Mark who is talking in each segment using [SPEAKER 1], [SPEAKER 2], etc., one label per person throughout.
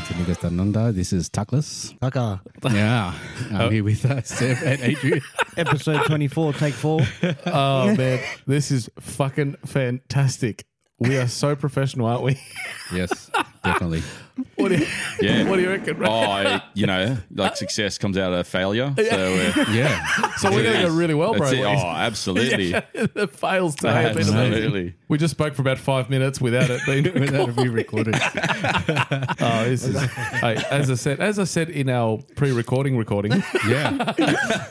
[SPEAKER 1] Nithananda. This is Tuckless.
[SPEAKER 2] Tucker,
[SPEAKER 1] Yeah, I'm here with uh, Seb and Adrian.
[SPEAKER 2] episode 24, take four.
[SPEAKER 3] Oh man, this is fucking fantastic. We are so professional, aren't we?
[SPEAKER 1] yes, definitely.
[SPEAKER 3] What do you,
[SPEAKER 4] Yeah.
[SPEAKER 3] what do you reckon?
[SPEAKER 4] Oh,
[SPEAKER 3] Ray?
[SPEAKER 4] I, you know, like success comes out of failure. So uh,
[SPEAKER 1] Yeah,
[SPEAKER 3] so we're going to go really well, bro.
[SPEAKER 4] that's it. Oh, absolutely.
[SPEAKER 3] the fails today have been amazing.
[SPEAKER 4] Absolutely.
[SPEAKER 3] We just spoke for about five minutes without it being.
[SPEAKER 1] without a be recorded.
[SPEAKER 3] oh, this is, hey, as I said, as I said in our pre-recording recording,
[SPEAKER 1] Yeah,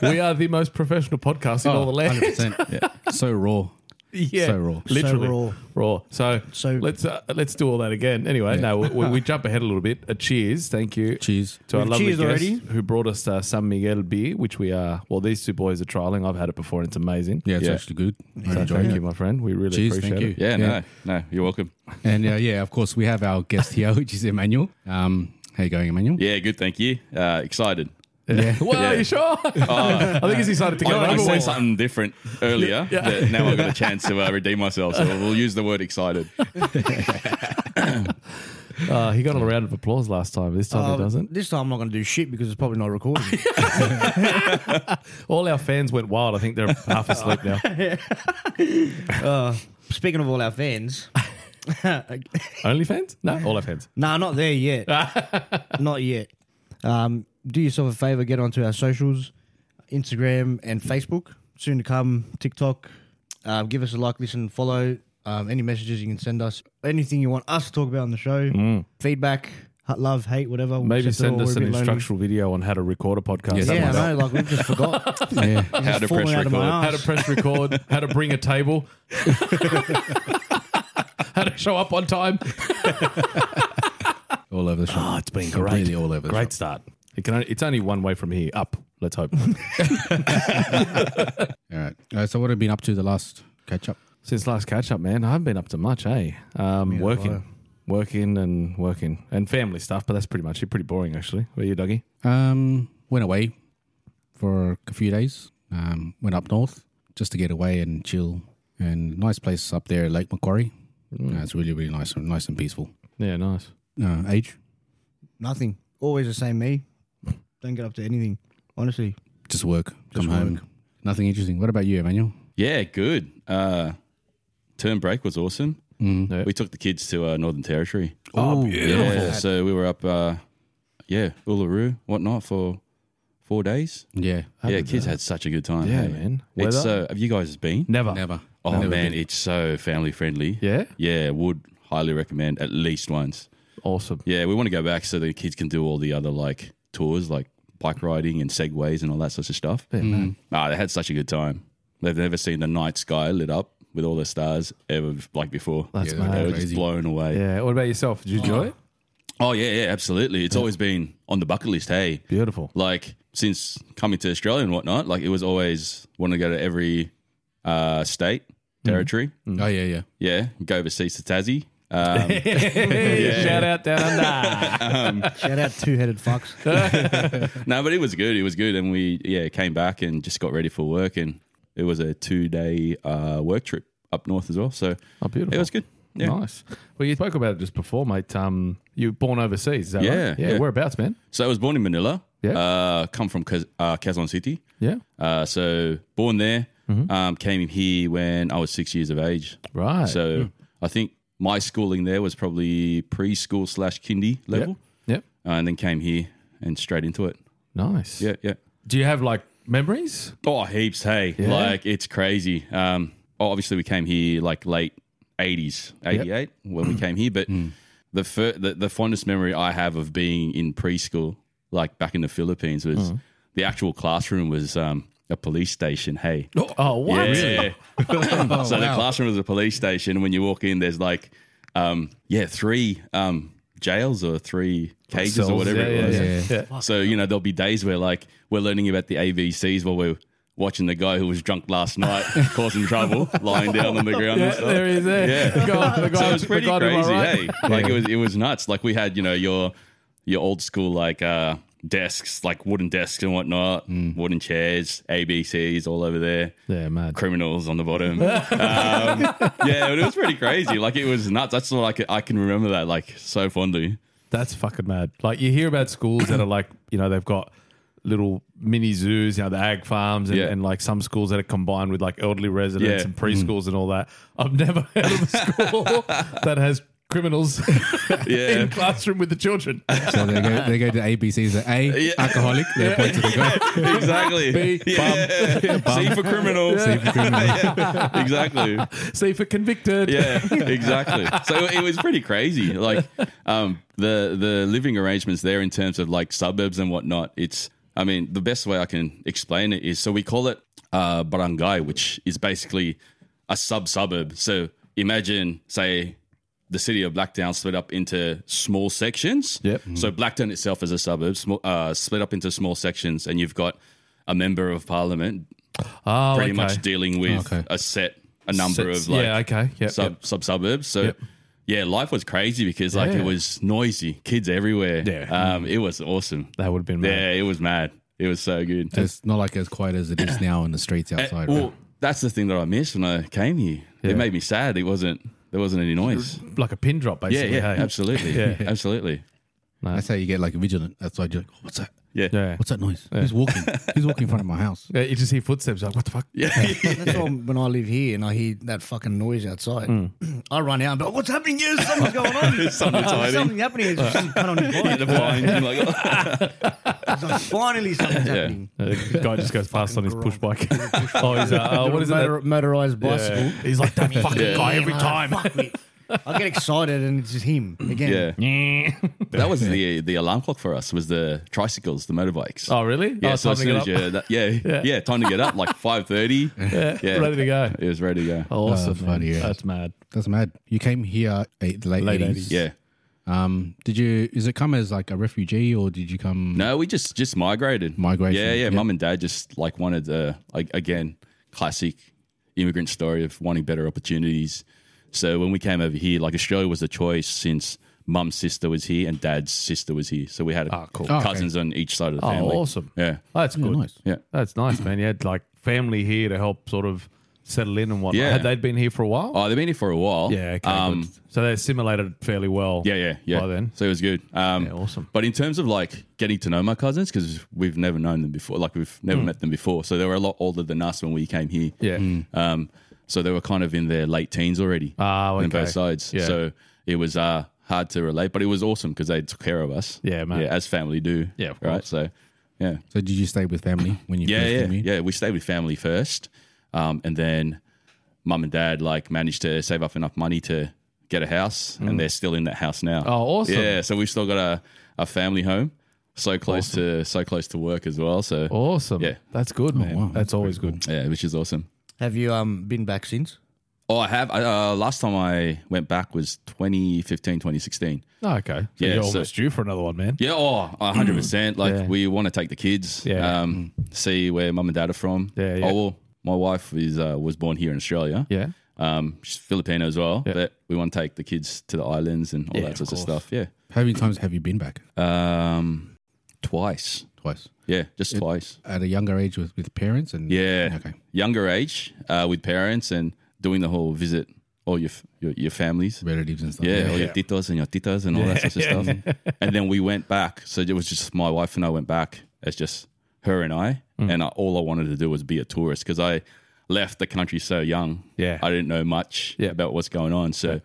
[SPEAKER 3] we are the most professional podcast
[SPEAKER 1] Oh,
[SPEAKER 3] in all the land.
[SPEAKER 1] 100%. So raw.
[SPEAKER 3] Yeah,
[SPEAKER 1] So raw.
[SPEAKER 3] literally
[SPEAKER 2] So
[SPEAKER 3] raw. So,
[SPEAKER 2] So-
[SPEAKER 3] let's uh, let's do all that again. Anyway, no, we, we jump ahead a little bit. A cheers, thank you.
[SPEAKER 1] Cheers.
[SPEAKER 3] to our
[SPEAKER 2] We've
[SPEAKER 3] lovely
[SPEAKER 2] cheered
[SPEAKER 3] guest
[SPEAKER 2] already.
[SPEAKER 3] who brought us uh, San Miguel beer, which we are. Well, these two boys are trialing. I've had it before, and it's amazing.
[SPEAKER 1] Yeah, it's
[SPEAKER 4] Yeah.
[SPEAKER 1] actually good. I
[SPEAKER 3] So
[SPEAKER 1] enjoyed
[SPEAKER 3] thank
[SPEAKER 1] it.
[SPEAKER 3] you, my friend. We really
[SPEAKER 1] Cheers,
[SPEAKER 3] appreciate
[SPEAKER 1] thank
[SPEAKER 3] it.
[SPEAKER 1] you.
[SPEAKER 4] Yeah,
[SPEAKER 1] Yeah.
[SPEAKER 4] no, no, you're welcome.
[SPEAKER 1] And uh, yeah, of course, we have our guest here, which is Emmanuel. Um, how you going, Emmanuel?
[SPEAKER 4] Yeah, good, thank you. Uh, excited.
[SPEAKER 3] Well,
[SPEAKER 4] Yeah.
[SPEAKER 3] are you sure? I think he's excited to go.
[SPEAKER 4] I, I
[SPEAKER 3] over
[SPEAKER 4] said
[SPEAKER 3] one.
[SPEAKER 4] something different earlier, but now I've got a chance to uh, redeem myself, so we'll use the word excited.
[SPEAKER 3] Uh, he got a round of applause last time. This time
[SPEAKER 2] Uh,
[SPEAKER 3] he doesn't.
[SPEAKER 2] This time I'm not going to do shit because it's probably not recording.
[SPEAKER 3] All our fans went wild. I think they're half asleep now.
[SPEAKER 2] uh, speaking of all our fans,
[SPEAKER 3] Only fans? No, all our fans.
[SPEAKER 2] nah, not there yet. not yet. Um, do yourself a favor, get onto our socials, Instagram and Facebook. Soon to come, TikTok. Uh, give us a like, listen, follow. Um, any messages you can send us, anything you want us to talk about on the show, feedback, h- love, hate, whatever. we'll
[SPEAKER 3] Mm. Maybe
[SPEAKER 2] accept it
[SPEAKER 3] send
[SPEAKER 2] all.
[SPEAKER 3] us
[SPEAKER 2] We're
[SPEAKER 3] an
[SPEAKER 2] a bit lonely.
[SPEAKER 3] instructional video on how to record a podcast.
[SPEAKER 1] Yes.
[SPEAKER 3] That
[SPEAKER 2] Yeah,
[SPEAKER 3] might
[SPEAKER 2] I know. Like we've just forgot.
[SPEAKER 1] Yeah.
[SPEAKER 4] How to
[SPEAKER 2] falling
[SPEAKER 4] press
[SPEAKER 2] out of my
[SPEAKER 4] record.
[SPEAKER 2] arse.
[SPEAKER 3] how to press record, how to bring a table, how to show up on time.
[SPEAKER 1] All over the shop.
[SPEAKER 3] Ah, it's been
[SPEAKER 1] Completely all over the
[SPEAKER 3] Great start. It can only, it's only one way from here up. Let's hope.
[SPEAKER 1] All right. Uh, so, what have you been up to the last catch up?
[SPEAKER 3] Since last catch up, man, I haven't been up to much, eh? Um, working,
[SPEAKER 2] why?
[SPEAKER 3] working, and working, and family stuff. But that's pretty much it. Pretty boring, actually. Where you, doggy?
[SPEAKER 1] Um, went away for a few days. Um, went up north just to get away and chill. And nice place up there, Lake Macquarie. Uh, it's really, really nice, nice and peaceful.
[SPEAKER 3] Yeah, nice.
[SPEAKER 1] Uh, age,
[SPEAKER 2] Nothing. Always the same me. Don't get up to anything. Honestly.
[SPEAKER 1] just work, come
[SPEAKER 2] Just
[SPEAKER 1] home. Nothing interesting. What about you, Emmanuel?
[SPEAKER 4] Yeah, good. Uh, term break was awesome.
[SPEAKER 3] Yeah.
[SPEAKER 4] We took the kids to uh, Northern Territory.
[SPEAKER 1] Oh,
[SPEAKER 4] Yeah, so we were up, uh, yeah, Uluru, whatnot, for four days.
[SPEAKER 1] Yeah, Uh,
[SPEAKER 4] yeah, kids had such a good time.
[SPEAKER 3] uh, Yeah,
[SPEAKER 4] hey.
[SPEAKER 3] man.
[SPEAKER 4] It's uh,
[SPEAKER 3] Weather?
[SPEAKER 4] so. Have you guys been?
[SPEAKER 3] Never.
[SPEAKER 1] never.
[SPEAKER 4] Oh
[SPEAKER 1] Never
[SPEAKER 4] man,
[SPEAKER 1] been.
[SPEAKER 4] it's so family friendly.
[SPEAKER 3] Yeah.
[SPEAKER 4] yeah, would highly recommend at least once.
[SPEAKER 3] Awesome.
[SPEAKER 4] Yeah, we want to go back so the kids can do all the other like tours, like bike riding and segways and all that sorts of stuff.
[SPEAKER 3] Yeah, man.
[SPEAKER 4] Ah, they had such a good time. They've never seen the night sky lit up with all the stars ever like before.
[SPEAKER 3] That's
[SPEAKER 1] Yeah,
[SPEAKER 4] they
[SPEAKER 3] mad.
[SPEAKER 4] were just
[SPEAKER 1] Crazy.
[SPEAKER 4] blown away.
[SPEAKER 3] Yeah. What about yourself? Did you enjoy it?
[SPEAKER 4] Oh yeah, yeah, absolutely. It's always been on the bucket list. Hey,
[SPEAKER 3] Beautiful.
[SPEAKER 4] like since coming to Australia and whatnot, like it was always want to go to every uh, state territory.
[SPEAKER 1] Oh yeah, yeah.
[SPEAKER 4] Yeah, go overseas to Tassie. Um,
[SPEAKER 3] Shout out down under.
[SPEAKER 2] Shout out two headed fucks.
[SPEAKER 4] no, but it was good. It was good, and we yeah came back and just got ready for work, and it was a two day uh, work trip up north as well. So
[SPEAKER 3] Oh, beautiful.
[SPEAKER 4] it was good. Yeah.
[SPEAKER 3] Nice. Well, you spoke about it just before, mate. Um, you were born overseas, is that
[SPEAKER 4] Yeah,
[SPEAKER 3] right? Yeah,
[SPEAKER 4] yeah.
[SPEAKER 3] Whereabouts, man?
[SPEAKER 4] So I was born in Manila.
[SPEAKER 3] Yeah.
[SPEAKER 4] Uh, come from Kaz- uh, Quezon City.
[SPEAKER 3] Yeah.
[SPEAKER 4] Uh, so born there.
[SPEAKER 3] Mm-hmm.
[SPEAKER 4] Um, came here when I was six years of age.
[SPEAKER 3] Right.
[SPEAKER 4] So I think my schooling there was probably preschool slash
[SPEAKER 3] yep.
[SPEAKER 4] kindy level,
[SPEAKER 3] Yep.
[SPEAKER 4] uh, and then came here and straight into it.
[SPEAKER 3] Nice.
[SPEAKER 4] Yeah, yeah.
[SPEAKER 3] Do you have like memories?
[SPEAKER 4] Oh, heaps. Hey,
[SPEAKER 3] Yeah?
[SPEAKER 4] like it's crazy. Um, oh, obviously we came here like late eighties, eighty eight when we came here. But
[SPEAKER 3] Mm.
[SPEAKER 4] the, fir- the the fondest memory I have of being in preschool, like back in the Philippines, was
[SPEAKER 3] Mm.
[SPEAKER 4] the actual classroom was um, a police station. Hey,
[SPEAKER 3] Oh, what?
[SPEAKER 4] yeah. so the classroom is a police station. and When you walk in, there's like, um, yeah, three um, jails or three cages
[SPEAKER 3] Cells,
[SPEAKER 4] or whatever
[SPEAKER 3] yeah,
[SPEAKER 4] it was.
[SPEAKER 3] yeah, yeah.
[SPEAKER 4] So you know, there'll be days where like we're learning about the ABCs while we're watching the guy who was drunk last night causing trouble, lying down on the ground. and
[SPEAKER 3] Yeah,
[SPEAKER 4] stuff.
[SPEAKER 3] there he is. There.
[SPEAKER 4] Yeah.
[SPEAKER 3] The guy, the guy,
[SPEAKER 4] So it was
[SPEAKER 3] the
[SPEAKER 4] pretty
[SPEAKER 3] guy to my
[SPEAKER 4] crazy.
[SPEAKER 3] right.
[SPEAKER 4] Hey, like it was it was nuts. Like we had you know your your old school like uh desks, like wooden desks and whatnot, wooden chairs, ABCs all over there
[SPEAKER 3] Hmm. Yeah, mad.
[SPEAKER 4] criminals on the bottom. um, yeah, but it was pretty crazy. Like it was nuts. That's all I can, I can remember that like so fondly.
[SPEAKER 3] That's fucking mad. Like you hear about schools that are like, you know, they've got little mini zoos, you know, the ag farms and,
[SPEAKER 4] Yeah.
[SPEAKER 3] and like some schools that are combined with like elderly residents
[SPEAKER 4] Yeah.
[SPEAKER 3] and preschools and all that. I've never heard of a school that has criminals
[SPEAKER 4] Yeah.
[SPEAKER 3] in classroom with the children.
[SPEAKER 1] So they go, they go to ABCs. Like, A,
[SPEAKER 4] Yeah.
[SPEAKER 1] alcoholic. They point to the guy.
[SPEAKER 4] exactly.
[SPEAKER 3] B,
[SPEAKER 4] yeah. C for criminal.
[SPEAKER 1] See if you can-
[SPEAKER 4] Yeah, exactly.
[SPEAKER 3] See for convicted.
[SPEAKER 4] Yeah, exactly. So it was pretty crazy. Like um, the the living arrangements there in terms of like suburbs and whatnot. It's I mean the best way I can explain it is so we call it uh, barangay, which is basically a sub suburb. So imagine say the city of Blacktown split up into small sections.
[SPEAKER 3] Yep.
[SPEAKER 4] So Blacktown itself is a suburb, small, uh, split up into small sections, and you've got a member of parliament
[SPEAKER 3] Oh,
[SPEAKER 4] pretty
[SPEAKER 3] okay.
[SPEAKER 4] much dealing with
[SPEAKER 1] Okay.
[SPEAKER 4] a set a number
[SPEAKER 3] Sets-
[SPEAKER 4] of like
[SPEAKER 3] yeah, okay. Yep,
[SPEAKER 4] sub
[SPEAKER 3] yep.
[SPEAKER 4] sub suburbs. So
[SPEAKER 3] Yep.
[SPEAKER 4] yeah, life was crazy because like
[SPEAKER 3] Yeah.
[SPEAKER 4] it was noisy, kids everywhere.
[SPEAKER 3] Yeah. Mm.
[SPEAKER 4] um, it was awesome.
[SPEAKER 3] That would have been mad.
[SPEAKER 4] Yeah, it was mad. It was so good.
[SPEAKER 1] It's not like as quiet as it is now in the streets
[SPEAKER 4] Uh,
[SPEAKER 1] outside.
[SPEAKER 4] well,
[SPEAKER 1] right?
[SPEAKER 4] that's the thing that I missed when I came here.
[SPEAKER 3] Yeah.
[SPEAKER 4] It made me sad. It wasn't there wasn't any noise.
[SPEAKER 3] Like a pin drop,
[SPEAKER 4] Yeah,
[SPEAKER 3] basically.
[SPEAKER 4] yeah,
[SPEAKER 3] hey?
[SPEAKER 4] absolutely,
[SPEAKER 3] Yeah.
[SPEAKER 4] absolutely.
[SPEAKER 1] That's how you get like vigilant. That's why you're like, oh, what's that?
[SPEAKER 4] Yeah,
[SPEAKER 3] Yeah.
[SPEAKER 1] What's that noise? Who's walking? Who's walking in front of my house?
[SPEAKER 3] Yeah, you just hear footsteps. Like, what the fuck?
[SPEAKER 4] yeah.
[SPEAKER 2] That's why when I live here and I hear that fucking noise outside,
[SPEAKER 3] Hmm.
[SPEAKER 2] I run out and be like, what's happening here? Something's going on.
[SPEAKER 4] Something's hiding.
[SPEAKER 2] Something's happening here. There's Something cut on your bike.
[SPEAKER 4] the blind. I'm like, oh.
[SPEAKER 2] It's like, finally something's happening.
[SPEAKER 3] Uh, The guy just goes past on his push bike. oh, he's uh, oh,
[SPEAKER 2] The
[SPEAKER 3] what is it?
[SPEAKER 2] motor-
[SPEAKER 3] that-
[SPEAKER 2] Motorized
[SPEAKER 3] Yeah.
[SPEAKER 2] bicycle.
[SPEAKER 3] He's like that fucking
[SPEAKER 4] Yeah.
[SPEAKER 3] guy every
[SPEAKER 2] Ah,
[SPEAKER 3] time.
[SPEAKER 2] fuck me. I get excited and it's just him again.
[SPEAKER 4] yeah. That was the the alarm clock for us. Was the tricycles, the motorbikes.
[SPEAKER 3] Oh, really?
[SPEAKER 4] Yeah,
[SPEAKER 3] oh,
[SPEAKER 4] so as
[SPEAKER 3] time to
[SPEAKER 4] soon
[SPEAKER 3] get
[SPEAKER 4] as
[SPEAKER 3] up.
[SPEAKER 4] you, that, yeah, yeah, time to get up, like five thirty. Yeah,
[SPEAKER 3] ready to go.
[SPEAKER 4] It was ready to go.
[SPEAKER 3] Awesome.
[SPEAKER 1] Oh,
[SPEAKER 3] man.
[SPEAKER 1] funny, yeah.
[SPEAKER 3] That's mad.
[SPEAKER 1] That's mad. You came here eight, late,
[SPEAKER 3] Late
[SPEAKER 1] 80s.
[SPEAKER 4] Yeah,
[SPEAKER 1] Um, did you? Is it come as like a refugee or did you come?
[SPEAKER 4] no, we just just migrated.
[SPEAKER 1] Migration,
[SPEAKER 4] Yeah, yeah.
[SPEAKER 1] yeah.
[SPEAKER 4] Mum and dad just like wanted uh, like again classic immigrant story of wanting better opportunities. So when we came over here, like Australia was the choice since mum's sister was here and dad's sister was here. So we had
[SPEAKER 3] Ah, cool.
[SPEAKER 1] okay.
[SPEAKER 4] cousins on each side of the
[SPEAKER 3] Oh,
[SPEAKER 4] family.
[SPEAKER 3] awesome.
[SPEAKER 4] Yeah,
[SPEAKER 3] Oh, that's good.
[SPEAKER 1] nice.
[SPEAKER 4] yeah.
[SPEAKER 3] That's nice, man. You had like family here to help sort of settle in and whatnot.
[SPEAKER 4] Yeah.
[SPEAKER 3] Had they been here for a while?
[SPEAKER 4] Oh, they've been here for a while.
[SPEAKER 3] yeah. Okay,
[SPEAKER 4] Um,
[SPEAKER 3] good. So they assimilated fairly well.
[SPEAKER 4] Yeah, yeah, yeah.
[SPEAKER 3] By then.
[SPEAKER 4] so it was good. Um,
[SPEAKER 3] Yeah, awesome.
[SPEAKER 4] But in terms of like getting to know my cousins, because we've never known them before, like we've never met them before, so they were a lot older than us when we came here.
[SPEAKER 3] Hmm. Yeah.
[SPEAKER 4] Um, so they were kind of in their late teens already
[SPEAKER 3] Ah,
[SPEAKER 4] on
[SPEAKER 3] okay.
[SPEAKER 4] both sides.
[SPEAKER 3] Yeah.
[SPEAKER 4] So it was uh, hard to relate, but it was awesome because they took care of us.
[SPEAKER 3] Yeah, man.
[SPEAKER 4] as family do.
[SPEAKER 3] Yeah, of
[SPEAKER 4] right.
[SPEAKER 3] course.
[SPEAKER 4] So, yeah,
[SPEAKER 1] So did you stay with family when you
[SPEAKER 4] yeah,
[SPEAKER 1] first
[SPEAKER 4] yeah,
[SPEAKER 1] came here?
[SPEAKER 4] yeah. We stayed with family first, um, and then mum and dad like managed to save up enough money to get a house, and they're still in that house now.
[SPEAKER 3] Mm. Oh, awesome.
[SPEAKER 4] Yeah, so we've still got a, a family home, so close to so close to work as well. So
[SPEAKER 3] Awesome.
[SPEAKER 4] Yeah.
[SPEAKER 3] That's good, man.
[SPEAKER 1] Oh, wow.
[SPEAKER 3] That's, always good.
[SPEAKER 4] yeah, which is awesome.
[SPEAKER 2] Have you um been back since?
[SPEAKER 4] Oh, I have. Uh, last time I went back was 2015, 2016.
[SPEAKER 3] Oh, okay. So
[SPEAKER 4] Yeah,
[SPEAKER 3] you're
[SPEAKER 4] so-
[SPEAKER 3] almost due for another one, man.
[SPEAKER 4] Yeah, oh, 100%. Like,
[SPEAKER 3] Mm. Yeah.
[SPEAKER 4] we want to take the kids,
[SPEAKER 3] Yeah. Mm.
[SPEAKER 4] um, see where mum and dad are from.
[SPEAKER 3] Yeah, yeah.
[SPEAKER 4] Oh, well, my wife is uh, was born here in Australia.
[SPEAKER 3] Yeah.
[SPEAKER 4] Um, she's Filipino as well,
[SPEAKER 3] Yeah.
[SPEAKER 4] but we want to take the kids to the islands and all
[SPEAKER 3] Yeah,
[SPEAKER 4] that
[SPEAKER 3] of
[SPEAKER 4] sorts of
[SPEAKER 3] course.
[SPEAKER 4] stuff. Yeah.
[SPEAKER 1] How many times have you been back?
[SPEAKER 4] Um, twice.
[SPEAKER 1] Twice.
[SPEAKER 4] Yeah, just twice.
[SPEAKER 1] At a younger age with, with parents and
[SPEAKER 4] Yeah.
[SPEAKER 1] Okay.
[SPEAKER 4] Younger age uh, with parents and doing the whole visit all your f- your, your families.
[SPEAKER 1] relatives and stuff.
[SPEAKER 4] Yeah, all your titos and your titas and all that sort of stuff. and then we went back. So it was just my wife and I went back as just her and I.
[SPEAKER 3] Mm.
[SPEAKER 4] And I, all I wanted to do was be a tourist because I left the country so young.
[SPEAKER 3] Yeah.
[SPEAKER 4] I didn't know much
[SPEAKER 3] Yeah.
[SPEAKER 4] about what's going on. So,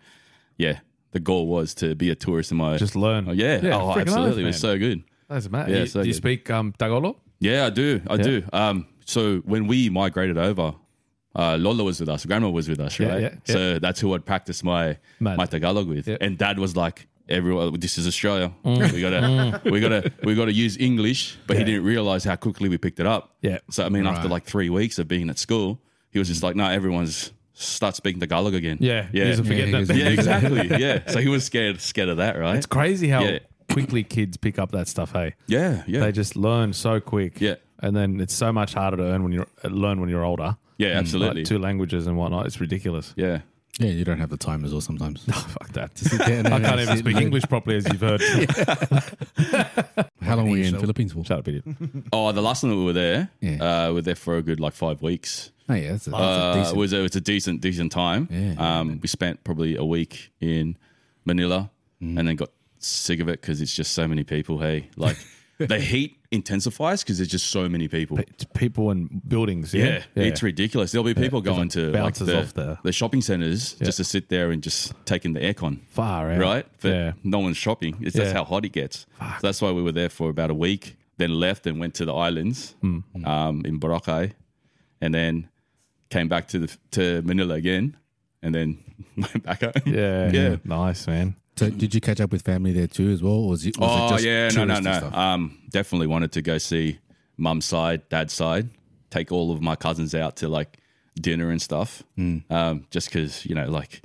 [SPEAKER 4] yeah, the goal was to be a tourist in my.
[SPEAKER 3] Just learn.
[SPEAKER 4] Oh, yeah.
[SPEAKER 3] Yeah,
[SPEAKER 4] oh,
[SPEAKER 3] freaking
[SPEAKER 4] absolutely.
[SPEAKER 3] oath,
[SPEAKER 4] it was
[SPEAKER 3] man.
[SPEAKER 4] so good.
[SPEAKER 3] That's mad.
[SPEAKER 4] Yeah,
[SPEAKER 3] you,
[SPEAKER 4] so
[SPEAKER 3] do you
[SPEAKER 4] good.
[SPEAKER 3] speak um, Tagalog?
[SPEAKER 4] Yeah, I do. I do. Um, so when we migrated over, uh, Lola was with us, Grandma was with us,
[SPEAKER 3] Yeah,
[SPEAKER 4] right?
[SPEAKER 3] yeah, yeah.
[SPEAKER 4] So that's who I'd practice my
[SPEAKER 3] Mad.
[SPEAKER 4] my Tagalog with.
[SPEAKER 3] Yeah. Mm.
[SPEAKER 4] And Dad was like, "Everyone, this is Australia. We gotta, we gotta, we gotta use English." But he didn't realize how quickly we picked it up.
[SPEAKER 3] Yeah.
[SPEAKER 4] So I mean, after like three weeks of being at school, he was just like, "No, everyone's start speaking Tagalog again."
[SPEAKER 3] Yeah.
[SPEAKER 4] yeah,
[SPEAKER 3] You just
[SPEAKER 4] yeah,
[SPEAKER 3] forget
[SPEAKER 1] Yeah,
[SPEAKER 3] that.
[SPEAKER 1] he doesn't-
[SPEAKER 4] exactly. yeah. So he was scared, scared of that, right?
[SPEAKER 3] It's crazy how
[SPEAKER 4] Yeah.
[SPEAKER 3] quickly kids pick up that stuff. Hey,
[SPEAKER 4] yeah, yeah.
[SPEAKER 3] they just learn so quick.
[SPEAKER 4] Yeah.
[SPEAKER 3] and then it's so much harder to earn when you're uh, learn when you're older.
[SPEAKER 4] yeah, absolutely.
[SPEAKER 3] Like two languages and whatnot. It's ridiculous.
[SPEAKER 4] yeah.
[SPEAKER 1] Yeah, you don't have the time as well sometimes.
[SPEAKER 3] Fuck that.
[SPEAKER 1] Yeah, no,
[SPEAKER 3] I
[SPEAKER 1] no,
[SPEAKER 3] can't even
[SPEAKER 1] sit-
[SPEAKER 3] speak
[SPEAKER 1] no.
[SPEAKER 3] English properly, as you've heard.
[SPEAKER 1] How long were you in Philippines for?
[SPEAKER 3] Shut up, idiot.
[SPEAKER 4] Oh, the last time that we were there,
[SPEAKER 1] Yeah.
[SPEAKER 4] uh, we were there for a good like five weeks.
[SPEAKER 1] Oh yeah, that's a, that's a
[SPEAKER 4] Uh,
[SPEAKER 1] decent.
[SPEAKER 4] it was a, it was a decent decent time.
[SPEAKER 1] Yeah, yeah, Mm-hmm.
[SPEAKER 4] um, we spent probably a week in Manila, and then got sick of it because it's just so many people. Hey, like the heat intensifies because there's just so many people.
[SPEAKER 3] It's people and buildings.
[SPEAKER 4] Yeah, it's ridiculous. There'll be people going to like
[SPEAKER 3] bounces
[SPEAKER 4] the,
[SPEAKER 3] off the-
[SPEAKER 4] the shopping centers just to sit there and just taking the aircon.
[SPEAKER 3] far out.
[SPEAKER 4] Right? But
[SPEAKER 3] yeah.
[SPEAKER 4] no one's shopping. It's just
[SPEAKER 3] Yeah.
[SPEAKER 4] how hot it gets. So that's why we were there for about a week, then left and went to the islands
[SPEAKER 3] Hmm.
[SPEAKER 4] um, in Boracay, and then came back to the to Manila again, and then went back home.
[SPEAKER 3] yeah,
[SPEAKER 4] yeah.
[SPEAKER 3] Nice man.
[SPEAKER 1] So did you catch up with family there too as well, or was it? Was it
[SPEAKER 4] Oh
[SPEAKER 1] just
[SPEAKER 4] yeah, no, no,
[SPEAKER 1] touristy
[SPEAKER 4] no.
[SPEAKER 1] stuff?
[SPEAKER 4] Um, definitely wanted to go see mum's side, dad's side. Take all of my cousins out to like dinner and stuff.
[SPEAKER 1] Hmm.
[SPEAKER 4] Um, just because you know, like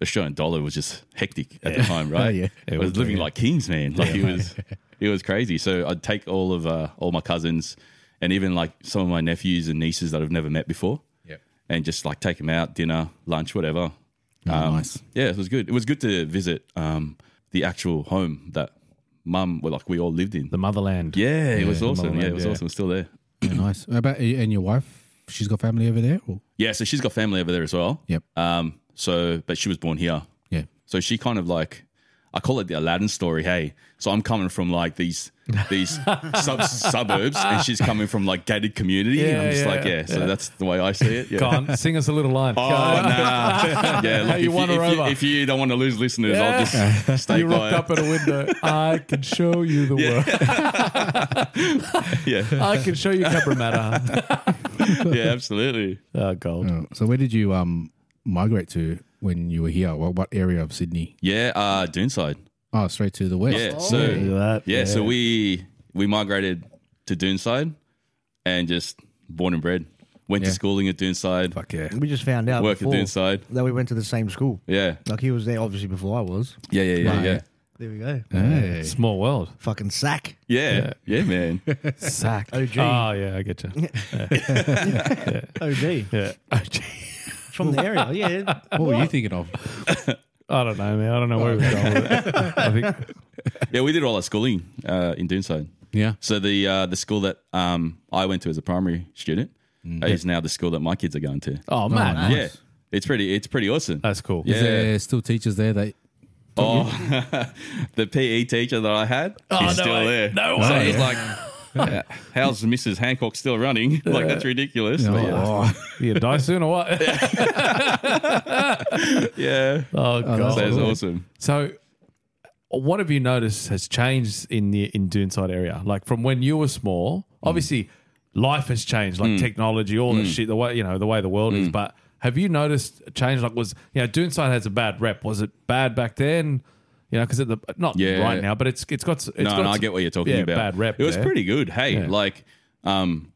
[SPEAKER 4] Australian dollar was just hectic at the time, right?
[SPEAKER 1] Yeah.
[SPEAKER 4] it was living like kings, man. Like it was, it was crazy. So I'd take all of uh, all my cousins and even like some of my nephews and nieces that I've never met before,
[SPEAKER 1] Yep.
[SPEAKER 4] and just like take them out dinner, lunch, whatever.
[SPEAKER 1] Oh,
[SPEAKER 4] Um,
[SPEAKER 1] nice.
[SPEAKER 4] Yeah, it was good. It was good to visit um, the actual home that mum, well, like we all lived in.
[SPEAKER 3] The motherland.
[SPEAKER 4] Yeah, it was
[SPEAKER 3] the
[SPEAKER 4] awesome. Yeah,
[SPEAKER 3] motherland,
[SPEAKER 4] it was
[SPEAKER 3] yeah.
[SPEAKER 4] awesome. It's still there.
[SPEAKER 1] Yeah, nice. How About and your wife, she's got family over there. Or?
[SPEAKER 4] Yeah, so she's got family over there as well.
[SPEAKER 1] Yep.
[SPEAKER 4] Um, so, but she was born here.
[SPEAKER 1] Yeah.
[SPEAKER 4] So she kind of like, I call it the Aladdin story. Hey, so I'm coming from like these these sub- suburbs, and she's coming from like gated community. and I'm
[SPEAKER 3] Yeah,
[SPEAKER 4] just
[SPEAKER 3] yeah,
[SPEAKER 4] like, yeah. So that's the way I see it. Yeah.
[SPEAKER 3] Go on, sing us a little line.
[SPEAKER 4] Oh, nah. yeah, look,
[SPEAKER 3] How
[SPEAKER 4] if,
[SPEAKER 3] you
[SPEAKER 4] you
[SPEAKER 3] won her
[SPEAKER 4] if, you,
[SPEAKER 3] over.
[SPEAKER 4] if you don't want to lose listeners, I'll
[SPEAKER 3] Yeah.
[SPEAKER 4] just stay
[SPEAKER 3] you
[SPEAKER 4] by
[SPEAKER 3] rocked
[SPEAKER 4] it.
[SPEAKER 3] up at a window. I can show you the world.
[SPEAKER 4] Yeah,
[SPEAKER 3] I can show you Cabramatta.
[SPEAKER 4] yeah, absolutely.
[SPEAKER 3] oh, gold.
[SPEAKER 1] Oh, so where did you um migrate to when you were here? What what area of Sydney?
[SPEAKER 4] Yeah, uh, Doonside.
[SPEAKER 1] Oh, straight to the west.
[SPEAKER 4] Yeah, so
[SPEAKER 3] Look
[SPEAKER 4] yeah,
[SPEAKER 3] at that.
[SPEAKER 4] so we we migrated to Doonside and just born and bred. Went
[SPEAKER 1] Yeah.
[SPEAKER 4] to schooling at Doonside,
[SPEAKER 1] Fuck yeah.
[SPEAKER 2] We just found out
[SPEAKER 4] worked
[SPEAKER 2] before
[SPEAKER 4] at Doonside.
[SPEAKER 2] that we went to the same school.
[SPEAKER 4] Yeah,
[SPEAKER 2] Like he was there obviously before I was.
[SPEAKER 4] yeah, yeah, yeah,
[SPEAKER 1] Right.
[SPEAKER 4] yeah,
[SPEAKER 2] There we go.
[SPEAKER 1] Hey.
[SPEAKER 3] small world.
[SPEAKER 2] Fucking sack.
[SPEAKER 4] yeah, yeah, man.
[SPEAKER 3] Sack.
[SPEAKER 2] OG.
[SPEAKER 4] Uh,
[SPEAKER 3] Oh yeah, I get you.
[SPEAKER 2] OG.
[SPEAKER 3] Yeah.
[SPEAKER 2] From the area. Yeah.
[SPEAKER 1] What were you thinking of?
[SPEAKER 3] I don't know, man. I don't know where we're going with it. I think
[SPEAKER 4] yeah, we did all our schooling uh, in Doonside.
[SPEAKER 1] Yeah.
[SPEAKER 4] So the uh, the school that um, I went to as a primary student is now the school that my kids are going to.
[SPEAKER 3] Oh
[SPEAKER 1] Mm.
[SPEAKER 3] man.
[SPEAKER 1] nice. Uh,
[SPEAKER 4] Yeah, it's pretty it's pretty awesome.
[SPEAKER 3] That's cool.
[SPEAKER 1] Is there still teachers there that
[SPEAKER 4] Oh, the PE teacher that I had
[SPEAKER 3] Oh, no
[SPEAKER 4] is still
[SPEAKER 3] way.
[SPEAKER 4] there.
[SPEAKER 3] No
[SPEAKER 4] so
[SPEAKER 3] way.
[SPEAKER 4] it's like, yeah, how's Mrs. Hancock still running? Like that's ridiculous. But yeah.
[SPEAKER 1] Oh,
[SPEAKER 3] You gonna die soon or what?
[SPEAKER 4] yeah.
[SPEAKER 3] Oh
[SPEAKER 4] So
[SPEAKER 3] god.
[SPEAKER 4] it's
[SPEAKER 1] cool.
[SPEAKER 4] awesome.
[SPEAKER 3] So, what have you noticed has changed in the in Doonside area? Like from when you were small,
[SPEAKER 4] Mm.
[SPEAKER 3] obviously life has changed, like technology, all this shit, the way you know the way the world
[SPEAKER 4] Mm.
[SPEAKER 3] is. But have you noticed a change? Like was you know Doonside has a bad rep? Was it bad back then? You know, because the not
[SPEAKER 4] Yeah.
[SPEAKER 3] right now, but it's it's got it's
[SPEAKER 4] no,
[SPEAKER 3] got
[SPEAKER 4] no, I get what you're talking
[SPEAKER 3] yeah,
[SPEAKER 4] about.
[SPEAKER 3] Bad rep.
[SPEAKER 4] It was
[SPEAKER 3] there.
[SPEAKER 4] pretty good. Hey,
[SPEAKER 3] Yeah.
[SPEAKER 4] like, um,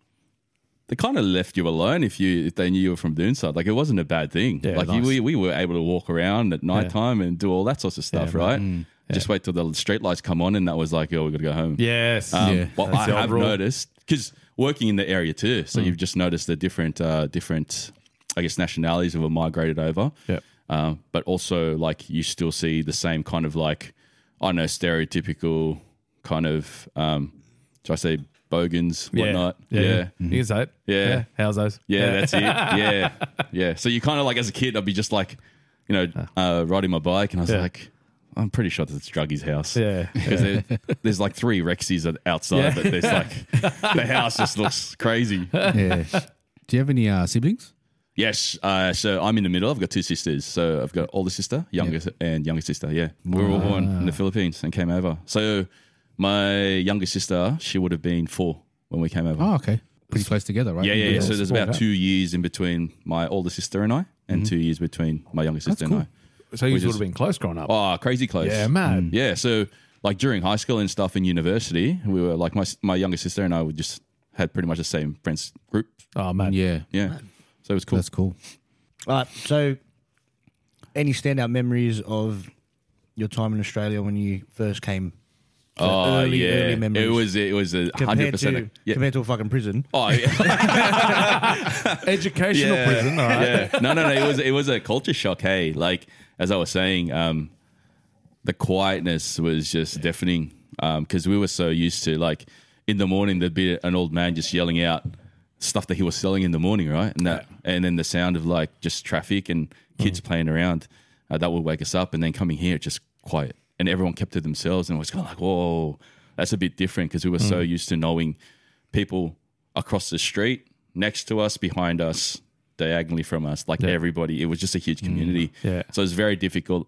[SPEAKER 4] they kind of left you alone if you if they knew you were from Doonside. Like it wasn't a bad thing.
[SPEAKER 3] Yeah,
[SPEAKER 4] like
[SPEAKER 3] nice.
[SPEAKER 4] we we were able to walk around at nighttime and do all that sorts of stuff,
[SPEAKER 3] Yeah,
[SPEAKER 4] right? Just wait till the street lights come on, and that was like, oh, we got to go home.
[SPEAKER 3] Yes.
[SPEAKER 4] Um,
[SPEAKER 1] Yeah.
[SPEAKER 4] What
[SPEAKER 3] That's
[SPEAKER 4] I
[SPEAKER 3] the
[SPEAKER 4] have
[SPEAKER 3] overall-
[SPEAKER 4] noticed because working in the area too, so
[SPEAKER 3] Mm.
[SPEAKER 4] you've just noticed the different, uh, different, I guess, nationalities that were migrated over.
[SPEAKER 3] Yep.
[SPEAKER 4] Um, but also, like, you still see the same kind of like, I don't know, stereotypical kind of, um, do I say bogans,
[SPEAKER 3] Yeah.
[SPEAKER 4] whatnot?
[SPEAKER 3] Yeah.
[SPEAKER 4] yeah. Mm-hmm.
[SPEAKER 3] You can say it.
[SPEAKER 4] Yeah.
[SPEAKER 3] How's those?
[SPEAKER 4] Yeah, that's it. Yeah, yeah. So you kind of like as a kid, I'd be just like, you know, uh, riding my bike, and I was
[SPEAKER 3] Yeah.
[SPEAKER 4] like, I'm pretty sure that's Druggy's house.
[SPEAKER 3] Yeah.
[SPEAKER 4] because there's like three Rexies at- outside, but there's like the house just looks crazy.
[SPEAKER 1] yeah. Do you have any uh, siblings?
[SPEAKER 4] Yes, uh, so I'm in the middle. I've got two sisters. So I've got older sister, younger, and younger sister. Yeah, we were all born in the Philippines and came over. So my younger sister, she would have been four when we came over.
[SPEAKER 1] Oh, okay. Pretty close together, right?
[SPEAKER 4] Yeah, yeah, yeah.
[SPEAKER 3] Yeah,
[SPEAKER 4] So there's
[SPEAKER 3] small
[SPEAKER 4] about
[SPEAKER 3] gap.
[SPEAKER 4] two years in between my older sister and I, and two years between my younger sister and
[SPEAKER 3] So you would
[SPEAKER 4] just-
[SPEAKER 3] have been close growing up.
[SPEAKER 4] I. Oh, Mm. crazy close.
[SPEAKER 3] yeah, man.
[SPEAKER 4] Yeah. So like during high school and stuff in university, we were like my my younger sister and I would just had pretty much the same friends group.
[SPEAKER 3] Oh man.
[SPEAKER 1] Yeah.
[SPEAKER 4] Yeah. So it was cool.
[SPEAKER 1] That's cool.
[SPEAKER 2] All right. So, any standout memories of your time in Australia when you first came? So
[SPEAKER 4] Oh
[SPEAKER 2] early,
[SPEAKER 4] yeah,
[SPEAKER 2] early memories.
[SPEAKER 4] it was it was a
[SPEAKER 2] compared
[SPEAKER 4] hundred
[SPEAKER 2] to
[SPEAKER 4] percent. Yeah.
[SPEAKER 2] compared to a fucking prison.
[SPEAKER 4] Oh yeah.
[SPEAKER 3] Educational
[SPEAKER 4] Yeah.
[SPEAKER 3] prison. All right.
[SPEAKER 4] Yeah. No, no, no. It was it was a culture shock. Hey, like as I was saying, um, the quietness was just deafening because we were so used to like in the morning there'd be an old man just yelling out stuff that he was selling in the morning, right? And that and then the sound of like just traffic and kids playing around uh, that would wake us up, and then coming here it's just quiet. and everyone kept to themselves. And I was kind of like, whoa, that's a bit different because we were so used to knowing people across the street, next to us, behind us, diagonally from us, like everybody. It was just a huge community.
[SPEAKER 3] Yeah.
[SPEAKER 4] So it's very difficult.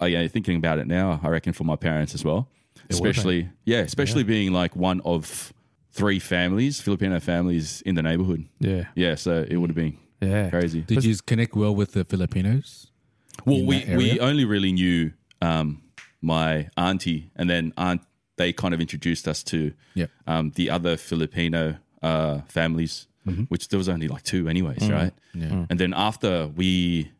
[SPEAKER 4] I, Oh, yeah, thinking about it now, I reckon for my parents as well, especially yeah, especially being like one of three families, Filipino families in the neighborhood.
[SPEAKER 3] Yeah.
[SPEAKER 4] Yeah, so it would have been
[SPEAKER 3] Yeah.
[SPEAKER 4] crazy.
[SPEAKER 1] Did you connect well with the Filipinos?
[SPEAKER 4] Well,
[SPEAKER 1] in
[SPEAKER 4] we,
[SPEAKER 1] that
[SPEAKER 4] we
[SPEAKER 1] area?
[SPEAKER 4] only really knew um, my auntie, and then aunt they kind of introduced us to
[SPEAKER 1] Yep.
[SPEAKER 4] um, the other Filipino uh, families,
[SPEAKER 3] Mm-hmm.
[SPEAKER 4] which there was only like two, anyways,
[SPEAKER 3] Mm.
[SPEAKER 4] right?
[SPEAKER 1] Yeah.
[SPEAKER 4] And then after we,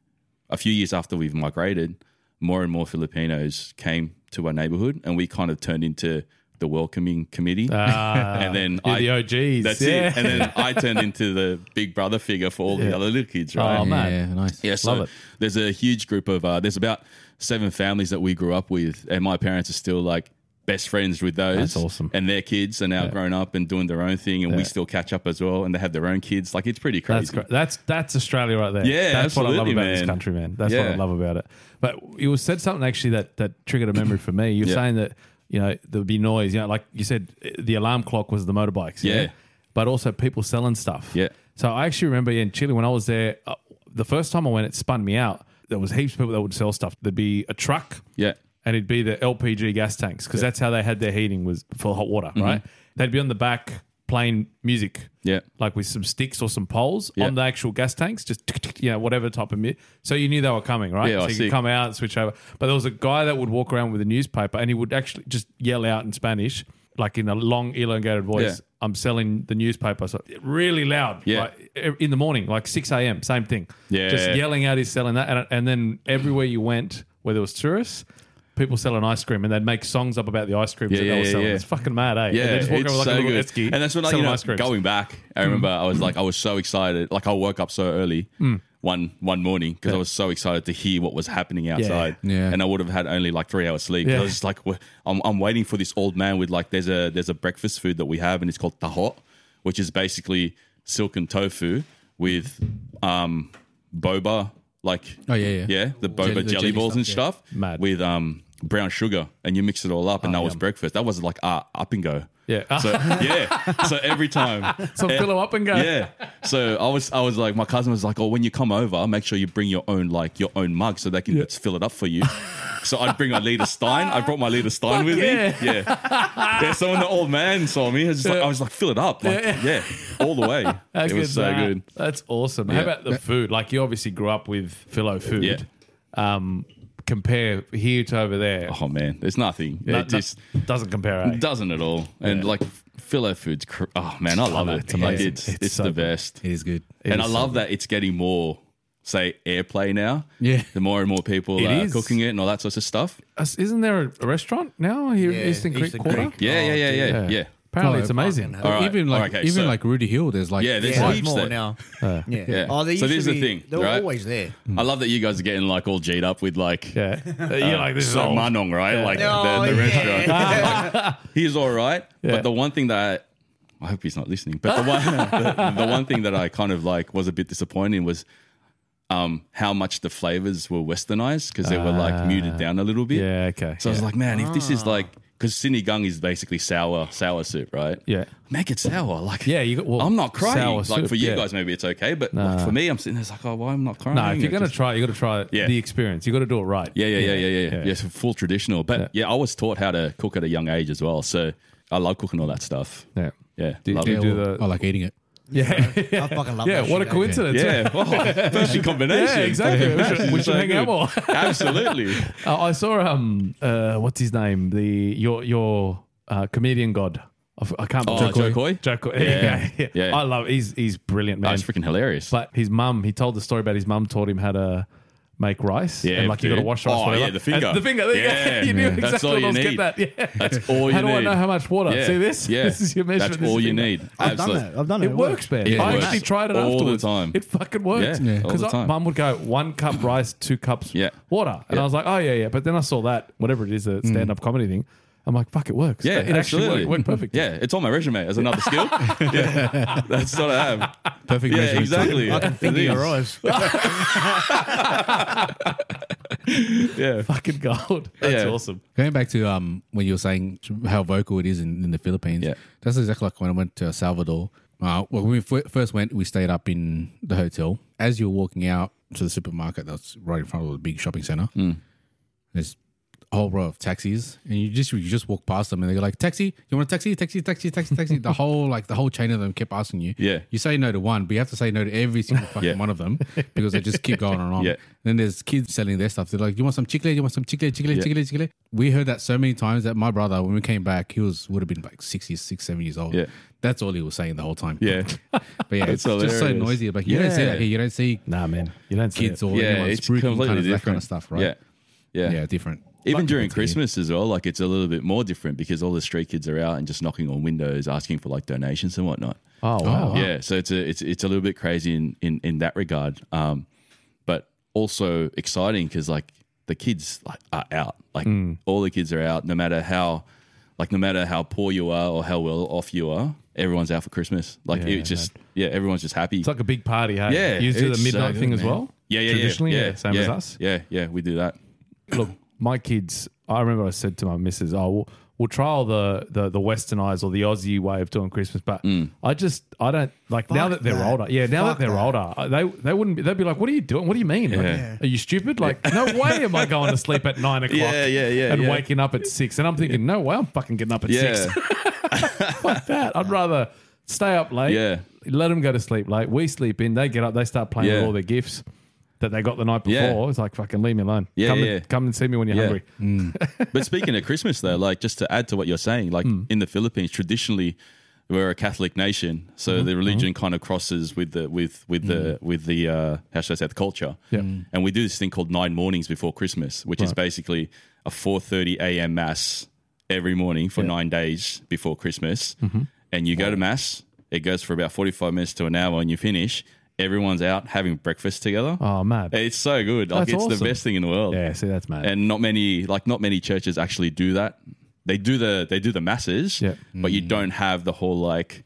[SPEAKER 4] a few years after we've migrated, more and more Filipinos came to our neighborhood, and we kind of turned into the welcoming committee.
[SPEAKER 3] Ah,
[SPEAKER 4] and then
[SPEAKER 3] you're
[SPEAKER 4] I,
[SPEAKER 3] the OGs.
[SPEAKER 4] that's
[SPEAKER 3] yeah.
[SPEAKER 4] it. And then I turned into the big brother figure for all the other little kids, right?
[SPEAKER 3] Oh, man.
[SPEAKER 1] Yeah, nice.
[SPEAKER 4] Yeah, so
[SPEAKER 3] Love it.
[SPEAKER 4] there's a huge group of uh, there's about seven families that we grew up with, and my parents are still like best friends with those.
[SPEAKER 3] That's awesome.
[SPEAKER 4] And their kids are now grown up and doing their own thing, and we still catch up as well. And they have their own kids. Like it's pretty crazy.
[SPEAKER 3] That's great. That's that's Australia right there.
[SPEAKER 4] Yeah,
[SPEAKER 3] that's what I love
[SPEAKER 4] absolutely,
[SPEAKER 3] about this
[SPEAKER 4] man.
[SPEAKER 3] country, man. That's what I
[SPEAKER 4] Yeah.
[SPEAKER 3] love about it. But you said something actually that that triggered a memory for me. You're
[SPEAKER 4] Yeah.
[SPEAKER 3] saying that you know there'd be noise. You know, like you said, the alarm clock was the motorbikes.
[SPEAKER 4] Yeah.
[SPEAKER 3] but also people selling stuff.
[SPEAKER 4] Yeah.
[SPEAKER 3] So I actually remember in Chile when I was there, uh, the first time I went, it spun me out. There was heaps of people that would sell stuff. There'd be a truck
[SPEAKER 4] Yeah.
[SPEAKER 3] and it'd be the LPG gas tanks because that's how they had their heating was for hot water, right? They'd be on the back playing music,
[SPEAKER 4] Mm-hmm. Yeah.
[SPEAKER 3] like with some sticks or some poles
[SPEAKER 4] Yeah.
[SPEAKER 3] on the actual gas tanks, just you know whatever type of mu- so you knew they were coming, right?
[SPEAKER 4] Yeah,
[SPEAKER 3] so
[SPEAKER 4] I
[SPEAKER 3] you
[SPEAKER 4] see.
[SPEAKER 3] could come out, switch over. But there was a guy that would walk around with a newspaper and he would actually just yell out in Spanish, like in a long elongated voice.
[SPEAKER 4] Yeah.
[SPEAKER 3] I'm selling the newspaper, so really loud,
[SPEAKER 4] Yeah.
[SPEAKER 3] like, e- in the morning, like six a.m. Same thing,
[SPEAKER 4] Yeah.
[SPEAKER 3] just yelling out he's selling that, and, and then everywhere you went, where there was tourists, people selling ice cream, and they'd make songs up about the ice creams
[SPEAKER 4] Yeah,
[SPEAKER 3] that they
[SPEAKER 4] yeah,
[SPEAKER 3] were
[SPEAKER 4] yeah,
[SPEAKER 3] selling.
[SPEAKER 4] yeah.
[SPEAKER 3] It's fucking mad, eh?
[SPEAKER 4] Yeah,
[SPEAKER 3] and they just walk
[SPEAKER 4] it's
[SPEAKER 3] around like
[SPEAKER 4] so
[SPEAKER 3] a little
[SPEAKER 4] good.
[SPEAKER 3] Esky,
[SPEAKER 4] and that's what like, you
[SPEAKER 3] selling
[SPEAKER 4] know,
[SPEAKER 3] ice creams. Mm.
[SPEAKER 4] going back. I remember I was like, I was so excited. Like I woke up so early
[SPEAKER 3] Mm.
[SPEAKER 4] one one morning because I was so excited to hear what was happening outside.
[SPEAKER 1] Yeah.
[SPEAKER 4] and I would have had only like three hours sleep.
[SPEAKER 3] Yeah.
[SPEAKER 4] I was just like, "Wha- I'm, I'm waiting for this old man with like there's a there's a breakfast food that we have and it's called tahot, which is basically silken tofu with um boba like
[SPEAKER 1] Oh, yeah, yeah.
[SPEAKER 4] yeah the boba
[SPEAKER 1] the
[SPEAKER 4] jelly,
[SPEAKER 1] jelly
[SPEAKER 4] balls and
[SPEAKER 1] stuff, yeah.
[SPEAKER 4] stuff
[SPEAKER 3] Mad.
[SPEAKER 4] with um brown sugar and you mix it all up and that was breakfast. That was like uh, up and go.
[SPEAKER 3] Yeah.
[SPEAKER 4] So yeah. So every time.
[SPEAKER 3] so
[SPEAKER 4] eh,
[SPEAKER 3] fill 'em up and go.
[SPEAKER 4] Yeah. So I was I was like my cousin was like, Oh, when you come over, make sure you bring your own like your own mug so they can just fill it up for you. so I'd bring my leader Stein. I brought my leader Stein with
[SPEAKER 3] yeah.
[SPEAKER 4] me. Yeah. Yeah, someone the old man saw me. I was, just like, I was like, fill it up. Like, yeah, All the way.
[SPEAKER 3] How
[SPEAKER 4] it was
[SPEAKER 3] good's
[SPEAKER 4] so
[SPEAKER 3] that?
[SPEAKER 4] good.
[SPEAKER 3] That's awesome. How
[SPEAKER 4] Yeah.
[SPEAKER 3] about the food? Like you obviously grew up with Philo food.
[SPEAKER 4] Yeah.
[SPEAKER 3] Um, compare here to over there.
[SPEAKER 4] Oh man, there's nothing.
[SPEAKER 3] No-
[SPEAKER 4] it
[SPEAKER 3] no-
[SPEAKER 4] just
[SPEAKER 3] doesn't compare. Eh?
[SPEAKER 4] doesn't at all. And like filler food's cr- oh man, I love
[SPEAKER 3] know,
[SPEAKER 4] it.
[SPEAKER 3] it's
[SPEAKER 4] like
[SPEAKER 3] amazing.
[SPEAKER 4] it's
[SPEAKER 3] It's
[SPEAKER 4] it's,
[SPEAKER 3] so
[SPEAKER 4] the
[SPEAKER 3] good.
[SPEAKER 4] best.
[SPEAKER 1] It is good.
[SPEAKER 4] and
[SPEAKER 3] is
[SPEAKER 4] I
[SPEAKER 3] so
[SPEAKER 4] love that it's getting more, say, airplay now.
[SPEAKER 1] Yeah.
[SPEAKER 4] The more and more people
[SPEAKER 3] It
[SPEAKER 4] are
[SPEAKER 3] is.
[SPEAKER 4] cooking it and all that sorts of stuff.
[SPEAKER 3] Us- Isn't there a, a restaurant now here in
[SPEAKER 2] Yeah,
[SPEAKER 3] Eastern Creek
[SPEAKER 2] Eastern
[SPEAKER 3] Quarter?
[SPEAKER 2] Creek.
[SPEAKER 4] Yeah,
[SPEAKER 2] Oh,
[SPEAKER 4] yeah, yeah, yeah, yeah. Yeah,
[SPEAKER 3] Apparently,
[SPEAKER 1] Oh,
[SPEAKER 3] it's amazing.
[SPEAKER 2] fucking
[SPEAKER 1] But
[SPEAKER 4] All right,
[SPEAKER 1] Even like
[SPEAKER 4] okay,
[SPEAKER 1] even
[SPEAKER 4] so-
[SPEAKER 1] like Rudy Hill, there's like
[SPEAKER 4] Yeah, there's
[SPEAKER 2] Yeah, it's
[SPEAKER 4] heaps
[SPEAKER 2] more
[SPEAKER 4] there. Uh,
[SPEAKER 2] now. yeah.
[SPEAKER 4] Yeah.
[SPEAKER 2] Oh, they used
[SPEAKER 4] So this
[SPEAKER 2] to
[SPEAKER 4] is the
[SPEAKER 2] be-
[SPEAKER 4] thing,
[SPEAKER 2] They were
[SPEAKER 4] right?
[SPEAKER 2] always there.
[SPEAKER 4] I love that you guys are getting like all G'd up with like
[SPEAKER 3] Yeah, you're like this is
[SPEAKER 4] Uh, so
[SPEAKER 3] old.
[SPEAKER 4] Manong, right? Like
[SPEAKER 2] Oh,
[SPEAKER 4] the, the
[SPEAKER 2] yeah.
[SPEAKER 4] restaurant. he's all right.
[SPEAKER 3] Yeah.
[SPEAKER 4] But the one thing that I, I hope he's not listening. But the one the, the one thing that I kind of like was a bit disappointing was um, how much the flavors were westernized because they were like muted down a little bit.
[SPEAKER 3] Ah. Yeah, okay.
[SPEAKER 4] So I was like, man, if this is
[SPEAKER 2] Ah.
[SPEAKER 4] like because sinigang is basically sour sour soup, right?
[SPEAKER 3] Yeah.
[SPEAKER 4] Make it sour. Like
[SPEAKER 3] Yeah, you got- well,
[SPEAKER 4] I'm not crying.
[SPEAKER 3] sour
[SPEAKER 4] like
[SPEAKER 3] soup,
[SPEAKER 4] for you
[SPEAKER 3] yeah.
[SPEAKER 4] guys, maybe it's okay, but like, for me, I'm sitting there it's like, oh, why I'm not crying?
[SPEAKER 3] No, if you're
[SPEAKER 4] It
[SPEAKER 3] going to
[SPEAKER 4] just-
[SPEAKER 3] try, it, you got to try it.
[SPEAKER 4] Yeah.
[SPEAKER 3] the experience. You got to do it right.
[SPEAKER 4] yeah, yeah, yeah, yeah, yeah, yeah. Yes, full traditional. But yeah. I was taught how to cook at a young age as well, so I love cooking all that stuff.
[SPEAKER 3] yeah.
[SPEAKER 4] Yeah,
[SPEAKER 3] Do-
[SPEAKER 4] love
[SPEAKER 3] do
[SPEAKER 4] it.
[SPEAKER 1] Yeah,
[SPEAKER 3] do
[SPEAKER 1] well,
[SPEAKER 3] the-
[SPEAKER 1] Oh, I like eating it.
[SPEAKER 3] Yeah.
[SPEAKER 2] I fucking love
[SPEAKER 3] Yeah,
[SPEAKER 2] that
[SPEAKER 3] what a
[SPEAKER 2] shit, eh?
[SPEAKER 3] coincidence.
[SPEAKER 4] Yeah, oh, perfect combination.
[SPEAKER 3] Yeah, exactly.
[SPEAKER 4] Perfect
[SPEAKER 3] We should-
[SPEAKER 4] match.
[SPEAKER 3] we
[SPEAKER 4] It's
[SPEAKER 3] should
[SPEAKER 4] so
[SPEAKER 3] hang out
[SPEAKER 4] good.
[SPEAKER 3] more.
[SPEAKER 4] Absolutely.
[SPEAKER 3] Uh, I saw um uh what's his name the your your uh, comedian god I f- I can't
[SPEAKER 4] Oh,
[SPEAKER 3] Joe Coy.
[SPEAKER 4] Joe Coy?
[SPEAKER 3] Joe Coy.
[SPEAKER 4] Yeah.
[SPEAKER 3] yeah.
[SPEAKER 4] Yeah.
[SPEAKER 3] I love he's he's brilliant man
[SPEAKER 4] That's freaking hilarious.
[SPEAKER 3] but his mum he told the story about his mum taught him how to make rice
[SPEAKER 4] Yeah,
[SPEAKER 3] and like you got to
[SPEAKER 4] dude.
[SPEAKER 3] wash rice
[SPEAKER 4] Oh,
[SPEAKER 3] whatever.
[SPEAKER 4] yeah, the
[SPEAKER 3] And
[SPEAKER 4] finger.
[SPEAKER 3] the finger there you go.
[SPEAKER 4] Yeah.
[SPEAKER 3] you knew
[SPEAKER 4] Yeah.
[SPEAKER 3] exactly
[SPEAKER 4] That's all
[SPEAKER 3] what
[SPEAKER 4] you
[SPEAKER 3] I was
[SPEAKER 4] need.
[SPEAKER 3] getting at yeah
[SPEAKER 4] That's all you
[SPEAKER 3] how do
[SPEAKER 4] need.
[SPEAKER 3] I know how much water
[SPEAKER 4] Yeah.
[SPEAKER 3] see this
[SPEAKER 4] Yeah.
[SPEAKER 3] this is your measurement
[SPEAKER 4] That's
[SPEAKER 3] This
[SPEAKER 4] all
[SPEAKER 3] is
[SPEAKER 4] you
[SPEAKER 3] your-
[SPEAKER 4] need.
[SPEAKER 2] I've done
[SPEAKER 4] Absolutely.
[SPEAKER 2] it. I've done it.
[SPEAKER 3] It works, man.
[SPEAKER 4] Yeah, it
[SPEAKER 3] I
[SPEAKER 4] works.
[SPEAKER 3] actually tried it
[SPEAKER 4] All the
[SPEAKER 3] afterwards.
[SPEAKER 4] time.
[SPEAKER 3] It fucking works.
[SPEAKER 4] Yeah, all
[SPEAKER 3] Because
[SPEAKER 4] the time.
[SPEAKER 3] mum would go one cup rice, two cups
[SPEAKER 4] Yeah. Mm.
[SPEAKER 3] water, and I was like, oh yeah, yeah. But then I saw that whatever it is, a stand-up comedy thing. I'm like, fuck, it works. it
[SPEAKER 4] Yeah,
[SPEAKER 3] actually worked,
[SPEAKER 4] absolutely.
[SPEAKER 3] worked perfect.
[SPEAKER 4] Yeah, it's on my resume as another skill. yeah, that's what I have.
[SPEAKER 1] Perfect
[SPEAKER 4] Yeah,
[SPEAKER 1] measurement.
[SPEAKER 4] exactly.
[SPEAKER 2] I can
[SPEAKER 4] It
[SPEAKER 2] finger
[SPEAKER 4] is.
[SPEAKER 2] your eyes.
[SPEAKER 4] yeah.
[SPEAKER 3] Fucking gold. That's
[SPEAKER 4] Yeah.
[SPEAKER 3] awesome.
[SPEAKER 1] Going back to um, when you were saying how vocal it is in, in the Philippines,
[SPEAKER 4] Yeah.
[SPEAKER 1] that's exactly like when I went to El Salvador. Uh, well, when we f- first went, we stayed up in the hotel. As you were walking out to the supermarket that's right in front of the big shopping center,
[SPEAKER 4] Hmm.
[SPEAKER 1] there's a whole row of taxis, and you just you just walk past them, and they're like, "Taxi, you want a taxi? Taxi, taxi, taxi, taxi." the whole like the whole chain of them kept asking you.
[SPEAKER 4] Yeah.
[SPEAKER 1] you say no to one, but you have to say no to every single fucking
[SPEAKER 4] Yeah.
[SPEAKER 1] one of them because they just keep going on and on.
[SPEAKER 4] Yeah.
[SPEAKER 1] Then there's kids selling their stuff. They're like, "You want some chicle? You want some chicle? Chicle? Chicle? Chicle?" We heard that so many times that my brother, when we came back, he was would have been like six, years- six, seven years old.
[SPEAKER 4] Yeah.
[SPEAKER 1] that's all he was saying the whole time.
[SPEAKER 4] Yeah.
[SPEAKER 1] but yeah, it's
[SPEAKER 4] That's
[SPEAKER 1] just so
[SPEAKER 4] hilarious.
[SPEAKER 1] noisy. Like you don't see
[SPEAKER 4] Yeah.
[SPEAKER 1] that here. You don't see
[SPEAKER 3] Nah, man. You don't see
[SPEAKER 1] kids
[SPEAKER 3] it.
[SPEAKER 1] or
[SPEAKER 4] yeah,
[SPEAKER 1] anyone
[SPEAKER 4] it's
[SPEAKER 1] spruiking
[SPEAKER 4] completely
[SPEAKER 1] kind of
[SPEAKER 4] different
[SPEAKER 1] that kind of stuff, right?
[SPEAKER 4] Yeah, yeah.
[SPEAKER 1] yeah, different.
[SPEAKER 4] Even
[SPEAKER 1] Fuck
[SPEAKER 4] during
[SPEAKER 1] people to you.
[SPEAKER 4] Christmas as well, like it's a little bit more different because all the street kids are out and just knocking on windows, asking for like donations and whatnot.
[SPEAKER 3] Oh, wow.
[SPEAKER 1] wow.
[SPEAKER 4] Yeah, so it's a it's it's a little bit crazy in in in that regard, um, but also exciting because like the kids like, are out, like
[SPEAKER 3] Hmm.
[SPEAKER 4] all the kids are out, no matter how, like no matter how poor you are or how well off you are, everyone's out for Christmas. Like
[SPEAKER 3] Yeah,
[SPEAKER 4] it's just yeah, everyone's just happy.
[SPEAKER 3] It's like a big party, hey?
[SPEAKER 4] Yeah,
[SPEAKER 3] You do
[SPEAKER 4] it's
[SPEAKER 3] the midnight
[SPEAKER 4] so
[SPEAKER 3] thing
[SPEAKER 4] good,
[SPEAKER 3] as well?
[SPEAKER 4] yeah, yeah, yeah,
[SPEAKER 3] Traditionally,
[SPEAKER 4] yeah,
[SPEAKER 3] same as
[SPEAKER 4] yeah,
[SPEAKER 3] us.
[SPEAKER 4] Yeah, yeah, we do that.
[SPEAKER 3] Look, my kids, I remember I said to my missus, oh, we'll, we'll trial the, the, the westernized or the Aussie way of doing Christmas, but
[SPEAKER 4] Mm.
[SPEAKER 3] I just, I don't, like, now
[SPEAKER 2] Fuck
[SPEAKER 3] that they're
[SPEAKER 2] that.
[SPEAKER 3] older, yeah, now
[SPEAKER 2] Fuck
[SPEAKER 3] that they're
[SPEAKER 2] that.
[SPEAKER 3] older, I- they they wouldn't, be, they'd be like, what are you doing? What do you mean? Like,
[SPEAKER 4] Yeah.
[SPEAKER 3] Are you stupid? Like, no way am I going to sleep at nine o'clock
[SPEAKER 4] Yeah, yeah, yeah,
[SPEAKER 3] and
[SPEAKER 4] yeah.
[SPEAKER 3] waking up at six. And I'm thinking, no way I'm fucking getting up at
[SPEAKER 4] Yeah,
[SPEAKER 3] six. Fuck that. I'd rather stay up late.
[SPEAKER 4] Yeah.
[SPEAKER 3] Let them go to sleep late. We sleep in. They get up. They start playing with
[SPEAKER 4] Yeah.
[SPEAKER 3] all their gifts that they got the night before.
[SPEAKER 4] Yeah.
[SPEAKER 3] It's like fucking leave me alone.
[SPEAKER 4] Yeah,
[SPEAKER 3] come,
[SPEAKER 4] yeah.
[SPEAKER 3] And, come and see me when you're
[SPEAKER 4] Yeah.
[SPEAKER 3] hungry.
[SPEAKER 4] but speaking of Christmas, though, like just to add to what you're saying, like
[SPEAKER 3] Hmm.
[SPEAKER 4] in the Philippines, traditionally we're a Catholic nation, so
[SPEAKER 3] Mm-hmm.
[SPEAKER 4] the religion kind of crosses with the with with the with the uh, how should I say the
[SPEAKER 3] Mm.
[SPEAKER 4] culture.
[SPEAKER 3] Yeah. Mm.
[SPEAKER 4] And we do this thing called nine mornings before Christmas, which is basically a 4:30 a.m. mass every morning for nine days before Christmas,
[SPEAKER 3] Mm-hmm.
[SPEAKER 4] and you go to mass. It goes for about 45 minutes to an hour, and you finish. Everyone's out having breakfast together.
[SPEAKER 3] Oh, mad.
[SPEAKER 4] It's so good. Like
[SPEAKER 3] That's
[SPEAKER 4] it's
[SPEAKER 3] awesome.
[SPEAKER 4] the best thing in the world
[SPEAKER 3] Yeah, see, that's mad.
[SPEAKER 4] and not many like not many churches actually do that. They do the they do the masses,
[SPEAKER 3] Yeah.
[SPEAKER 4] but you don't have the whole like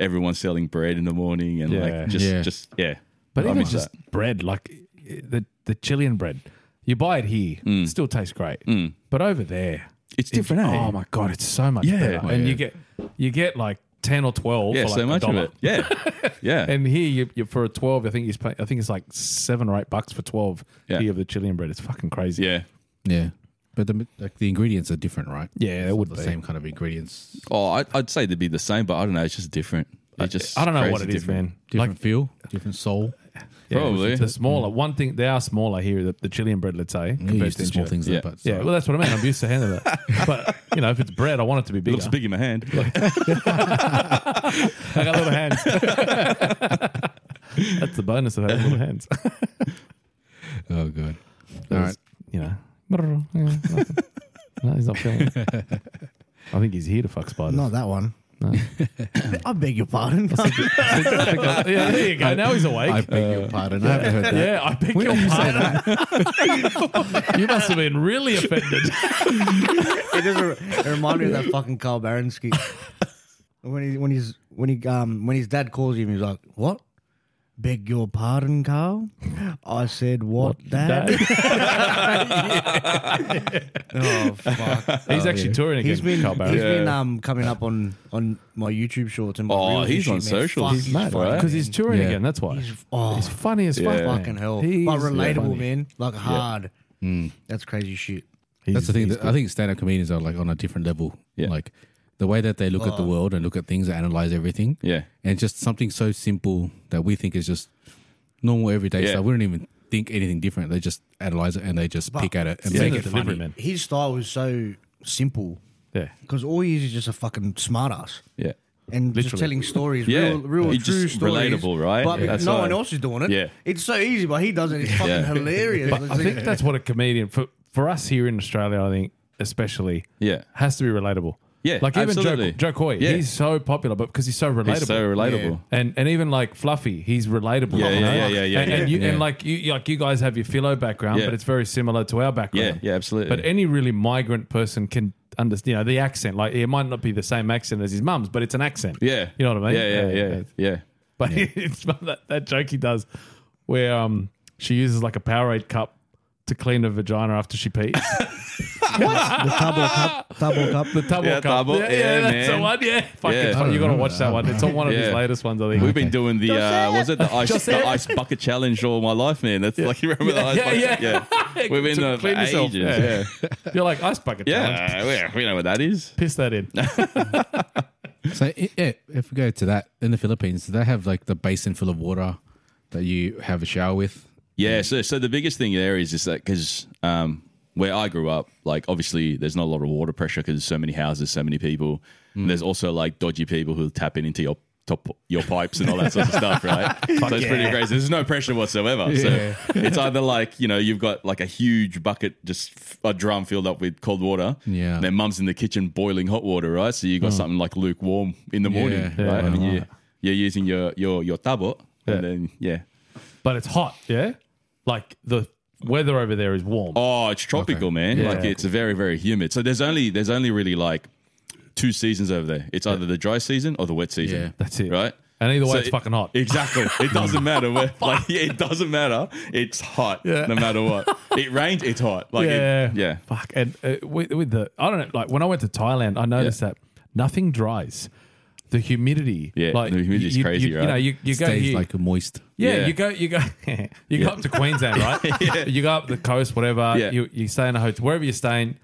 [SPEAKER 4] everyone selling bread in the morning and
[SPEAKER 3] Yeah.
[SPEAKER 4] like just
[SPEAKER 1] Yeah.
[SPEAKER 4] just yeah.
[SPEAKER 3] but
[SPEAKER 4] I
[SPEAKER 3] even
[SPEAKER 4] miss
[SPEAKER 3] just
[SPEAKER 4] that.
[SPEAKER 3] bread, like the, the Chilean bread, you buy it here, it still tastes great. But over there,
[SPEAKER 4] Mm. it's different. eh?
[SPEAKER 3] oh my God, it's so much
[SPEAKER 4] Yeah.
[SPEAKER 3] better.
[SPEAKER 4] Oh,
[SPEAKER 3] and
[SPEAKER 1] yeah.
[SPEAKER 3] you get you get like 10 or 12
[SPEAKER 4] yeah,
[SPEAKER 3] for like
[SPEAKER 4] so
[SPEAKER 3] a
[SPEAKER 4] much of
[SPEAKER 3] dollar.
[SPEAKER 4] it. Yeah, yeah,
[SPEAKER 3] And here, you, you for a twelve, I think you pay, I think it's like seven or eight bucks for twelve
[SPEAKER 4] Yeah.
[SPEAKER 3] here of the Chilean bread. It's fucking crazy.
[SPEAKER 4] yeah.
[SPEAKER 1] Yeah, but the like the ingredients are different, right?
[SPEAKER 3] Yeah, it
[SPEAKER 1] It's not
[SPEAKER 3] would
[SPEAKER 1] the
[SPEAKER 3] be.
[SPEAKER 1] same kind of ingredients,
[SPEAKER 4] Oh, I, I'd say they'd be the same, but I don't know. It's just different. It's just
[SPEAKER 3] I don't know
[SPEAKER 4] crazy
[SPEAKER 3] what it is,
[SPEAKER 4] different.
[SPEAKER 3] man.
[SPEAKER 1] different feel, different soul.
[SPEAKER 3] yeah,
[SPEAKER 4] Probably.
[SPEAKER 3] it's- it's a smaller. One thing they are smaller here. The, the Chilean bread, let's say,
[SPEAKER 1] Mm. You're
[SPEAKER 3] compared
[SPEAKER 1] used to
[SPEAKER 3] to
[SPEAKER 1] small
[SPEAKER 3] Chile.
[SPEAKER 1] things,
[SPEAKER 4] Yeah.
[SPEAKER 1] like that, but
[SPEAKER 3] Yeah, well, that's what I mean. I'm used to handling that. But you know, if it's bread, I want it to be
[SPEAKER 4] It
[SPEAKER 3] bigger.
[SPEAKER 4] looks big in my hand.
[SPEAKER 3] I got little hands. that's the bonus of having little hands.
[SPEAKER 1] oh god. All right,
[SPEAKER 3] You know, Yeah, nothing. no, he's not feeling. It. I think he's here to fuck spiders.
[SPEAKER 2] Not that one.
[SPEAKER 3] No.
[SPEAKER 2] I beg your pardon.
[SPEAKER 3] yeah, there you go. Now he's awake.
[SPEAKER 1] I beg your pardon. I haven't heard that.
[SPEAKER 3] Yeah, I beg your pardon. you must have been really offended.
[SPEAKER 2] it just re- it reminded me of that fucking Carl Baranski. When he when he's when he um when his dad calls him, he's like, "What? Beg your pardon, Carl? I said what, dad? Oh fuck!
[SPEAKER 3] He's actually touring again.
[SPEAKER 2] He's been
[SPEAKER 3] Carl Barron.
[SPEAKER 2] he's been um coming up on on my YouTube shorts and my
[SPEAKER 4] Oh,
[SPEAKER 2] reels and
[SPEAKER 4] he's
[SPEAKER 2] shit,
[SPEAKER 4] on
[SPEAKER 2] man.
[SPEAKER 4] social.
[SPEAKER 2] Fuck,
[SPEAKER 4] He's
[SPEAKER 3] mad
[SPEAKER 4] funny,
[SPEAKER 3] because he's touring
[SPEAKER 1] Yeah.
[SPEAKER 3] again. That's why he's,
[SPEAKER 2] He's- oh,
[SPEAKER 3] funny as fuck.
[SPEAKER 4] Yeah.
[SPEAKER 2] fucking hell,
[SPEAKER 3] He's
[SPEAKER 2] but relatable,
[SPEAKER 3] funny.
[SPEAKER 2] man. Like hard. That's crazy shit.
[SPEAKER 1] That's the thing. That I think stand-up comedians are like on a different level.
[SPEAKER 4] Yeah.
[SPEAKER 1] Like the way that they look at the world and look at things and analyze everything.
[SPEAKER 4] Yeah.
[SPEAKER 1] And just something so simple that we think is just normal everyday
[SPEAKER 4] Yeah.
[SPEAKER 1] stuff. We don't even think anything different. They just analyze it and they just pick at it and
[SPEAKER 3] It's
[SPEAKER 1] make
[SPEAKER 3] the
[SPEAKER 1] it
[SPEAKER 3] delivery,
[SPEAKER 1] funny.
[SPEAKER 3] man.
[SPEAKER 2] His style was so simple
[SPEAKER 3] Yeah.
[SPEAKER 2] because all he is is just a fucking smartass.
[SPEAKER 4] yeah,
[SPEAKER 2] and just
[SPEAKER 3] Literally.
[SPEAKER 2] telling stories,
[SPEAKER 4] Yeah.
[SPEAKER 2] real, real
[SPEAKER 4] It's
[SPEAKER 2] true
[SPEAKER 4] just
[SPEAKER 2] stories.
[SPEAKER 4] relatable, right?
[SPEAKER 2] But
[SPEAKER 4] Yeah. That's
[SPEAKER 2] no
[SPEAKER 4] why.
[SPEAKER 2] one else is doing it.
[SPEAKER 4] Yeah.
[SPEAKER 2] It's so easy, but he does it. It's fucking
[SPEAKER 4] Yeah.
[SPEAKER 2] hilarious.
[SPEAKER 3] But I think that's what a comedian for for us here in Australia. I think especially
[SPEAKER 4] Yeah.
[SPEAKER 3] has to be relatable.
[SPEAKER 4] Yeah,
[SPEAKER 3] like even
[SPEAKER 4] absolutely.
[SPEAKER 3] Joe, Joe Coy,
[SPEAKER 4] Yeah.
[SPEAKER 3] he's so popular, but because he's so relatable.
[SPEAKER 4] it's so relatable.
[SPEAKER 3] And and even like Fluffy, he's relatable.
[SPEAKER 4] Yeah,
[SPEAKER 3] you
[SPEAKER 4] yeah,
[SPEAKER 3] know?
[SPEAKER 4] yeah, yeah, yeah,
[SPEAKER 3] And,
[SPEAKER 4] yeah.
[SPEAKER 3] and you
[SPEAKER 1] Yeah.
[SPEAKER 3] and like you like you guys have your philo background,
[SPEAKER 4] Yeah.
[SPEAKER 3] but it's very similar to our background.
[SPEAKER 4] Yeah, yeah, absolutely.
[SPEAKER 3] um, But any really migrant person can understand. You know the accent. Like it might not be the same accent as his mum's, but it's an accent.
[SPEAKER 4] yeah.
[SPEAKER 3] you know what I mean.
[SPEAKER 4] Yeah, yeah, yeah, yeah.
[SPEAKER 3] But it's that, that joke he does where um she uses like a Powerade cup to clean her vagina after she pees.
[SPEAKER 2] The Tabo Cup. Tabo Cup.
[SPEAKER 3] The tub
[SPEAKER 4] Yeah,
[SPEAKER 3] cup.
[SPEAKER 4] Tabo.
[SPEAKER 3] yeah,
[SPEAKER 4] Yeah,
[SPEAKER 3] that's
[SPEAKER 4] man.
[SPEAKER 3] the one. Yeah, fucking
[SPEAKER 4] Yeah.
[SPEAKER 3] fun. you got to watch that one. It's on one of his
[SPEAKER 4] Yeah.
[SPEAKER 3] latest ones, I
[SPEAKER 4] We've
[SPEAKER 3] think.
[SPEAKER 4] been doing the uh, was it the ice,
[SPEAKER 3] Joseph.
[SPEAKER 4] the ice bucket challenge all my life, man. That's like you remember the ice
[SPEAKER 3] Yeah,
[SPEAKER 4] bucket.
[SPEAKER 3] yeah.
[SPEAKER 4] Yeah, we've been
[SPEAKER 3] To
[SPEAKER 4] doing it for
[SPEAKER 3] clean yourself,
[SPEAKER 4] ages.
[SPEAKER 3] yeah.
[SPEAKER 4] Yeah,
[SPEAKER 3] You're like ice bucket challenge.
[SPEAKER 4] yeah, yeah. We know what that is.
[SPEAKER 3] Piss that in.
[SPEAKER 1] So i- i- if we go to that in the Philippines, do they have like the basin full of water that you have a shower with?
[SPEAKER 4] Yeah,
[SPEAKER 1] Mm.
[SPEAKER 4] so so the biggest thing there is is that because um, where I grew up, like obviously there's not a lot of water pressure because there's so many houses, so many people.
[SPEAKER 1] Mm.
[SPEAKER 4] And there's also like dodgy people who tap in into your top your pipes and all that sort of stuff, right? so it's pretty crazy. There's no pressure whatsoever. So it's either like you know you've got like a huge bucket, just f- a drum filled up with cold water.
[SPEAKER 1] Yeah. Mm.
[SPEAKER 4] Then mum's in the kitchen boiling hot water, right? So you got something like lukewarm in the morning, right?
[SPEAKER 1] Yeah.
[SPEAKER 4] I mean,
[SPEAKER 1] Yeah.
[SPEAKER 4] you, you're using your your your tabot,
[SPEAKER 3] Yeah.
[SPEAKER 4] and then yeah.
[SPEAKER 3] but it's hot. Yeah, like the weather over there is warm.
[SPEAKER 4] Oh, it's tropical, man.
[SPEAKER 3] Yeah.
[SPEAKER 4] like it's very, very humid. So there's only there's only really like two seasons over there. It's either the dry season or the wet season.
[SPEAKER 1] Yeah.
[SPEAKER 3] That's it.
[SPEAKER 4] Right?
[SPEAKER 3] And either way,
[SPEAKER 4] So
[SPEAKER 3] it's
[SPEAKER 4] it-
[SPEAKER 3] fucking hot.
[SPEAKER 4] Exactly. It doesn't matter. Where, like yeah, it doesn't matter. It's hot no matter what. It rains, it's hot. Like
[SPEAKER 3] yeah,
[SPEAKER 4] it, yeah.
[SPEAKER 3] Fuck. And uh, with, with the, I don't know. Like when I went to Thailand, I noticed that nothing dries. The humidity,
[SPEAKER 4] Yeah,
[SPEAKER 3] like
[SPEAKER 4] the humidity's
[SPEAKER 3] you,
[SPEAKER 4] crazy,
[SPEAKER 3] you, You
[SPEAKER 4] right?
[SPEAKER 3] know, you, you go
[SPEAKER 1] Stays
[SPEAKER 3] here,
[SPEAKER 1] like moist.
[SPEAKER 3] yeah,
[SPEAKER 4] Yeah.
[SPEAKER 3] you go, you go, you go up to Queensland, right? You go up the coast, whatever.
[SPEAKER 4] Yeah.
[SPEAKER 3] You you stay in a hotel, wherever you're staying.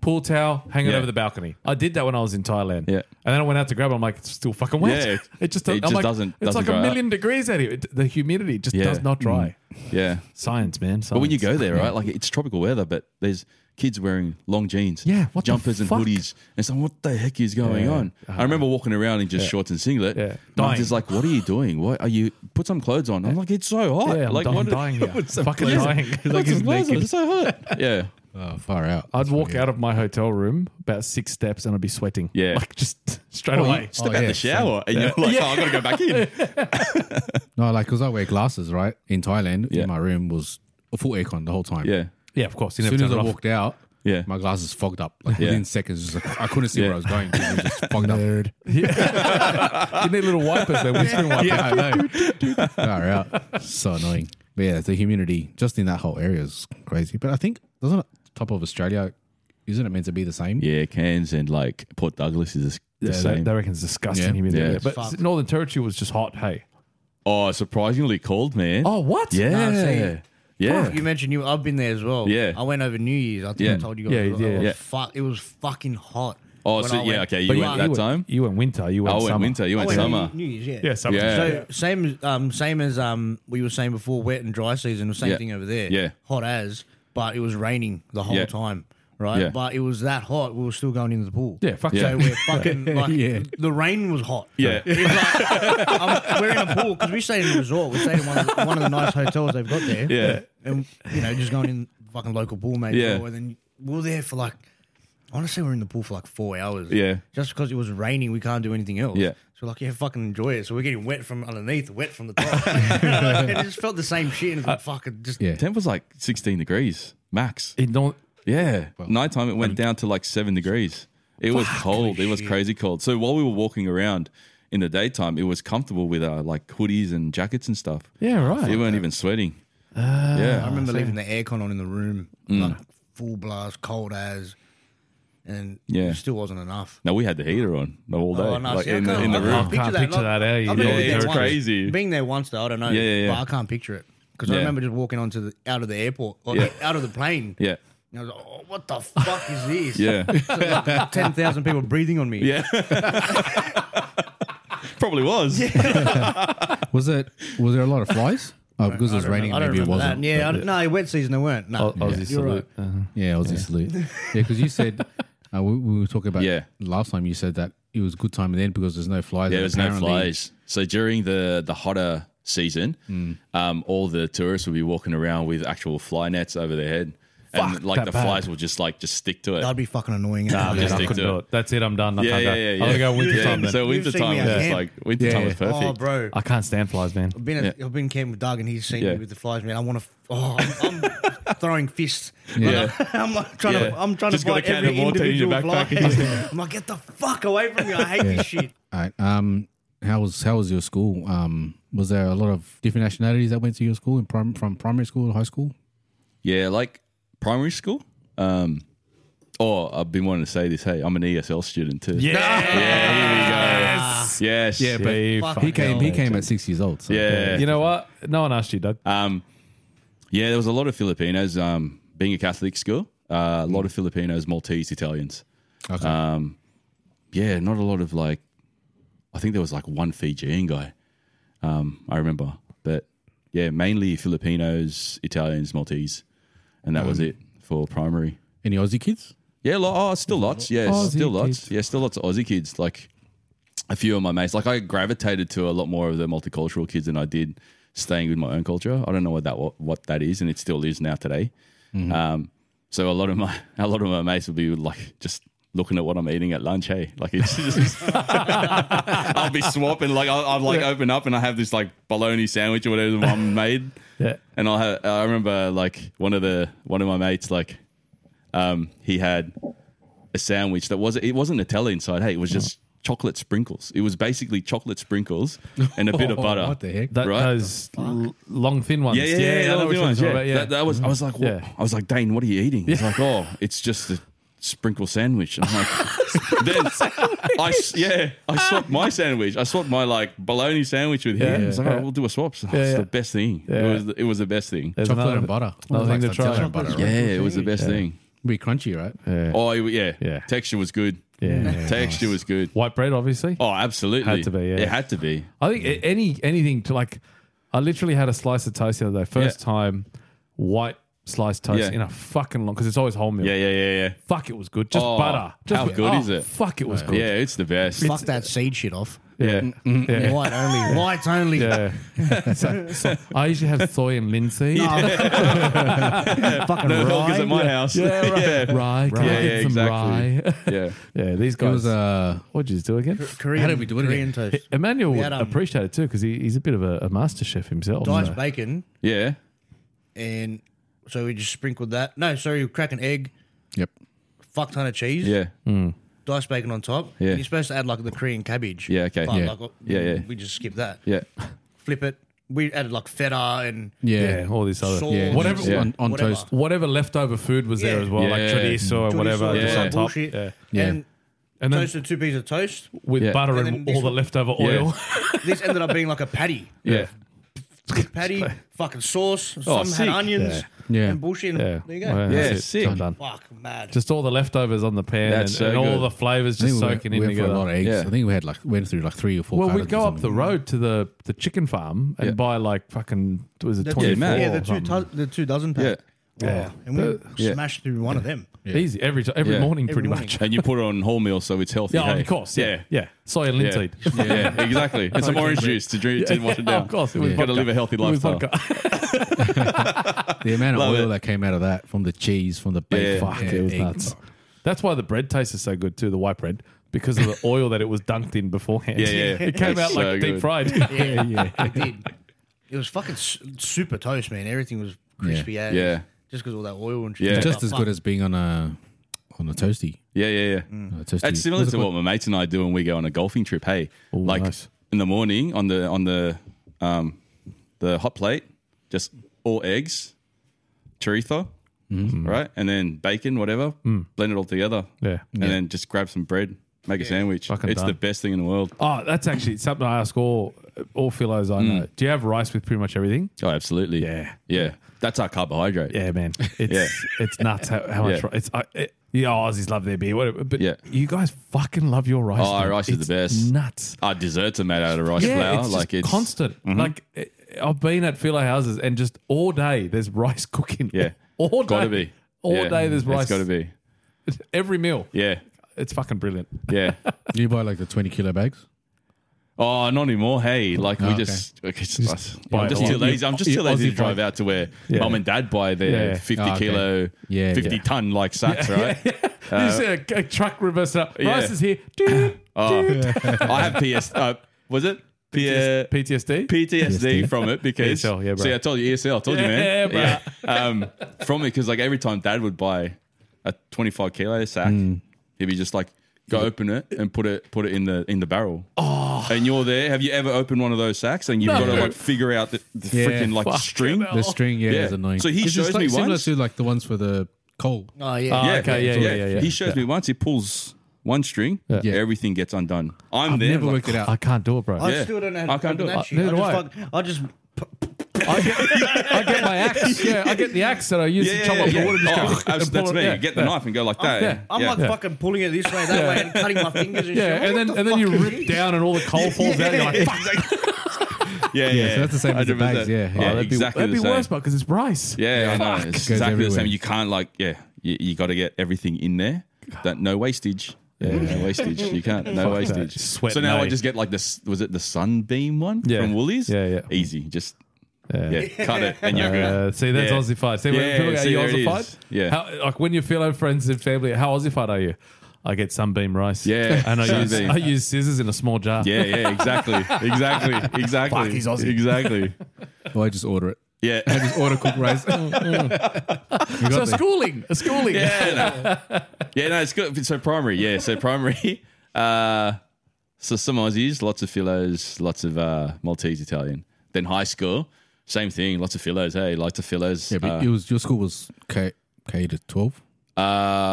[SPEAKER 3] Pool towel, hang it
[SPEAKER 4] Yeah.
[SPEAKER 3] over the balcony. I did that when I was in Thailand.
[SPEAKER 4] Yeah.
[SPEAKER 3] and then I went out to grab. it. I'm like, it's still fucking wet.
[SPEAKER 4] Yeah, it-
[SPEAKER 3] it just,
[SPEAKER 4] it
[SPEAKER 3] I'm
[SPEAKER 4] just
[SPEAKER 3] like,
[SPEAKER 4] doesn't-
[SPEAKER 3] It's
[SPEAKER 4] doesn't
[SPEAKER 3] like a
[SPEAKER 4] dry up.
[SPEAKER 3] million degrees out here. It- the humidity just
[SPEAKER 4] Yeah.
[SPEAKER 3] does not dry.
[SPEAKER 4] Yeah.
[SPEAKER 3] Science, man. Science.
[SPEAKER 4] But when you go there, right? Like it's tropical weather, but there's kids wearing long jeans,
[SPEAKER 3] Yeah, what the
[SPEAKER 4] jumpers and
[SPEAKER 3] fuck?
[SPEAKER 4] hoodies, and so what the heck is going
[SPEAKER 3] Yeah.
[SPEAKER 4] on? I remember walking around in just shorts and singlet.
[SPEAKER 3] Yeah.
[SPEAKER 4] Mum's
[SPEAKER 3] Dying.
[SPEAKER 4] just like, "What are you doing? What are you? Put some clothes on." I'm like, "It's so hot.
[SPEAKER 3] yeah, I'm
[SPEAKER 4] like,
[SPEAKER 3] dying,
[SPEAKER 4] what-
[SPEAKER 3] dying here.
[SPEAKER 1] what's up,
[SPEAKER 3] fucking
[SPEAKER 1] please?
[SPEAKER 3] dying.
[SPEAKER 4] put
[SPEAKER 1] Like,
[SPEAKER 4] some
[SPEAKER 1] he's
[SPEAKER 4] clothes on,
[SPEAKER 1] naked.
[SPEAKER 4] It's so hot." yeah,
[SPEAKER 1] Oh, far out.
[SPEAKER 3] I'd walk out of my hotel room about six steps and I'd be sweating.
[SPEAKER 4] Yeah.
[SPEAKER 3] Like just straight away.
[SPEAKER 4] step
[SPEAKER 1] Oh,
[SPEAKER 4] out
[SPEAKER 1] yeah,
[SPEAKER 4] the shower, and you're like, "Oh, I gotta go back in."
[SPEAKER 1] No, like because I wear glasses, right? In Thailand,
[SPEAKER 4] Yeah.
[SPEAKER 1] in my room was a full aircon the whole time.
[SPEAKER 4] Yeah,
[SPEAKER 3] Yeah, of course. You
[SPEAKER 1] As
[SPEAKER 3] never
[SPEAKER 1] soon as I
[SPEAKER 3] turn it off.
[SPEAKER 1] walked out,
[SPEAKER 4] Yeah.
[SPEAKER 1] my glasses fogged up. Like
[SPEAKER 4] Yeah.
[SPEAKER 1] within seconds, it's like, I couldn't see
[SPEAKER 4] Yeah.
[SPEAKER 1] where I was going. It was just fogged up.
[SPEAKER 3] You need little wipers, they're windscreen wipers.
[SPEAKER 1] Yeah, I know. Far out. So annoying. But yeah, the humidity just in that whole area is crazy. But I think doesn't it, top of Australia, isn't it meant to be the same?
[SPEAKER 4] yeah. Cairns and like Port Douglas is the
[SPEAKER 3] Yeah,
[SPEAKER 4] same.
[SPEAKER 3] they, they reckon it's disgusting
[SPEAKER 1] Yeah.
[SPEAKER 3] humidity.
[SPEAKER 4] Yeah.
[SPEAKER 3] Yeah, But
[SPEAKER 2] Fuck.
[SPEAKER 3] Northern Territory was just hot, hey.
[SPEAKER 4] oh, surprisingly cold, man.
[SPEAKER 3] Oh, what?
[SPEAKER 4] yeah,
[SPEAKER 2] Nah, see.
[SPEAKER 4] yeah.
[SPEAKER 2] You mentioned you. I've been there as well.
[SPEAKER 4] Yeah.
[SPEAKER 2] I went over New Year's. I think
[SPEAKER 4] Yeah.
[SPEAKER 2] I told you guys.
[SPEAKER 3] Yeah,
[SPEAKER 2] it was-
[SPEAKER 3] yeah,
[SPEAKER 2] it was
[SPEAKER 4] yeah.
[SPEAKER 2] Fuck, it was fucking hot.
[SPEAKER 4] Oh,
[SPEAKER 2] when
[SPEAKER 4] so
[SPEAKER 2] I
[SPEAKER 4] yeah,
[SPEAKER 2] went.
[SPEAKER 4] okay. You
[SPEAKER 2] But
[SPEAKER 4] went
[SPEAKER 2] you-
[SPEAKER 4] that
[SPEAKER 2] you
[SPEAKER 4] time.
[SPEAKER 3] You went winter, you went
[SPEAKER 4] I went
[SPEAKER 3] summer.
[SPEAKER 4] winter. You
[SPEAKER 2] I
[SPEAKER 4] went
[SPEAKER 2] went over
[SPEAKER 4] summer.
[SPEAKER 2] New Year's, yeah.
[SPEAKER 3] Yeah, summer.
[SPEAKER 4] Yeah.
[SPEAKER 2] So same as um same as um we were saying before, wet and dry season. The same
[SPEAKER 4] Yeah.
[SPEAKER 2] thing over there.
[SPEAKER 4] Yeah.
[SPEAKER 2] hot as, but it was raining the whole
[SPEAKER 4] Yeah.
[SPEAKER 2] time, right?
[SPEAKER 4] Yeah.
[SPEAKER 2] But it was that hot. We were still going into the pool.
[SPEAKER 3] Yeah, fuck
[SPEAKER 4] Yeah.
[SPEAKER 2] So we're fucking like
[SPEAKER 1] Yeah.
[SPEAKER 2] the rain was hot.
[SPEAKER 4] Yeah.
[SPEAKER 2] It was like, I'm, we're in a pool because we stayed in a resort. We stayed in one of, the, one of the nice hotels they've got there.
[SPEAKER 4] Yeah.
[SPEAKER 2] and you know just going in the fucking local pool, mate.
[SPEAKER 4] Yeah.
[SPEAKER 2] Yeah, and then we were there for like. Honestly, we were in the pool for like four hours.
[SPEAKER 4] Yeah.
[SPEAKER 2] Just because it was raining, we can't do anything else.
[SPEAKER 4] Yeah.
[SPEAKER 2] So we're like, yeah, fucking enjoy it. So we're getting wet from underneath, wet from the top. and it just felt the same shit. And it's
[SPEAKER 4] Uh,
[SPEAKER 2] like, fucking just.
[SPEAKER 1] Yeah.
[SPEAKER 4] Temp was like 16 degrees max.
[SPEAKER 3] In Nor-
[SPEAKER 4] Yeah. Nighttime, it went down to like seven degrees. It was cold. It was crazy cold. So while we were walking around in the daytime, it was comfortable with our like hoodies and jackets and stuff.
[SPEAKER 3] yeah, right.
[SPEAKER 4] We weren't even sweating.
[SPEAKER 2] I
[SPEAKER 4] yeah.
[SPEAKER 2] remember leaving the aircon on in the room,
[SPEAKER 4] Mm.
[SPEAKER 2] like full blast, cold as. And
[SPEAKER 4] Yeah.
[SPEAKER 2] it still wasn't enough.
[SPEAKER 4] No, we had the heater on all day.
[SPEAKER 2] Oh, no,
[SPEAKER 4] like
[SPEAKER 2] see, I
[SPEAKER 4] in, the,
[SPEAKER 2] can't-
[SPEAKER 4] in the
[SPEAKER 2] I
[SPEAKER 4] room.
[SPEAKER 2] can't
[SPEAKER 3] Can't picture
[SPEAKER 2] like,
[SPEAKER 3] that, eh?
[SPEAKER 2] I've
[SPEAKER 3] You
[SPEAKER 2] been
[SPEAKER 3] know,
[SPEAKER 2] there
[SPEAKER 4] it's
[SPEAKER 2] Oh, once.
[SPEAKER 4] crazy.
[SPEAKER 2] Being there once, though, I don't know.
[SPEAKER 4] Yeah, yeah, yeah.
[SPEAKER 2] But I can't picture it. Because
[SPEAKER 4] Yeah.
[SPEAKER 2] I remember just walking onto the out of the airport, or
[SPEAKER 4] Yeah.
[SPEAKER 2] out of the plane.
[SPEAKER 4] Yeah.
[SPEAKER 2] And I was like, oh, what the fuck is this?
[SPEAKER 4] Yeah.
[SPEAKER 2] So, like, 10,000 people breathing on me.
[SPEAKER 4] yeah. Probably was.
[SPEAKER 1] Was it? Was there a lot of flies? Oh, because it was
[SPEAKER 2] I don't
[SPEAKER 1] raining,
[SPEAKER 2] know- I don't
[SPEAKER 1] maybe it
[SPEAKER 2] remember
[SPEAKER 1] wasn't.
[SPEAKER 2] That. Yeah, I don't- no, wet season there weren't. No,
[SPEAKER 3] Aussie
[SPEAKER 2] yeah, you're
[SPEAKER 3] salute.
[SPEAKER 2] right.
[SPEAKER 3] Uh-huh.
[SPEAKER 1] Yeah, Aussie salute. Yeah, because you said uh, we, we were talking about
[SPEAKER 4] Yeah.
[SPEAKER 1] last time. You said that it was a good time then because there's no flies.
[SPEAKER 4] Yeah,
[SPEAKER 1] and
[SPEAKER 4] there's no
[SPEAKER 1] apparently-
[SPEAKER 4] flies. So during the the hotter season, um, all the tourists will be walking around with actual fly nets over their head,
[SPEAKER 3] Fuck,
[SPEAKER 4] and like
[SPEAKER 3] that
[SPEAKER 4] the
[SPEAKER 3] bad.
[SPEAKER 4] flies will just like just stick to it.
[SPEAKER 2] That'd be fucking annoying.
[SPEAKER 3] Ah,
[SPEAKER 4] just
[SPEAKER 3] man, I
[SPEAKER 4] stick
[SPEAKER 3] couldn't
[SPEAKER 4] to
[SPEAKER 3] do
[SPEAKER 4] it.
[SPEAKER 3] it. That's it. I'm done. I
[SPEAKER 4] yeah,
[SPEAKER 3] can't
[SPEAKER 4] yeah,
[SPEAKER 3] go.
[SPEAKER 4] yeah,
[SPEAKER 3] I'm
[SPEAKER 4] yeah.
[SPEAKER 3] gonna go winter
[SPEAKER 4] Yeah,
[SPEAKER 3] time. then.
[SPEAKER 4] So
[SPEAKER 2] You've
[SPEAKER 4] winter
[SPEAKER 2] seen
[SPEAKER 4] time
[SPEAKER 2] me
[SPEAKER 4] is
[SPEAKER 2] at
[SPEAKER 4] just
[SPEAKER 2] camp.
[SPEAKER 4] like winter
[SPEAKER 1] Yeah,
[SPEAKER 4] time
[SPEAKER 1] yeah.
[SPEAKER 4] is perfect.
[SPEAKER 2] Oh, bro.
[SPEAKER 3] I can't stand flies, man.
[SPEAKER 2] I've been, at, I've been camping with Doug and he's seen
[SPEAKER 4] Yeah.
[SPEAKER 2] me with the flies, man. I want to. Oh, I'm, I'm throwing fists.
[SPEAKER 4] Yeah.
[SPEAKER 2] I'm like trying
[SPEAKER 4] Yeah.
[SPEAKER 2] to. I'm trying
[SPEAKER 4] Just
[SPEAKER 2] to
[SPEAKER 4] got
[SPEAKER 2] fight
[SPEAKER 4] a can
[SPEAKER 2] every
[SPEAKER 4] of water in your
[SPEAKER 2] individual fly.
[SPEAKER 4] backpack
[SPEAKER 2] I'm like, get the fuck away from me! I hate this shit.
[SPEAKER 1] All right. Um, how was how was your school? Um, was there a lot of different nationalities that went to your school in prim- from primary school to high school?
[SPEAKER 4] Yeah, like primary school. Um, oh, I've been wanting to say this. Hey, I'm an ESL student too.
[SPEAKER 3] Yeah.
[SPEAKER 4] Yeah, Yes.
[SPEAKER 1] Yeah, but
[SPEAKER 3] You
[SPEAKER 2] Fuck.
[SPEAKER 1] he
[SPEAKER 3] fuck-
[SPEAKER 1] came. He
[SPEAKER 2] hell.
[SPEAKER 1] came at six years old. So.
[SPEAKER 4] yeah.
[SPEAKER 3] You know what? No one asked you, Dad.
[SPEAKER 4] Um, yeah, there was a lot of Filipinos. Um, being a Catholic school, uh, a lot of Filipinos, Maltese, Italians.
[SPEAKER 1] Okay.
[SPEAKER 4] Um, yeah, not a lot of like. I think there was like one Fijian guy. Um, I remember, but yeah, mainly Filipinos, Italians, Maltese, and that was it for primary.
[SPEAKER 1] Any Aussie kids?
[SPEAKER 4] Yeah, lo- oh, still lots. Yeah,
[SPEAKER 3] Aussie
[SPEAKER 4] still lots.
[SPEAKER 3] kids.
[SPEAKER 4] Yeah, still lots of Aussie kids. Like a few of my mates. Like I gravitated to a lot more of the multicultural kids than I did staying with my own culture. I don't know what that what, what that is, and it still is now today.
[SPEAKER 3] Mm-hmm.
[SPEAKER 4] Um, so a lot of my a lot of my mates will be like just looking at what I'm eating at lunch. Hey, like it's just, I'll be swapping. Like I'll, I'll like open up and I have this like bologna sandwich or whatever my mum made.
[SPEAKER 3] Yeah.
[SPEAKER 4] And I ha- I remember like one of the one of my mates like um he had a sandwich that was it wasn't Nutella inside. Hey, it was just chocolate sprinkles. It was basically chocolate sprinkles and a bit
[SPEAKER 3] Oh,
[SPEAKER 4] of butter.
[SPEAKER 1] Oh, What the heck?
[SPEAKER 3] That,
[SPEAKER 4] Right.
[SPEAKER 3] Those l- long thin ones.
[SPEAKER 4] Yeah, yeah, yeah.
[SPEAKER 3] I know
[SPEAKER 4] that
[SPEAKER 3] which
[SPEAKER 4] was
[SPEAKER 3] ones
[SPEAKER 4] nice,
[SPEAKER 3] you're
[SPEAKER 4] yeah.
[SPEAKER 3] about, yeah.
[SPEAKER 4] That, that was. I was like, what?
[SPEAKER 3] Yeah.
[SPEAKER 4] I was like, Dane, what are you eating? He's like, oh, it's just a sprinkle sandwich. And I'm like, then I s- yeah, I swapped my sandwich. I swapped my like bologna sandwich with him.
[SPEAKER 3] Yeah.
[SPEAKER 4] I was like,
[SPEAKER 3] Yeah.
[SPEAKER 4] oh, we'll do a swap. So
[SPEAKER 3] Yeah,
[SPEAKER 4] it's
[SPEAKER 3] yeah.
[SPEAKER 4] the best thing.
[SPEAKER 3] Yeah.
[SPEAKER 4] It was. It was the best thing.
[SPEAKER 3] There's
[SPEAKER 1] Chocolate
[SPEAKER 3] another-
[SPEAKER 1] and butter.
[SPEAKER 3] another
[SPEAKER 1] Like
[SPEAKER 3] thing to
[SPEAKER 1] that
[SPEAKER 3] try.
[SPEAKER 1] Nutella and butter, right?
[SPEAKER 4] Yeah, it was the best thing.
[SPEAKER 1] Be crunchy, right?
[SPEAKER 3] Yeah.
[SPEAKER 4] Oh, it- yeah.
[SPEAKER 3] Yeah.
[SPEAKER 4] Texture was good.
[SPEAKER 3] Yeah.
[SPEAKER 4] Texture was good.
[SPEAKER 3] White bread, obviously.
[SPEAKER 4] Oh, absolutely.
[SPEAKER 3] Had to be, yeah.
[SPEAKER 4] It had to be.
[SPEAKER 3] I think a- any anything to like. I literally had a slice of toast the other day. First
[SPEAKER 4] Yeah.
[SPEAKER 3] time white sliced toast
[SPEAKER 4] Yeah.
[SPEAKER 3] in a fucking long because it's always whole milk.
[SPEAKER 4] Yeah, yeah, yeah, yeah.
[SPEAKER 3] Fuck, it was good. Just
[SPEAKER 4] Oh,
[SPEAKER 3] butter. Just
[SPEAKER 4] how
[SPEAKER 3] with-
[SPEAKER 4] good
[SPEAKER 3] oh,
[SPEAKER 4] is it?
[SPEAKER 3] Fuck, it was good.
[SPEAKER 4] Yeah, it's the best.
[SPEAKER 2] Fuck that seed shit off.
[SPEAKER 4] Yeah.
[SPEAKER 1] Mm,
[SPEAKER 3] Yeah.
[SPEAKER 2] White only. White only.
[SPEAKER 3] Yeah. so, so I usually have soy and linseed.
[SPEAKER 2] Fucking
[SPEAKER 4] No dog is
[SPEAKER 2] rye.
[SPEAKER 4] at my house.
[SPEAKER 3] Yeah, right.
[SPEAKER 4] yeah.
[SPEAKER 3] Rye. Can I
[SPEAKER 4] Yeah,
[SPEAKER 3] get
[SPEAKER 4] yeah,
[SPEAKER 3] some
[SPEAKER 4] exactly.
[SPEAKER 3] rye?
[SPEAKER 4] yeah.
[SPEAKER 3] yeah, these
[SPEAKER 1] It
[SPEAKER 3] guys.
[SPEAKER 1] was uh,
[SPEAKER 3] what'd you do again?
[SPEAKER 2] Korean,
[SPEAKER 1] How did we do it
[SPEAKER 2] Korean
[SPEAKER 1] again?
[SPEAKER 2] toast.
[SPEAKER 3] Emmanuel
[SPEAKER 2] We
[SPEAKER 3] would
[SPEAKER 2] had, um,
[SPEAKER 3] appreciate it too because he, he's a bit of a, a master chef himself.
[SPEAKER 2] Diced
[SPEAKER 3] so-
[SPEAKER 2] bacon,
[SPEAKER 4] Yeah.
[SPEAKER 2] and so we just sprinkled that. No, sorry, you crack an egg,
[SPEAKER 1] yep.
[SPEAKER 2] fuck ton of cheese,
[SPEAKER 4] Yeah.
[SPEAKER 3] Mm.
[SPEAKER 2] diced bacon on top.
[SPEAKER 4] Yeah.
[SPEAKER 2] You're supposed to add like the Korean cabbage.
[SPEAKER 4] Yeah, okay.
[SPEAKER 2] But,
[SPEAKER 1] Yeah.
[SPEAKER 2] Like,
[SPEAKER 4] Yeah, yeah.
[SPEAKER 2] We just skip that.
[SPEAKER 4] Yeah.
[SPEAKER 2] Flip it. We added like feta and
[SPEAKER 3] yeah,
[SPEAKER 1] Yeah.
[SPEAKER 3] all this other.
[SPEAKER 2] Sauce.
[SPEAKER 1] Yeah.
[SPEAKER 3] Whatever-
[SPEAKER 1] just On, on
[SPEAKER 2] Whatever.
[SPEAKER 1] toast.
[SPEAKER 3] Whatever leftover food was there
[SPEAKER 2] Yeah.
[SPEAKER 3] as well, like
[SPEAKER 4] Yeah.
[SPEAKER 3] chorizo or whatever,
[SPEAKER 2] chorizo,
[SPEAKER 3] just
[SPEAKER 4] Yeah.
[SPEAKER 3] on top.
[SPEAKER 2] bullshit.
[SPEAKER 3] Yeah.
[SPEAKER 1] Yeah.
[SPEAKER 2] And,
[SPEAKER 3] And then
[SPEAKER 2] toasted two pieces of toast.
[SPEAKER 3] with
[SPEAKER 4] Yeah.
[SPEAKER 3] butter
[SPEAKER 2] And
[SPEAKER 3] and,
[SPEAKER 2] then this
[SPEAKER 3] all the
[SPEAKER 2] one-
[SPEAKER 3] leftover
[SPEAKER 4] Yeah.
[SPEAKER 3] oil.
[SPEAKER 2] This ended up being like a patty.
[SPEAKER 4] Yeah.
[SPEAKER 2] Patty, fucking sauce. Some
[SPEAKER 4] sick.
[SPEAKER 2] had onions.
[SPEAKER 1] Oh, Yeah.
[SPEAKER 2] And bullshit. and
[SPEAKER 3] yeah.
[SPEAKER 2] There you go.
[SPEAKER 3] Well,
[SPEAKER 4] Yeah,
[SPEAKER 3] that's it.
[SPEAKER 4] sick.
[SPEAKER 3] Done, done.
[SPEAKER 2] Fuck, mad.
[SPEAKER 3] Just all the leftovers on the pan
[SPEAKER 4] That's
[SPEAKER 3] and,
[SPEAKER 4] so
[SPEAKER 3] and all
[SPEAKER 4] good.
[SPEAKER 3] the flavors
[SPEAKER 1] I think
[SPEAKER 3] just
[SPEAKER 1] we went-
[SPEAKER 3] soaking
[SPEAKER 1] we
[SPEAKER 3] in
[SPEAKER 1] went for
[SPEAKER 3] together.
[SPEAKER 1] a lot of eggs.
[SPEAKER 4] Yeah.
[SPEAKER 1] I think we had like went through like three or four.
[SPEAKER 3] Well, we'd
[SPEAKER 1] cartons or
[SPEAKER 3] go up the
[SPEAKER 1] something.
[SPEAKER 3] road to the, the chicken farm and
[SPEAKER 4] Yeah.
[SPEAKER 3] buy like fucking was it
[SPEAKER 2] The
[SPEAKER 3] twenty
[SPEAKER 2] two,
[SPEAKER 3] four?
[SPEAKER 4] man.
[SPEAKER 2] yeah, the two, tu- the two dozen pack. Yeah.
[SPEAKER 3] Yeah.
[SPEAKER 2] And we
[SPEAKER 4] Yeah.
[SPEAKER 2] smashed through one of them.
[SPEAKER 3] easy every t- every
[SPEAKER 4] Yeah.
[SPEAKER 3] morning
[SPEAKER 2] Every
[SPEAKER 3] pretty
[SPEAKER 2] morning.
[SPEAKER 3] much.
[SPEAKER 4] And you put it on wholemeal so it's healthy.
[SPEAKER 3] Yeah,
[SPEAKER 4] hey?
[SPEAKER 3] of course.
[SPEAKER 4] Yeah.
[SPEAKER 3] Yeah, yeah. Soy and
[SPEAKER 4] Yeah.
[SPEAKER 3] linseed.
[SPEAKER 4] Yeah, exactly. And some orange juice to drink to wash it down.
[SPEAKER 3] of course, it was
[SPEAKER 4] You've got to
[SPEAKER 3] vodka.
[SPEAKER 4] live a healthy
[SPEAKER 3] It was
[SPEAKER 4] lifestyle.
[SPEAKER 3] vodka.
[SPEAKER 1] The amount of
[SPEAKER 4] Love
[SPEAKER 1] oil
[SPEAKER 4] it.
[SPEAKER 1] that came out of that from the cheese, from the bacon,
[SPEAKER 4] Yeah.
[SPEAKER 3] Fuck, it was
[SPEAKER 1] egg.
[SPEAKER 3] nuts. That's why the bread tasted so good too, the white bread, because of the oil that it was dunked in beforehand.
[SPEAKER 4] Yeah, yeah.
[SPEAKER 3] it came
[SPEAKER 4] It's
[SPEAKER 3] out like
[SPEAKER 4] so
[SPEAKER 3] deep
[SPEAKER 4] good.
[SPEAKER 3] fried.
[SPEAKER 2] Yeah, yeah. I did. It was fucking su- super toast, man. Everything was crispy as.
[SPEAKER 4] Yeah.
[SPEAKER 2] Just because all that oil and shit.
[SPEAKER 4] Yeah.
[SPEAKER 1] Just
[SPEAKER 2] But
[SPEAKER 1] as
[SPEAKER 2] fuck,
[SPEAKER 1] good as being on a on a toasty.
[SPEAKER 4] Yeah, yeah, yeah.
[SPEAKER 3] Mm.
[SPEAKER 1] A toasty.
[SPEAKER 4] That's similar
[SPEAKER 1] what's it
[SPEAKER 4] to what my mates and I do when we go on a golfing trip. Hey, like
[SPEAKER 3] nice.
[SPEAKER 4] in the morning on the on the um the hot plate, just all eggs, chorizo, right, and then bacon, whatever. Blend it all together,
[SPEAKER 3] Mm. Yeah.
[SPEAKER 4] and then just grab some bread, make a sandwich.
[SPEAKER 3] Fucking
[SPEAKER 4] it's
[SPEAKER 3] done.
[SPEAKER 4] the best thing in the world.
[SPEAKER 3] Oh, that's actually something I ask all all philos
[SPEAKER 4] Mm.
[SPEAKER 3] I know. Do you have rice with pretty much everything?
[SPEAKER 4] Oh, absolutely.
[SPEAKER 3] Yeah.
[SPEAKER 4] yeah. That's our carbohydrate.
[SPEAKER 3] Yeah, man. It's it's nuts how, how much
[SPEAKER 4] Yeah.
[SPEAKER 3] rice. It's I it, the Aussies love their beer, whatever. But
[SPEAKER 4] Yeah.
[SPEAKER 3] you guys fucking love your rice.
[SPEAKER 4] Oh, our
[SPEAKER 3] man.
[SPEAKER 4] rice is the
[SPEAKER 3] It's
[SPEAKER 4] best.
[SPEAKER 3] Nuts.
[SPEAKER 4] Our desserts are made out of rice flour.
[SPEAKER 3] it's just
[SPEAKER 4] like it's Mm-hmm.
[SPEAKER 3] constant. Like eh, I've been at filo houses and just all day there's rice cooking.
[SPEAKER 4] Yeah.
[SPEAKER 3] all day.
[SPEAKER 4] Gotta be.
[SPEAKER 3] All
[SPEAKER 4] Yeah.
[SPEAKER 3] day there's rice.
[SPEAKER 4] It's gotta be.
[SPEAKER 3] Every meal.
[SPEAKER 4] Yeah.
[SPEAKER 3] It's fucking brilliant.
[SPEAKER 4] Yeah.
[SPEAKER 1] Do you buy like the twenty kilo bags?
[SPEAKER 4] Oh, not anymore. Hey, like we
[SPEAKER 1] Oh,
[SPEAKER 4] just, okay, it's just-
[SPEAKER 3] buy
[SPEAKER 4] I'm
[SPEAKER 3] it
[SPEAKER 4] just
[SPEAKER 3] all.
[SPEAKER 4] too lazy. I'm just
[SPEAKER 3] You-
[SPEAKER 4] too lazy
[SPEAKER 3] Aussie
[SPEAKER 4] to drive
[SPEAKER 3] buy-
[SPEAKER 4] out to where
[SPEAKER 3] Yeah.
[SPEAKER 4] mum and dad buy their
[SPEAKER 3] Yeah.
[SPEAKER 4] 50
[SPEAKER 1] Oh, okay.
[SPEAKER 4] kilo,
[SPEAKER 1] Yeah,
[SPEAKER 4] 50
[SPEAKER 1] yeah.
[SPEAKER 4] ton like sacks, right?
[SPEAKER 3] you see a, a truck reverse up. Rice
[SPEAKER 4] yeah.
[SPEAKER 3] is here. Doot, doot.
[SPEAKER 4] I have PS. Uh, was it PS,
[SPEAKER 3] PTSD.
[SPEAKER 4] PTSD from it because
[SPEAKER 3] ESL, yeah, bro.
[SPEAKER 4] see, I told you ESL. I told you, man.
[SPEAKER 3] Yeah,
[SPEAKER 4] Yeah. Um, from it because like every time dad would buy a 25 kilo sack, he'd be just like, Go open it and put it put it in the in the barrel. Oh, and you're there. Have you ever opened one of those sacks and you've
[SPEAKER 3] No.
[SPEAKER 4] got to like figure out the, the
[SPEAKER 1] Yeah.
[SPEAKER 4] freaking like
[SPEAKER 3] Fuck.
[SPEAKER 4] string?
[SPEAKER 1] The string, yeah,
[SPEAKER 4] Oh. Yeah.
[SPEAKER 1] is annoying.
[SPEAKER 4] So he
[SPEAKER 1] It's just
[SPEAKER 4] shows
[SPEAKER 1] like,
[SPEAKER 4] me
[SPEAKER 1] similar
[SPEAKER 4] once-
[SPEAKER 1] to like the ones for the coal.
[SPEAKER 2] Oh yeah.
[SPEAKER 3] Ah, okay, yeah, yeah, yeah, yeah.
[SPEAKER 4] He shows me once. He pulls one string.
[SPEAKER 1] Yeah.
[SPEAKER 4] Everything gets undone. I'm
[SPEAKER 1] I've
[SPEAKER 4] there.
[SPEAKER 1] never
[SPEAKER 4] like,
[SPEAKER 1] worked it out.
[SPEAKER 3] I can't do it, bro.
[SPEAKER 2] I
[SPEAKER 4] Yeah.
[SPEAKER 2] still don't know how
[SPEAKER 4] I
[SPEAKER 2] to
[SPEAKER 4] can't
[SPEAKER 2] fucking
[SPEAKER 4] do it.
[SPEAKER 2] that
[SPEAKER 4] I-
[SPEAKER 2] shit.
[SPEAKER 3] Uh, neither do
[SPEAKER 2] I
[SPEAKER 3] I.
[SPEAKER 2] just, fuck, I just
[SPEAKER 3] I get, I get my axe. Yeah, I get the axe that I use
[SPEAKER 4] Yeah,
[SPEAKER 3] to
[SPEAKER 4] yeah,
[SPEAKER 3] chop
[SPEAKER 4] yeah,
[SPEAKER 3] up
[SPEAKER 4] yeah.
[SPEAKER 3] the water.
[SPEAKER 4] Oh,
[SPEAKER 3] Just go
[SPEAKER 4] that's,
[SPEAKER 3] and pull
[SPEAKER 4] that's
[SPEAKER 3] it.
[SPEAKER 4] me.
[SPEAKER 3] Yeah,
[SPEAKER 4] Get the
[SPEAKER 3] yeah.
[SPEAKER 4] knife and go like that.
[SPEAKER 3] yeah.
[SPEAKER 2] I'm
[SPEAKER 4] yeah.
[SPEAKER 2] like fucking pulling it this way, that way, and cutting my fingers and shit.
[SPEAKER 3] Yeah, and
[SPEAKER 2] What
[SPEAKER 3] then
[SPEAKER 2] the
[SPEAKER 3] and then you
[SPEAKER 2] fuck is
[SPEAKER 3] rip
[SPEAKER 2] this?
[SPEAKER 3] down and all the coal falls out. and You're like, fuck,
[SPEAKER 4] yeah, yeah,
[SPEAKER 1] so that's the same as the
[SPEAKER 4] 100%.
[SPEAKER 1] bags, yeah, yeah.
[SPEAKER 4] yeah,
[SPEAKER 1] Oh,
[SPEAKER 3] that'd be,
[SPEAKER 4] exactly
[SPEAKER 3] that'd be
[SPEAKER 4] the same.
[SPEAKER 3] worse, but because it's rice.
[SPEAKER 4] Yeah, I know. It's
[SPEAKER 1] Goes
[SPEAKER 4] exactly the
[SPEAKER 1] everywhere.
[SPEAKER 4] same. You can't like, yeah, you, you got to get everything in there. That no wastage. Yeah, no wastage. You can't. No
[SPEAKER 3] Fuck that.
[SPEAKER 4] wastage.
[SPEAKER 3] Sweat
[SPEAKER 4] so now I
[SPEAKER 3] nay.
[SPEAKER 4] just get like this. Was it the sunbeam one
[SPEAKER 3] Yeah.
[SPEAKER 4] from Woolies?
[SPEAKER 3] Yeah, yeah.
[SPEAKER 4] Easy. Just
[SPEAKER 3] Yeah.
[SPEAKER 4] yeah, cut it and you're good.
[SPEAKER 3] Uh, see, that's
[SPEAKER 4] Yeah.
[SPEAKER 3] Aussified. See, when
[SPEAKER 4] Yeah,
[SPEAKER 3] people go,
[SPEAKER 4] see,
[SPEAKER 3] are
[SPEAKER 4] there it
[SPEAKER 3] you
[SPEAKER 4] is.
[SPEAKER 3] Aussified?
[SPEAKER 4] Yeah.
[SPEAKER 3] How, like when your fellow friends and family, how Aussified are you? I get sunbeam rice.
[SPEAKER 4] Yeah,
[SPEAKER 3] And I use,
[SPEAKER 4] sunbeam.
[SPEAKER 3] I use scissors in a small jar.
[SPEAKER 4] Yeah, yeah, exactly, exactly, exactly.
[SPEAKER 3] Fuck, he's Aussie.
[SPEAKER 4] Exactly.
[SPEAKER 1] Well, I just order it.
[SPEAKER 4] Yeah.
[SPEAKER 1] I just order cooked rice. Mm, mm. You
[SPEAKER 3] So
[SPEAKER 1] got there.
[SPEAKER 3] schooling, a schooling.
[SPEAKER 4] yeah, no. yeah, no, it's good. So primary, yeah, so primary. Uh, so some Aussies, lots of fillos, lots of uh, Maltese Italian. Then high school, same thing, lots of fillos. Hey, lots of fillos.
[SPEAKER 1] Yeah, but
[SPEAKER 4] uh,
[SPEAKER 1] it was your school was K K to twelve.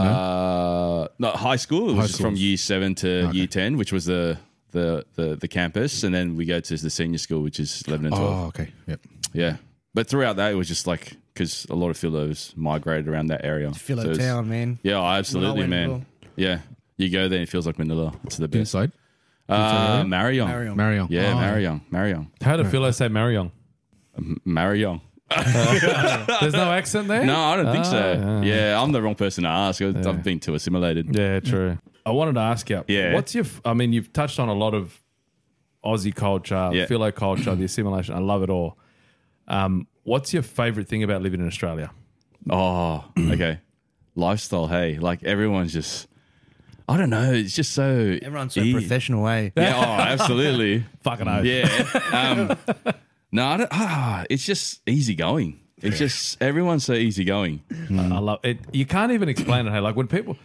[SPEAKER 4] uh, no? high school. It was
[SPEAKER 1] High
[SPEAKER 4] just from
[SPEAKER 1] schools.
[SPEAKER 4] year seven to year ten, which was the, the the the campus, and then we go to the senior school, which is eleven and twelve.
[SPEAKER 1] Oh, okay. Yep.
[SPEAKER 4] Yeah, but throughout that, it was just like because a lot of fillos migrated around that area.
[SPEAKER 2] Fill
[SPEAKER 4] So
[SPEAKER 2] it
[SPEAKER 4] it's-
[SPEAKER 2] down, man.
[SPEAKER 4] Yeah, oh, absolutely,
[SPEAKER 2] went
[SPEAKER 4] man.
[SPEAKER 2] along.
[SPEAKER 4] Yeah, you go there, and it feels like Manila. It's the best.
[SPEAKER 1] Inside.
[SPEAKER 4] Uh, Marion.
[SPEAKER 2] Marion.
[SPEAKER 1] Marion.
[SPEAKER 4] Yeah,
[SPEAKER 1] Oh.
[SPEAKER 4] Marion. Marion.
[SPEAKER 3] How do Philo say Marion?
[SPEAKER 4] Marion.
[SPEAKER 3] There's no accent there?
[SPEAKER 4] No, I don't think so.
[SPEAKER 3] Ah,
[SPEAKER 4] yeah. I'm the wrong person to ask. I- I've been too assimilated.
[SPEAKER 3] Yeah, true. I wanted to ask you,
[SPEAKER 4] Yeah.
[SPEAKER 3] what's your, f- I mean, you've touched on a lot of Aussie culture,
[SPEAKER 4] Yeah.
[SPEAKER 3] philo culture, the assimilation. I love it all. Um, what's your favorite thing about living in Australia?
[SPEAKER 4] Oh, okay. Lifestyle. Hey, like everyone's just. I don't know. It's just so
[SPEAKER 2] Everyone's so
[SPEAKER 4] e-
[SPEAKER 2] professional, eh?
[SPEAKER 4] Yeah. Oh, absolutely.
[SPEAKER 3] Fucking oath.
[SPEAKER 4] Yeah. Um, no, I don't, ah, it's just easygoing. It's just everyone's so easygoing.
[SPEAKER 3] I love it. You can't even explain it. Hey, like when people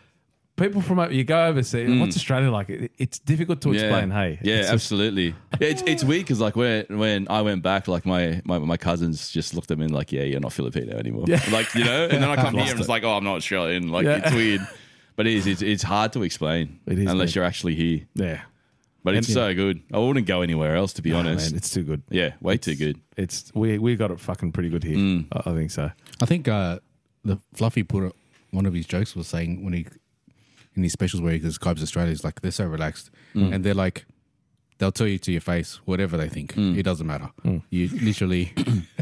[SPEAKER 3] people from over- you go overseas, what's Australia like? It, it's difficult to explain. Hey,
[SPEAKER 4] Mm. yeah,
[SPEAKER 3] It's just-
[SPEAKER 4] absolutely. Yeah, it's it's weird because like when when I went back, like my, my my cousins just looked at me and like, yeah, you're not Filipino anymore. Like you know, and then I come here and it's like, oh, I'm not Australian. Like
[SPEAKER 3] Yeah.
[SPEAKER 4] it's weird, but it is it's it's hard to explain
[SPEAKER 3] It is,
[SPEAKER 4] unless
[SPEAKER 3] man.
[SPEAKER 4] you're actually here.
[SPEAKER 3] yeah,
[SPEAKER 4] But it's
[SPEAKER 3] And-
[SPEAKER 4] so good. I wouldn't go anywhere else to be honest.
[SPEAKER 3] man, it's too good.
[SPEAKER 4] yeah, way too good. Mm.
[SPEAKER 3] It's we we got it fucking pretty good here. I, I think so.
[SPEAKER 1] I think uh, the Fluffy put it, one of his jokes was saying when he in his specials where he describes Australia, he's like they're so relaxed and they're like they'll tell you to your face whatever they think. It doesn't matter. You literally,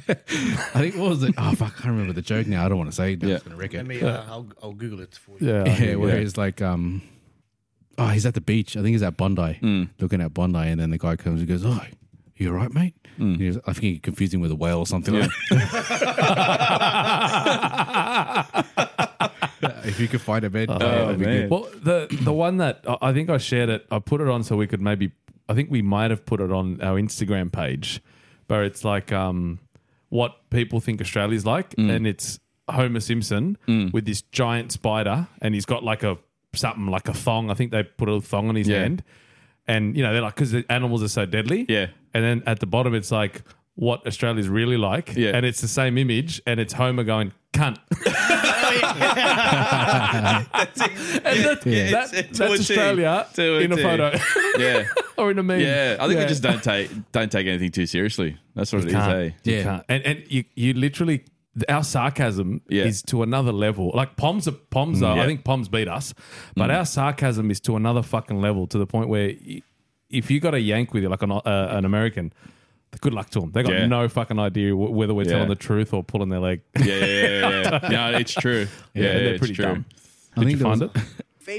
[SPEAKER 1] I think what was it? Oh fuck, I can't remember the joke now. I don't want to say. it. I'm
[SPEAKER 4] Yeah.
[SPEAKER 1] just gonna wreck
[SPEAKER 2] Let
[SPEAKER 1] it.
[SPEAKER 2] me. Uh, I'll, I'll Google it for you.
[SPEAKER 3] Yeah,
[SPEAKER 1] Yeah, where he's like, um, oh, he's at the beach. I think he's at Bondi, looking at Bondi, and then the guy comes and goes, "Oh, you all right, mate?" And he goes, I think he confused him with a whale or something. like that. if you could find a bed,
[SPEAKER 4] Oh,
[SPEAKER 1] that'd be
[SPEAKER 4] man.
[SPEAKER 1] good.
[SPEAKER 3] Well, the the one that I- I think I shared it, I put it on so we could maybe. I think we might have put it on our Instagram page, but it's like um, what people think Australia's like,
[SPEAKER 4] Mm.
[SPEAKER 3] and it's Homer Simpson with this giant spider, and he's got like a something like a thong. I think they put a thong on his
[SPEAKER 4] Yeah.
[SPEAKER 3] hand, and you know they're like because the animals are so deadly.
[SPEAKER 4] Yeah.
[SPEAKER 3] and then at the bottom it's like what Australia's really like,
[SPEAKER 4] Yeah.
[SPEAKER 3] and it's the same image, and it's Homer going cunt. And that-
[SPEAKER 1] Yeah.
[SPEAKER 3] that- that's
[SPEAKER 4] It's- it's what it is.
[SPEAKER 3] Australia
[SPEAKER 4] It's what
[SPEAKER 3] in a
[SPEAKER 4] it
[SPEAKER 3] photo
[SPEAKER 4] is. Yeah,
[SPEAKER 3] or in a meme.
[SPEAKER 4] yeah. I think
[SPEAKER 3] Yeah.
[SPEAKER 4] we just don't take don't take anything too seriously. That's what it is. Hey,
[SPEAKER 3] You
[SPEAKER 1] Yeah.
[SPEAKER 3] can't. And and you you literally our sarcasm
[SPEAKER 4] Yeah. Mm,
[SPEAKER 3] is to another level. Like Poms are Poms are.
[SPEAKER 4] yeah. Mm.
[SPEAKER 3] I think Poms beat us, but our sarcasm is to another fucking level to the point where y- if you got a Yank with you, like an uh, an American. Good luck to them. They got
[SPEAKER 4] Yeah.
[SPEAKER 3] no fucking idea wh- whether we're
[SPEAKER 4] Yeah.
[SPEAKER 3] telling the truth or pulling their leg.
[SPEAKER 4] Yeah, yeah, yeah, yeah. no, it's true. Yeah, yeah,
[SPEAKER 3] they're
[SPEAKER 4] it's
[SPEAKER 3] pretty
[SPEAKER 4] true.
[SPEAKER 3] dumb.
[SPEAKER 1] I think
[SPEAKER 3] Did you
[SPEAKER 1] there
[SPEAKER 3] find
[SPEAKER 1] was-
[SPEAKER 3] it?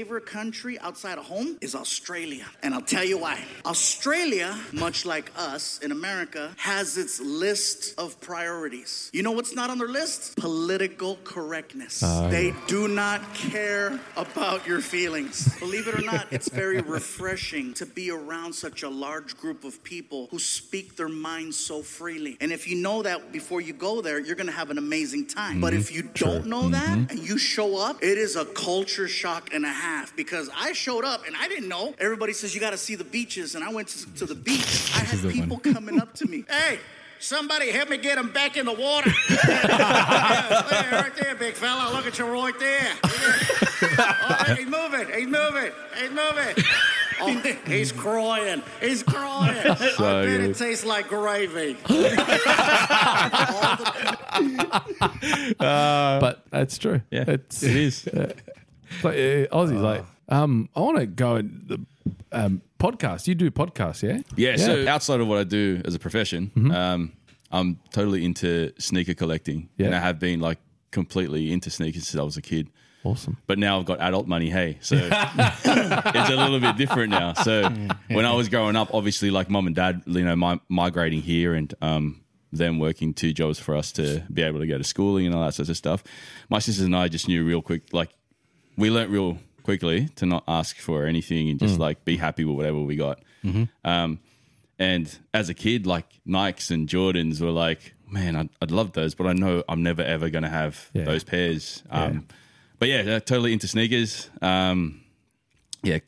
[SPEAKER 5] favorite country outside of home is Australia. And I'll tell you why. Australia, much like us in America, has its list of priorities. You know what's not on their list? Political correctness. they do not care about your feelings. Believe it or not, it's very refreshing to be around such a large group of people who speak their minds so freely. And if you know that before you go there, you're going to have
[SPEAKER 1] Mm-hmm.
[SPEAKER 5] an amazing time. But if you don't know that and you show up, it is a culture shock and a half half because I showed up and I didn't know. Everybody says you got to see the beaches, and I went to, to the beach. I
[SPEAKER 1] is a
[SPEAKER 5] had
[SPEAKER 1] good
[SPEAKER 5] people
[SPEAKER 1] one.
[SPEAKER 5] coming up to me. Hey. Somebody help me get him back in the water. Yeah, there, right there, big fella. Look at you right there. Oh, he's moving. He's moving. He's moving. Oh, he's crying. He's crying. I bet
[SPEAKER 4] good.
[SPEAKER 5] it tastes like gravy.
[SPEAKER 3] but that's true.
[SPEAKER 4] Yeah,
[SPEAKER 3] it's
[SPEAKER 4] it is.
[SPEAKER 3] But, uh, Aussie's like, um, I want to go in the um, podcast. You do podcasts, yeah?
[SPEAKER 4] Yeah, so outside of what I do as a profession, um, I'm totally into sneaker collecting.
[SPEAKER 3] Yeah.
[SPEAKER 4] And I have been like completely into sneakers since I was a kid.
[SPEAKER 3] awesome.
[SPEAKER 4] But now I've got adult money, hey. So it's a little bit different now. So when I was growing up, obviously like mom and dad, you know, mi- migrating here and um them working two jobs for us to be able to go to schooling and all that sort of stuff. My sisters and I just knew real quick like we learnt real quickly to not ask for anything and
[SPEAKER 3] Mm.
[SPEAKER 4] just like be happy with whatever we got.
[SPEAKER 3] Mm-hmm.
[SPEAKER 4] Um, and as a kid, like Nikes and Jordans were like, man, I'd, I'd love those, but I know I'm never ever going to have
[SPEAKER 3] Yeah.
[SPEAKER 4] those pairs. Um, But yeah, they're totally into sneakers. Um, yeah,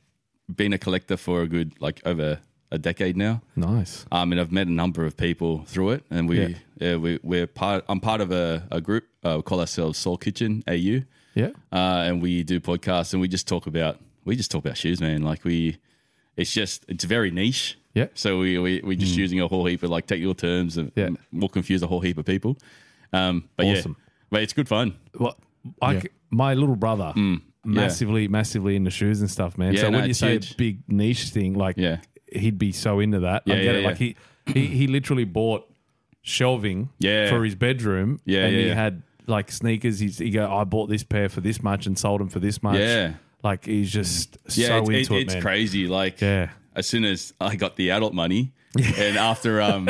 [SPEAKER 4] been a collector for a good like over a decade now.
[SPEAKER 3] Nice.
[SPEAKER 4] Um, and I've met a number of people through it, and we
[SPEAKER 3] Yeah.
[SPEAKER 4] yeah. we we're part. I'm part of a, a group uh, we call ourselves Soul Kitchen AU
[SPEAKER 3] Yeah.
[SPEAKER 4] uh, and we do podcasts and we just talk about we just talk about shoes, man. Like we, it's just it's very niche.
[SPEAKER 3] Yeah. Mm.
[SPEAKER 4] So we we we just using a whole heap of like technical terms and
[SPEAKER 3] Yeah.
[SPEAKER 4] we'll confuse a whole heap of people. Um, but
[SPEAKER 3] Awesome.
[SPEAKER 4] yeah, but it's good fun.
[SPEAKER 3] Well, I c- my little brother, massively, massively into shoes and stuff, man.
[SPEAKER 4] Mm. Yeah,
[SPEAKER 3] so
[SPEAKER 4] no,
[SPEAKER 3] when you
[SPEAKER 4] it's
[SPEAKER 3] say
[SPEAKER 4] huge.
[SPEAKER 3] big niche thing, like
[SPEAKER 4] Yeah.
[SPEAKER 3] he'd be so into that. I
[SPEAKER 4] Yeah,
[SPEAKER 3] get
[SPEAKER 4] yeah,
[SPEAKER 3] it. Like he, he, he literally bought shelving
[SPEAKER 4] Yeah.
[SPEAKER 3] for his bedroom.
[SPEAKER 4] Yeah,
[SPEAKER 3] and
[SPEAKER 4] yeah,
[SPEAKER 3] he
[SPEAKER 4] yeah.
[SPEAKER 3] had like sneakers. He's, he go, I bought this pair for this much and sold them for this much.
[SPEAKER 4] Yeah.
[SPEAKER 3] Like he's just
[SPEAKER 4] Yeah,
[SPEAKER 3] so
[SPEAKER 4] it's,
[SPEAKER 3] into
[SPEAKER 4] it-
[SPEAKER 3] it,
[SPEAKER 4] it's
[SPEAKER 3] man.
[SPEAKER 4] crazy. Like
[SPEAKER 3] Yeah.
[SPEAKER 4] as soon as I got the adult money, and after um,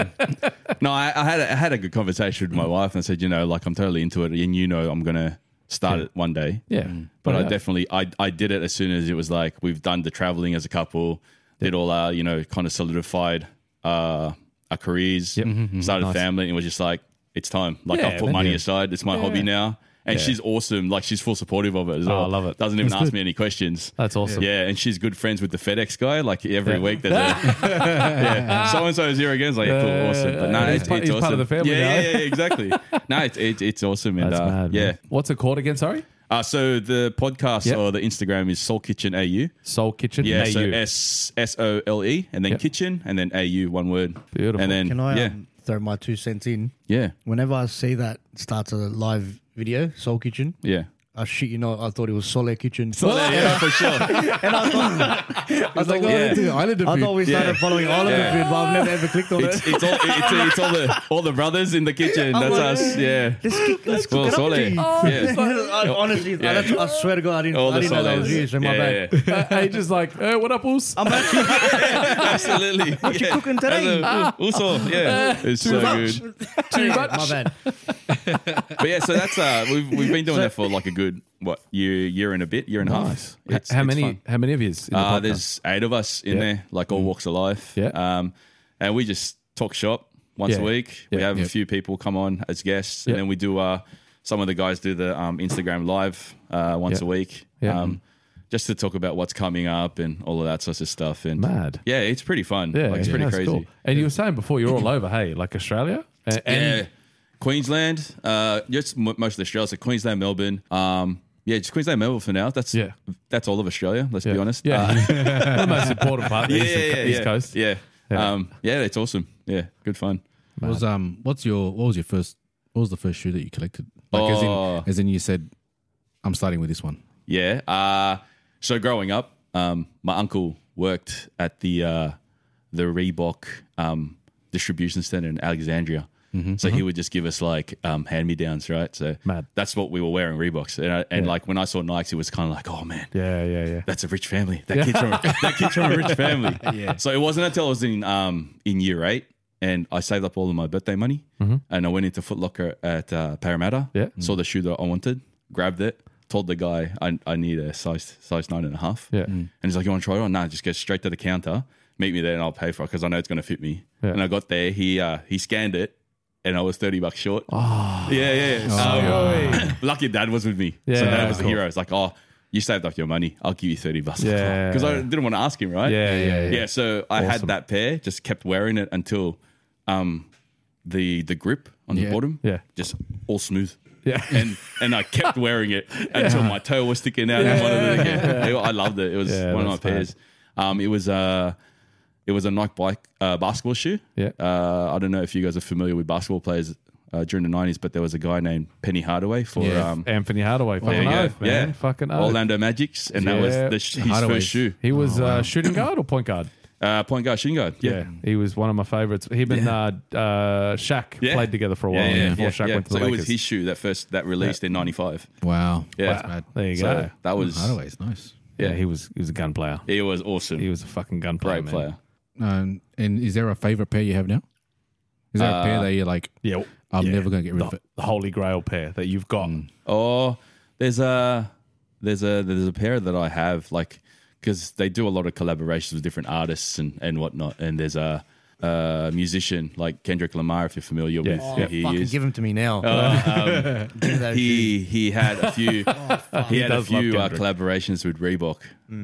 [SPEAKER 4] no, I, I had a, I had a good conversation with my wife, and I said, you know, like I'm totally into it, and you know, I'm gonna start it one day.
[SPEAKER 3] Yeah.
[SPEAKER 4] Mm. but
[SPEAKER 3] Why
[SPEAKER 4] I
[SPEAKER 3] not?
[SPEAKER 4] definitely I, I did it as soon as it was like we've done the traveling as a couple, did all our you know kind of solidified uh, our careers, started a family, and it was just like it's time. Like
[SPEAKER 3] Mm-hmm, Yeah,
[SPEAKER 4] I've put
[SPEAKER 3] man.
[SPEAKER 4] money
[SPEAKER 3] Yeah.
[SPEAKER 4] aside. It's my hobby now, and she's awesome. Like she's full supportive of it as
[SPEAKER 3] Oh, I
[SPEAKER 4] well.
[SPEAKER 3] love it.
[SPEAKER 4] Doesn't even
[SPEAKER 3] That's
[SPEAKER 4] ask
[SPEAKER 3] good.
[SPEAKER 4] me any questions.
[SPEAKER 3] That's awesome.
[SPEAKER 4] Yeah, and she's good friends with the FedEx guy. Like every week, there's a yeah, so and so is here again. It's like cool,
[SPEAKER 3] Yeah,
[SPEAKER 4] awesome. But no,
[SPEAKER 3] he's
[SPEAKER 4] it's,
[SPEAKER 3] part-
[SPEAKER 4] it's
[SPEAKER 3] he's part
[SPEAKER 4] awesome.
[SPEAKER 3] of the family
[SPEAKER 4] Yeah,
[SPEAKER 3] now.
[SPEAKER 4] yeah, yeah, exactly. no, it's it's it's awesome. And
[SPEAKER 3] That's
[SPEAKER 4] uh,
[SPEAKER 3] mad.
[SPEAKER 4] yeah,
[SPEAKER 3] Man. What's it called again? Sorry.
[SPEAKER 4] uh, so the podcast
[SPEAKER 3] Yep.
[SPEAKER 4] or the Instagram is Soul Kitchen AU.
[SPEAKER 3] Soul Kitchen.
[SPEAKER 4] Yeah,
[SPEAKER 3] Hey,
[SPEAKER 4] so
[SPEAKER 3] you.
[SPEAKER 4] S S O L E and then
[SPEAKER 3] Yep.
[SPEAKER 4] kitchen and then AU one word.
[SPEAKER 3] Beautiful.
[SPEAKER 4] And then
[SPEAKER 2] Can I
[SPEAKER 4] yeah,
[SPEAKER 2] um, throw my two cents in?
[SPEAKER 4] yeah,
[SPEAKER 2] Whenever I see that starts a live video, Soul Kitchen,
[SPEAKER 4] yeah.
[SPEAKER 2] I shit you know, I thought it was Solar Kitchen.
[SPEAKER 4] yeah, yeah, for sure.
[SPEAKER 2] I was like, oh,
[SPEAKER 4] yeah.
[SPEAKER 1] Islander
[SPEAKER 2] I thought
[SPEAKER 1] food.
[SPEAKER 2] we started
[SPEAKER 4] Yeah.
[SPEAKER 2] following all of
[SPEAKER 4] Yeah.
[SPEAKER 2] the food, but I've never ever clicked on
[SPEAKER 4] It's,
[SPEAKER 2] it.
[SPEAKER 4] it's all it's, it's all the all the brothers in the
[SPEAKER 2] Oh
[SPEAKER 4] kitchen. That's us. Yeah.
[SPEAKER 2] Let's, kick, let's
[SPEAKER 4] Well,
[SPEAKER 2] cook it up
[SPEAKER 4] Sole.
[SPEAKER 2] to you.
[SPEAKER 4] Yeah.
[SPEAKER 2] I- honestly, I, that's, I swear to God, I didn't,
[SPEAKER 4] All
[SPEAKER 2] I
[SPEAKER 4] the
[SPEAKER 2] didn't know that was you.
[SPEAKER 4] soles.
[SPEAKER 2] So my
[SPEAKER 4] yeah,
[SPEAKER 2] bad.
[SPEAKER 4] yeah, yeah.
[SPEAKER 3] Uh, hey, just like, hey, what up, Us?
[SPEAKER 2] I'm actually
[SPEAKER 4] Absolutely. What
[SPEAKER 2] you cooking today?
[SPEAKER 4] Also, yeah, it's so
[SPEAKER 2] much.
[SPEAKER 4] good.
[SPEAKER 2] too much. My bad.
[SPEAKER 4] But yeah, so that's uh, we've we've been doing that for like a good what year year and a bit, year and a half. It's-
[SPEAKER 3] how
[SPEAKER 4] it's
[SPEAKER 3] many?
[SPEAKER 4] fun.
[SPEAKER 3] How many of you? In the
[SPEAKER 4] Uh,
[SPEAKER 3] podcast?
[SPEAKER 4] there's eight of us
[SPEAKER 3] Yeah.
[SPEAKER 4] in
[SPEAKER 3] Mm.
[SPEAKER 4] there, like all walks of life.
[SPEAKER 3] Yeah.
[SPEAKER 4] Um, and we just talk shop once
[SPEAKER 3] Yeah.
[SPEAKER 4] a week. We
[SPEAKER 3] Yeah.
[SPEAKER 4] have
[SPEAKER 1] Yeah.
[SPEAKER 4] a few people come on as guests,
[SPEAKER 3] Yeah.
[SPEAKER 4] and then we do. Uh, some of the guys do the um, Instagram live uh, once
[SPEAKER 3] Yeah.
[SPEAKER 4] a week,
[SPEAKER 3] Yeah.
[SPEAKER 4] um, just to talk about what's coming up and all of that sorts of stuff. And
[SPEAKER 3] Mad.
[SPEAKER 4] yeah, it's pretty fun. Yeah, like, it's pretty
[SPEAKER 3] that's
[SPEAKER 4] crazy.
[SPEAKER 3] cool. And you were saying before you're all over, hey, like Australia and,
[SPEAKER 4] Yeah.
[SPEAKER 3] and
[SPEAKER 4] Queensland, uh, just m- most of Australia. So Queensland, Melbourne. Um, yeah, just Queensland, Melbourne for now. That's
[SPEAKER 3] Yeah.
[SPEAKER 4] that's all of Australia. Let's
[SPEAKER 3] yeah.
[SPEAKER 4] be honest.
[SPEAKER 3] yeah, the
[SPEAKER 4] Uh,
[SPEAKER 3] most important part, the East, East
[SPEAKER 4] yeah.
[SPEAKER 3] Coast.
[SPEAKER 4] Yeah.
[SPEAKER 3] Yeah.
[SPEAKER 4] Um, yeah, it's awesome. Yeah, good fun.
[SPEAKER 1] Was um, what's your what was your first what was the first shoe that you collected? Like as
[SPEAKER 4] Oh.
[SPEAKER 1] in as in you said, I'm starting with this one.
[SPEAKER 4] Yeah. Uh, so growing up, um, my uncle worked at the uh, the Reebok um, distribution center in Alexandria. So he would just give us like um, hand me downs, right? So
[SPEAKER 3] Mm-hmm, Mad.
[SPEAKER 4] that's what we were wearing Reeboks, and, I, and like when I saw Nikes, it was kind of like, oh man,
[SPEAKER 3] yeah, yeah, yeah.
[SPEAKER 4] that's a rich family. That kid's from a, that kid's from a rich family. So it wasn't until I was in um in year eight and I saved up all of my birthday money and I went into Foot Locker at uh, Parramatta.
[SPEAKER 3] Mm-hmm. Yeah.
[SPEAKER 4] Saw the shoe that I wanted, grabbed it, told the guy I, I need a size size nine and a half.
[SPEAKER 3] Yeah.
[SPEAKER 4] And he's like, "You want to try it on? Nah, just go straight to the counter, meet me there, and I'll pay for it because I know it's going to fit me."
[SPEAKER 3] Yeah.
[SPEAKER 4] And I got there, he uh, he scanned it, and I was thirty bucks
[SPEAKER 3] Oh.
[SPEAKER 4] short. Yeah, yeah. So, lucky dad was with me.
[SPEAKER 3] Yeah,
[SPEAKER 4] so dad was
[SPEAKER 3] cool.
[SPEAKER 4] the hero. It's like, oh, you saved up your money. I'll give you 30 bucks.
[SPEAKER 3] Yeah.
[SPEAKER 4] Because I didn't want to ask him, right?
[SPEAKER 3] Yeah, yeah, yeah.
[SPEAKER 4] Yeah, so I had that pair, just kept wearing it until um, the the grip on the
[SPEAKER 1] Yeah.
[SPEAKER 4] bottom,
[SPEAKER 3] Yeah.
[SPEAKER 4] just all smooth.
[SPEAKER 3] Yeah.
[SPEAKER 4] and and I kept wearing it until my toe was sticking out. And one of the, yeah, I loved it. It was
[SPEAKER 3] Yeah,
[SPEAKER 4] one of my
[SPEAKER 3] that's tight.
[SPEAKER 4] pairs. Um, it was uh, it was a Nike bike uh, basketball shoe.
[SPEAKER 3] Yeah.
[SPEAKER 4] Uh, I don't know if you guys are familiar with basketball players uh, during the nineties, but there was a guy named Penny Hardaway for
[SPEAKER 1] Yeah.
[SPEAKER 4] um,
[SPEAKER 3] Anthony Hardaway.
[SPEAKER 4] there
[SPEAKER 3] Fucking
[SPEAKER 4] you go.
[SPEAKER 3] oath, man. Fucking oath.
[SPEAKER 4] Orlando Magics, and that was
[SPEAKER 3] Yeah.
[SPEAKER 4] the, sh- his
[SPEAKER 1] Hardaway's-
[SPEAKER 4] first shoe.
[SPEAKER 3] He was uh, shooting guard or point guard?
[SPEAKER 4] Uh, point guard, shin guard. Oh, Yeah.
[SPEAKER 3] He was one of my favorites. Him and uh, uh, Shaq
[SPEAKER 4] Yeah.
[SPEAKER 3] played together for a while
[SPEAKER 4] Yeah, yeah,
[SPEAKER 3] before
[SPEAKER 4] yeah,
[SPEAKER 3] Shaq
[SPEAKER 4] yeah.
[SPEAKER 3] went to
[SPEAKER 4] so
[SPEAKER 3] the
[SPEAKER 4] it was
[SPEAKER 3] Lakers.
[SPEAKER 4] his shoe that first that released in '95.
[SPEAKER 1] Wow.
[SPEAKER 4] Yeah,
[SPEAKER 1] That's bad.
[SPEAKER 3] there you
[SPEAKER 4] so
[SPEAKER 3] go.
[SPEAKER 4] that was
[SPEAKER 1] Hardaway's nice.
[SPEAKER 3] yeah, he was he was a gun player.
[SPEAKER 4] it was awesome.
[SPEAKER 3] He was a fucking gun player. man.
[SPEAKER 4] Great player.
[SPEAKER 1] Um, and is there a favorite pair you have now? Is there a pair
[SPEAKER 4] Uh,
[SPEAKER 1] that you're like,
[SPEAKER 3] Yeah, well,
[SPEAKER 1] I'm
[SPEAKER 3] yeah.
[SPEAKER 1] never gonna get rid of
[SPEAKER 3] the,
[SPEAKER 1] it?
[SPEAKER 3] the holy grail pair that you've got.
[SPEAKER 4] Oh, there's a there's a there's a pair that I have like because they do a lot of collaborations with different artists and and whatnot. And there's a, a musician like Kendrick Lamar, if you're familiar with
[SPEAKER 3] Yeah.
[SPEAKER 4] who he
[SPEAKER 2] Fucking
[SPEAKER 4] is. Oh, um,
[SPEAKER 2] give them to me now. Give me that shit.
[SPEAKER 4] he he had a few he had a
[SPEAKER 3] Oh, does love
[SPEAKER 4] few uh,
[SPEAKER 3] Kendrick. Mm.
[SPEAKER 4] collaborations with Reebok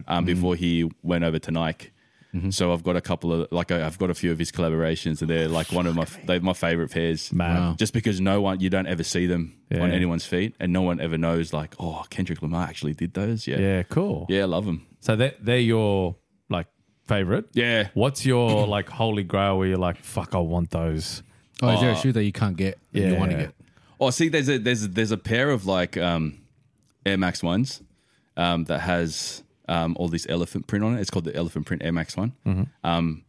[SPEAKER 4] um, before he went over to Nike.
[SPEAKER 3] Mm-hmm.
[SPEAKER 4] So I've got a couple of like I- I've got a few of his collaborations, and they're like one of my they're my favorite pairs.
[SPEAKER 3] Man. Wow.
[SPEAKER 4] Just because no one you don't ever see them
[SPEAKER 3] Yeah.
[SPEAKER 4] on anyone's feet, and no one ever knows like oh Kendrick Lamar actually did those. Yeah, yeah,
[SPEAKER 3] Yeah, cool.
[SPEAKER 4] I love them.
[SPEAKER 3] So they're, they're your like favorite.
[SPEAKER 4] Yeah.
[SPEAKER 3] What's your like holy grail where you're like, fuck, I want those?
[SPEAKER 1] Oh, is there a shoe that you can't get that you want to
[SPEAKER 3] Yeah.
[SPEAKER 1] get?
[SPEAKER 4] Oh, see, there's a there's a, there's a pair of like um, Air Max ones um, that has um, all this elephant print on it. It's called the elephant print Air Max one.
[SPEAKER 3] Mm-hmm.
[SPEAKER 4] Um,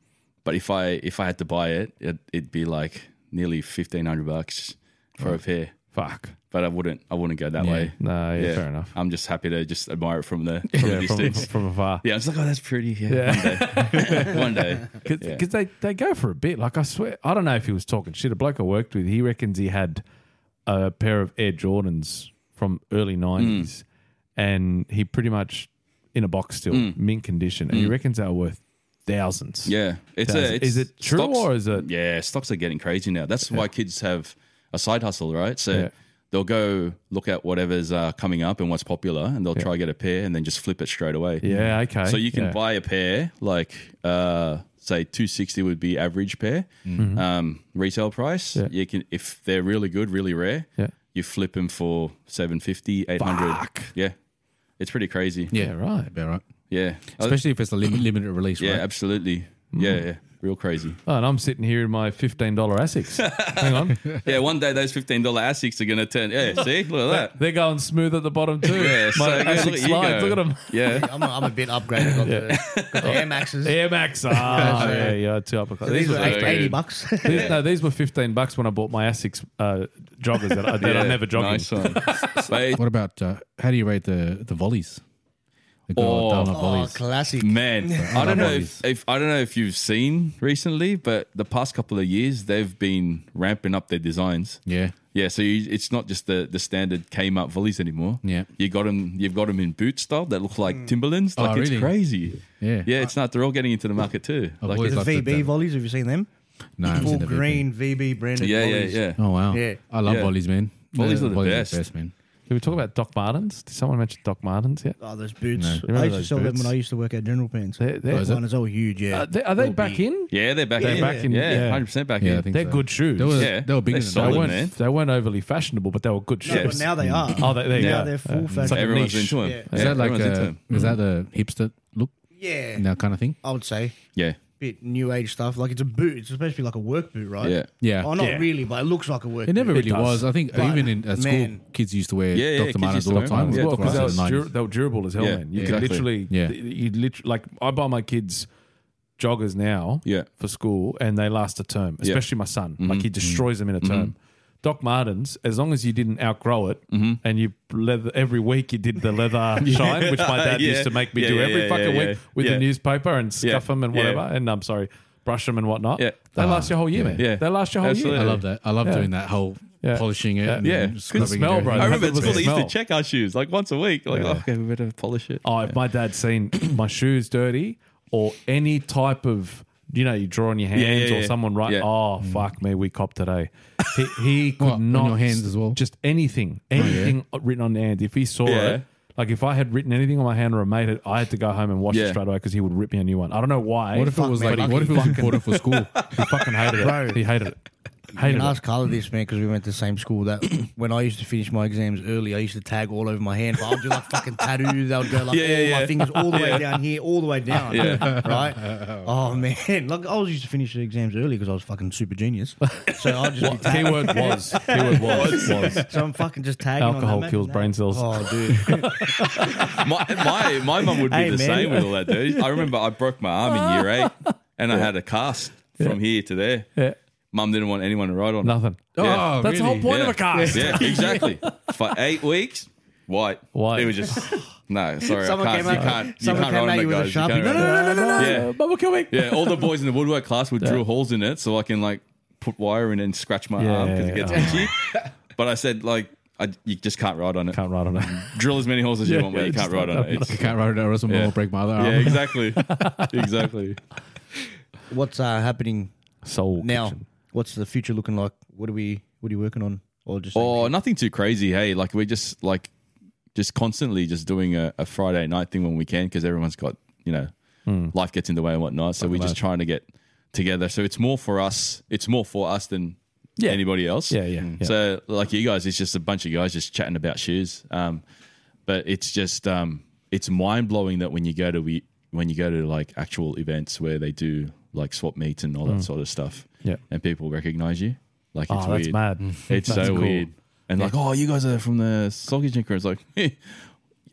[SPEAKER 4] but if I if I had to buy it, it it'd be like nearly fifteen hundred bucks for a pair.
[SPEAKER 3] Fuck.
[SPEAKER 4] But I wouldn't I wouldn't go that way.
[SPEAKER 3] No, yeah, fair enough.
[SPEAKER 4] I'm just happy to just admire it from the from
[SPEAKER 3] Yeah,
[SPEAKER 4] a
[SPEAKER 3] from,
[SPEAKER 4] distance.
[SPEAKER 3] from afar.
[SPEAKER 4] yeah, I'm just like, oh, that's pretty. Yeah, one day, one day.
[SPEAKER 3] Because they, they go for a bit. Like, I swear, I don't know if he was talking shit. A bloke I worked with, he reckons he had a pair of Air Jordans from early 90s and he pretty much in a box still, mint condition. And he reckons they were worth thousands.
[SPEAKER 4] Yeah, it's
[SPEAKER 3] Does-
[SPEAKER 4] a. It's
[SPEAKER 3] is it true or is it-
[SPEAKER 4] Yeah, stocks are getting crazy now. That's why kids have a side hustle, right? So
[SPEAKER 3] Yeah.
[SPEAKER 4] they'll go look at whatever's uh, coming up and what's popular, and they'll try get a pair and then just flip it straight away.
[SPEAKER 3] Yeah, okay.
[SPEAKER 4] So you can
[SPEAKER 3] Yeah.
[SPEAKER 4] buy a pair, like uh, say two sixty would be average pair
[SPEAKER 3] Mm-hmm.
[SPEAKER 4] um, retail price. You can if they're really good, really rare.
[SPEAKER 3] Yeah.
[SPEAKER 4] You flip them for 750, 800.
[SPEAKER 3] Fuck.
[SPEAKER 4] Yeah, it's pretty crazy. Yeah,
[SPEAKER 3] Yeah, right.
[SPEAKER 1] About right.
[SPEAKER 4] Uh,
[SPEAKER 1] Especially if it's a lim- limited release,
[SPEAKER 4] yeah,
[SPEAKER 1] right?
[SPEAKER 4] absolutely. Yeah,
[SPEAKER 3] Mm.
[SPEAKER 4] yeah, real crazy.
[SPEAKER 3] Oh, and I'm sitting here in my $15 ASICs. Hang on.
[SPEAKER 4] Yeah, one day those fifteen dollar Asics are gonna turn. Yeah, see, look at that.
[SPEAKER 3] They're going smooth at the bottom too.
[SPEAKER 4] Yeah, so
[SPEAKER 3] My
[SPEAKER 4] good.
[SPEAKER 3] ASIC
[SPEAKER 4] Look at you
[SPEAKER 3] slides.
[SPEAKER 4] go.
[SPEAKER 3] Look at them.
[SPEAKER 4] Yeah,
[SPEAKER 2] I'm a, I'm a bit upgraded. Got the, got the Air Maxes.
[SPEAKER 3] Air Max. Ah,
[SPEAKER 2] That's
[SPEAKER 3] yeah,
[SPEAKER 2] right.
[SPEAKER 3] yeah, two upper class.
[SPEAKER 2] So these
[SPEAKER 3] These
[SPEAKER 2] were
[SPEAKER 3] were,
[SPEAKER 2] 80,
[SPEAKER 4] very
[SPEAKER 2] 80
[SPEAKER 4] good.
[SPEAKER 2] bucks.
[SPEAKER 3] these, no, these were fifteen bucks when I bought my Asics uh, joggers that, I- that I
[SPEAKER 4] Yeah,
[SPEAKER 3] never jogging.
[SPEAKER 4] Nice one. Mate,
[SPEAKER 1] What about uh, how do you rate the the volleys? The
[SPEAKER 4] Oh.
[SPEAKER 1] Ghana
[SPEAKER 2] oh,
[SPEAKER 1] volleys.
[SPEAKER 2] classic.
[SPEAKER 4] man, I don't know
[SPEAKER 1] Love
[SPEAKER 4] if, if I don't know if you've seen recently, but the past couple of years they've been ramping up their designs.
[SPEAKER 1] Yeah.
[SPEAKER 4] Yeah, so you, it's not just the, the standard Kmart volleys anymore.
[SPEAKER 1] Yeah.
[SPEAKER 4] you got them. You've got them in boot style that look like Timberlands.
[SPEAKER 1] Oh,
[SPEAKER 4] Like it's
[SPEAKER 1] really?
[SPEAKER 4] crazy.
[SPEAKER 1] Yeah. Oh,
[SPEAKER 4] yeah, it's not. They're all getting into the market too.
[SPEAKER 1] I've
[SPEAKER 4] Like
[SPEAKER 1] always
[SPEAKER 4] it's-
[SPEAKER 2] The
[SPEAKER 1] Like the-
[SPEAKER 2] VB volleys, have you seen them?
[SPEAKER 1] No, I haven't
[SPEAKER 2] Full
[SPEAKER 1] seen the VB.
[SPEAKER 2] green VB branded
[SPEAKER 4] yeah, yeah,
[SPEAKER 2] volleys.
[SPEAKER 4] yeah.
[SPEAKER 1] Oh wow.
[SPEAKER 2] Yeah.
[SPEAKER 1] I love
[SPEAKER 4] Yeah.
[SPEAKER 1] volleys, man.
[SPEAKER 4] Volleys are the best.
[SPEAKER 1] man.
[SPEAKER 3] Did we talk about Doc Martens? Did someone mention Doc Martens yet?
[SPEAKER 2] Oh, those boots.
[SPEAKER 3] Remember
[SPEAKER 2] I used to
[SPEAKER 3] those
[SPEAKER 2] sell
[SPEAKER 3] boots?
[SPEAKER 2] them when I used to work at General Pants.
[SPEAKER 3] They're, they're,
[SPEAKER 1] Oh, is it?
[SPEAKER 2] Mine is all huge, yeah.
[SPEAKER 3] are Uh, they, are they
[SPEAKER 2] Little
[SPEAKER 3] back
[SPEAKER 2] big.
[SPEAKER 3] in?
[SPEAKER 4] Yeah, they're back.
[SPEAKER 3] They're
[SPEAKER 4] in.
[SPEAKER 3] back in-
[SPEAKER 4] Yeah,
[SPEAKER 3] yeah.
[SPEAKER 4] hundred percent back
[SPEAKER 1] Yeah, I
[SPEAKER 4] in.
[SPEAKER 1] think
[SPEAKER 3] They're
[SPEAKER 1] so.
[SPEAKER 3] good shoes.
[SPEAKER 1] They were,
[SPEAKER 4] Yeah.
[SPEAKER 1] they were bigger
[SPEAKER 4] They're
[SPEAKER 1] than
[SPEAKER 3] They
[SPEAKER 1] I
[SPEAKER 4] solid,
[SPEAKER 1] was.
[SPEAKER 3] weren't.
[SPEAKER 4] man.
[SPEAKER 3] They weren't overly fashionable, but they were good shoes.
[SPEAKER 2] No, but now they are.
[SPEAKER 3] Oh, they, there you
[SPEAKER 2] now
[SPEAKER 3] go.
[SPEAKER 2] they're full
[SPEAKER 1] Mm.
[SPEAKER 3] Yeah. It's like a
[SPEAKER 2] fashion.
[SPEAKER 4] Everyone's
[SPEAKER 3] niche.
[SPEAKER 4] into them.
[SPEAKER 2] Yeah. Is
[SPEAKER 1] Is that like
[SPEAKER 4] everyone's into Mm-hmm.
[SPEAKER 1] a,
[SPEAKER 4] 'em.
[SPEAKER 1] is that the hipster look
[SPEAKER 2] Yeah.
[SPEAKER 1] now kind of thing?
[SPEAKER 2] I would say.
[SPEAKER 4] Yeah,
[SPEAKER 2] Bit new age stuff. Like it's a boot. It's supposed to be like a work boot, right?
[SPEAKER 4] yeah.
[SPEAKER 1] Yeah.
[SPEAKER 2] Oh, not
[SPEAKER 3] Yeah.
[SPEAKER 2] really, but it looks like a work
[SPEAKER 1] It
[SPEAKER 2] boot.
[SPEAKER 1] never really
[SPEAKER 3] does.
[SPEAKER 1] was. I think
[SPEAKER 2] But,
[SPEAKER 1] even in at school,
[SPEAKER 2] man.
[SPEAKER 1] kids used to wear
[SPEAKER 4] Yeah, yeah,
[SPEAKER 1] Dr.
[SPEAKER 4] kids
[SPEAKER 1] Martens
[SPEAKER 4] used
[SPEAKER 1] all
[SPEAKER 4] to
[SPEAKER 1] the
[SPEAKER 4] wear
[SPEAKER 1] time.
[SPEAKER 4] them.
[SPEAKER 1] Yeah,
[SPEAKER 4] Yeah,
[SPEAKER 3] well,
[SPEAKER 4] Doc
[SPEAKER 1] because I
[SPEAKER 3] because they,
[SPEAKER 1] was
[SPEAKER 3] was
[SPEAKER 1] in the
[SPEAKER 3] dur-
[SPEAKER 1] 90s.
[SPEAKER 3] they were durable as hell,
[SPEAKER 4] Yeah,
[SPEAKER 3] man. You
[SPEAKER 4] exactly.
[SPEAKER 3] can literally,
[SPEAKER 1] Yeah.
[SPEAKER 3] you literally like I buy my kids joggers now,
[SPEAKER 4] Yeah.
[SPEAKER 3] for school, and they last a term. Especially my son,
[SPEAKER 4] Mm-hmm.
[SPEAKER 3] like he destroys them in a term. Doc Martens, as long as you didn't outgrow it,
[SPEAKER 4] Mm-hmm.
[SPEAKER 3] and you leather every week you did the leather shine, which my dad
[SPEAKER 4] Yeah.
[SPEAKER 3] used to make me
[SPEAKER 4] Yeah,
[SPEAKER 3] do
[SPEAKER 4] yeah,
[SPEAKER 3] every
[SPEAKER 4] yeah,
[SPEAKER 3] fucking
[SPEAKER 4] yeah,
[SPEAKER 3] week
[SPEAKER 4] yeah.
[SPEAKER 3] with
[SPEAKER 4] Yeah.
[SPEAKER 3] the newspaper and scuff
[SPEAKER 4] Yeah.
[SPEAKER 3] them and
[SPEAKER 4] Yeah.
[SPEAKER 3] whatever. And I'm sorry, brush them and whatnot.
[SPEAKER 4] Yeah. Ah.
[SPEAKER 3] they last your whole year, man.
[SPEAKER 4] Yeah.
[SPEAKER 3] They last your whole
[SPEAKER 4] Absolutely.
[SPEAKER 1] I
[SPEAKER 3] year.
[SPEAKER 1] love that. I love doing that whole
[SPEAKER 3] Yeah.
[SPEAKER 1] polishing it.
[SPEAKER 3] Yeah.
[SPEAKER 1] and
[SPEAKER 4] Yeah.
[SPEAKER 1] then
[SPEAKER 4] Good
[SPEAKER 1] scrubbing it
[SPEAKER 3] smell,
[SPEAKER 1] and everything.
[SPEAKER 3] bro.
[SPEAKER 4] I
[SPEAKER 3] It
[SPEAKER 4] remember
[SPEAKER 3] has
[SPEAKER 4] at
[SPEAKER 3] a
[SPEAKER 4] school they
[SPEAKER 3] bit of
[SPEAKER 4] used to
[SPEAKER 3] smell.
[SPEAKER 4] check our shoes like once a week. Like, oh, okay, we better polish it.
[SPEAKER 3] Oh, if my dad's seen my shoes dirty or any type of, you know, you draw on your hands
[SPEAKER 4] Yeah, yeah,
[SPEAKER 3] or
[SPEAKER 4] yeah.
[SPEAKER 3] someone right.
[SPEAKER 4] Yeah.
[SPEAKER 3] Oh, fuck me, we copped today. He, he could
[SPEAKER 1] What, on
[SPEAKER 3] not
[SPEAKER 1] your hands as well?
[SPEAKER 3] Just anything, anything written on the hand. If he saw
[SPEAKER 4] Yeah.
[SPEAKER 3] it, Like if I had written anything on my hand or made it, I had to go home and wash
[SPEAKER 4] Yeah.
[SPEAKER 3] it straight away because he would rip me a new one. I don't know why.
[SPEAKER 1] What if it
[SPEAKER 2] Fuck,
[SPEAKER 1] was
[SPEAKER 2] man,
[SPEAKER 1] like?
[SPEAKER 2] lucky
[SPEAKER 1] What if it was
[SPEAKER 3] fucking-
[SPEAKER 1] important for school?
[SPEAKER 3] he fucking hated it?
[SPEAKER 2] Bro.
[SPEAKER 3] He hated it.
[SPEAKER 2] You
[SPEAKER 3] Hated
[SPEAKER 2] can
[SPEAKER 3] it.
[SPEAKER 2] ask Carla this, man, because we went to the same school. That when I used to finish my exams early, I used to tag all over my hand. But I would do like fucking tattoos. I would go like
[SPEAKER 4] Yeah, yeah,
[SPEAKER 2] all
[SPEAKER 4] yeah.
[SPEAKER 2] my fingers all the way
[SPEAKER 4] Yeah.
[SPEAKER 2] down here, all the way down.
[SPEAKER 4] Yeah.
[SPEAKER 2] Right? Oh man, like I was used to finish the exams early because I was fucking super genius. So I just be
[SPEAKER 3] What,
[SPEAKER 2] tagging.
[SPEAKER 3] keyword was. Keyword was. was.
[SPEAKER 2] So I'm fucking just tagging. on that,
[SPEAKER 3] Alcohol
[SPEAKER 2] man.
[SPEAKER 3] kills brain cells.
[SPEAKER 2] Oh dude,
[SPEAKER 4] My my my mum would be
[SPEAKER 2] Hey,
[SPEAKER 4] the
[SPEAKER 2] man.
[SPEAKER 4] same with all that, dude. I remember I broke my arm in year eight, and I had a cast from here to there.
[SPEAKER 3] Yeah.
[SPEAKER 4] Mum didn't want anyone to ride on. it.
[SPEAKER 3] Nothing.
[SPEAKER 4] Yeah.
[SPEAKER 1] Oh,
[SPEAKER 3] That's the whole
[SPEAKER 1] really?
[SPEAKER 3] point
[SPEAKER 4] yeah.
[SPEAKER 3] of a cast.
[SPEAKER 4] Yeah, exactly. For eight weeks, white.
[SPEAKER 3] White.
[SPEAKER 4] It was just no. Sorry,
[SPEAKER 2] Someone
[SPEAKER 4] I can't.
[SPEAKER 2] came
[SPEAKER 4] you
[SPEAKER 2] out-
[SPEAKER 4] can't. You
[SPEAKER 2] someone
[SPEAKER 4] can't
[SPEAKER 2] came
[SPEAKER 4] ride
[SPEAKER 2] at
[SPEAKER 4] on
[SPEAKER 2] you
[SPEAKER 4] it,
[SPEAKER 2] with a
[SPEAKER 4] guys. You
[SPEAKER 2] sharpie.
[SPEAKER 4] can't
[SPEAKER 2] No,
[SPEAKER 4] ride
[SPEAKER 2] no,
[SPEAKER 4] on it.
[SPEAKER 3] no, no.
[SPEAKER 4] Yeah.
[SPEAKER 3] Bubble coming.
[SPEAKER 4] Yeah, all the boys in the woodwork class would drill holes in it so I can like put wire in and scratch my
[SPEAKER 3] Yeah.
[SPEAKER 4] arm because it gets
[SPEAKER 3] Oh.
[SPEAKER 4] itchy. but I said like, I, you just can't ride on it.
[SPEAKER 3] Can't ride on it.
[SPEAKER 4] Drill as many holes as
[SPEAKER 3] Yeah,
[SPEAKER 4] you want, but
[SPEAKER 3] yeah,
[SPEAKER 4] you can't
[SPEAKER 3] just
[SPEAKER 4] ride on
[SPEAKER 3] don't-
[SPEAKER 4] it. It's-
[SPEAKER 1] I can't write it down, or else I'm
[SPEAKER 4] Yeah.
[SPEAKER 1] gonna break my other arm.
[SPEAKER 4] yeah, exactly, exactly.
[SPEAKER 2] what's uh, happening
[SPEAKER 3] Soul.
[SPEAKER 2] now?
[SPEAKER 3] kitchen.
[SPEAKER 2] What's the future looking like? What are we? What are you working on? Or just
[SPEAKER 4] Oh, nothing too crazy. Hey, like we're just like just constantly just doing a, a Friday night thing when we can because everyone's got you know
[SPEAKER 3] Hmm.
[SPEAKER 4] life gets in the way and whatnot. So we're just trying to get together. So it's more for us. It's more for us than
[SPEAKER 3] Yeah.
[SPEAKER 4] anybody else. Hmm.
[SPEAKER 3] Yeah, yeah, yeah.
[SPEAKER 4] So like you guys, it's just a bunch of guys just chatting about shoes. Um, but it's just um, it's mind blowing that when you go to we when you go to like actual events where they do like swap meets and all that sort of stuff.
[SPEAKER 3] Hmm. Yeah.
[SPEAKER 4] and people recognize you. Like it's
[SPEAKER 3] Oh,
[SPEAKER 4] weird.
[SPEAKER 3] that's mad.
[SPEAKER 4] It's
[SPEAKER 3] That's
[SPEAKER 4] so
[SPEAKER 3] cool.
[SPEAKER 4] weird. And like, oh, you guys are from the Soul Kitchen crew. It's like,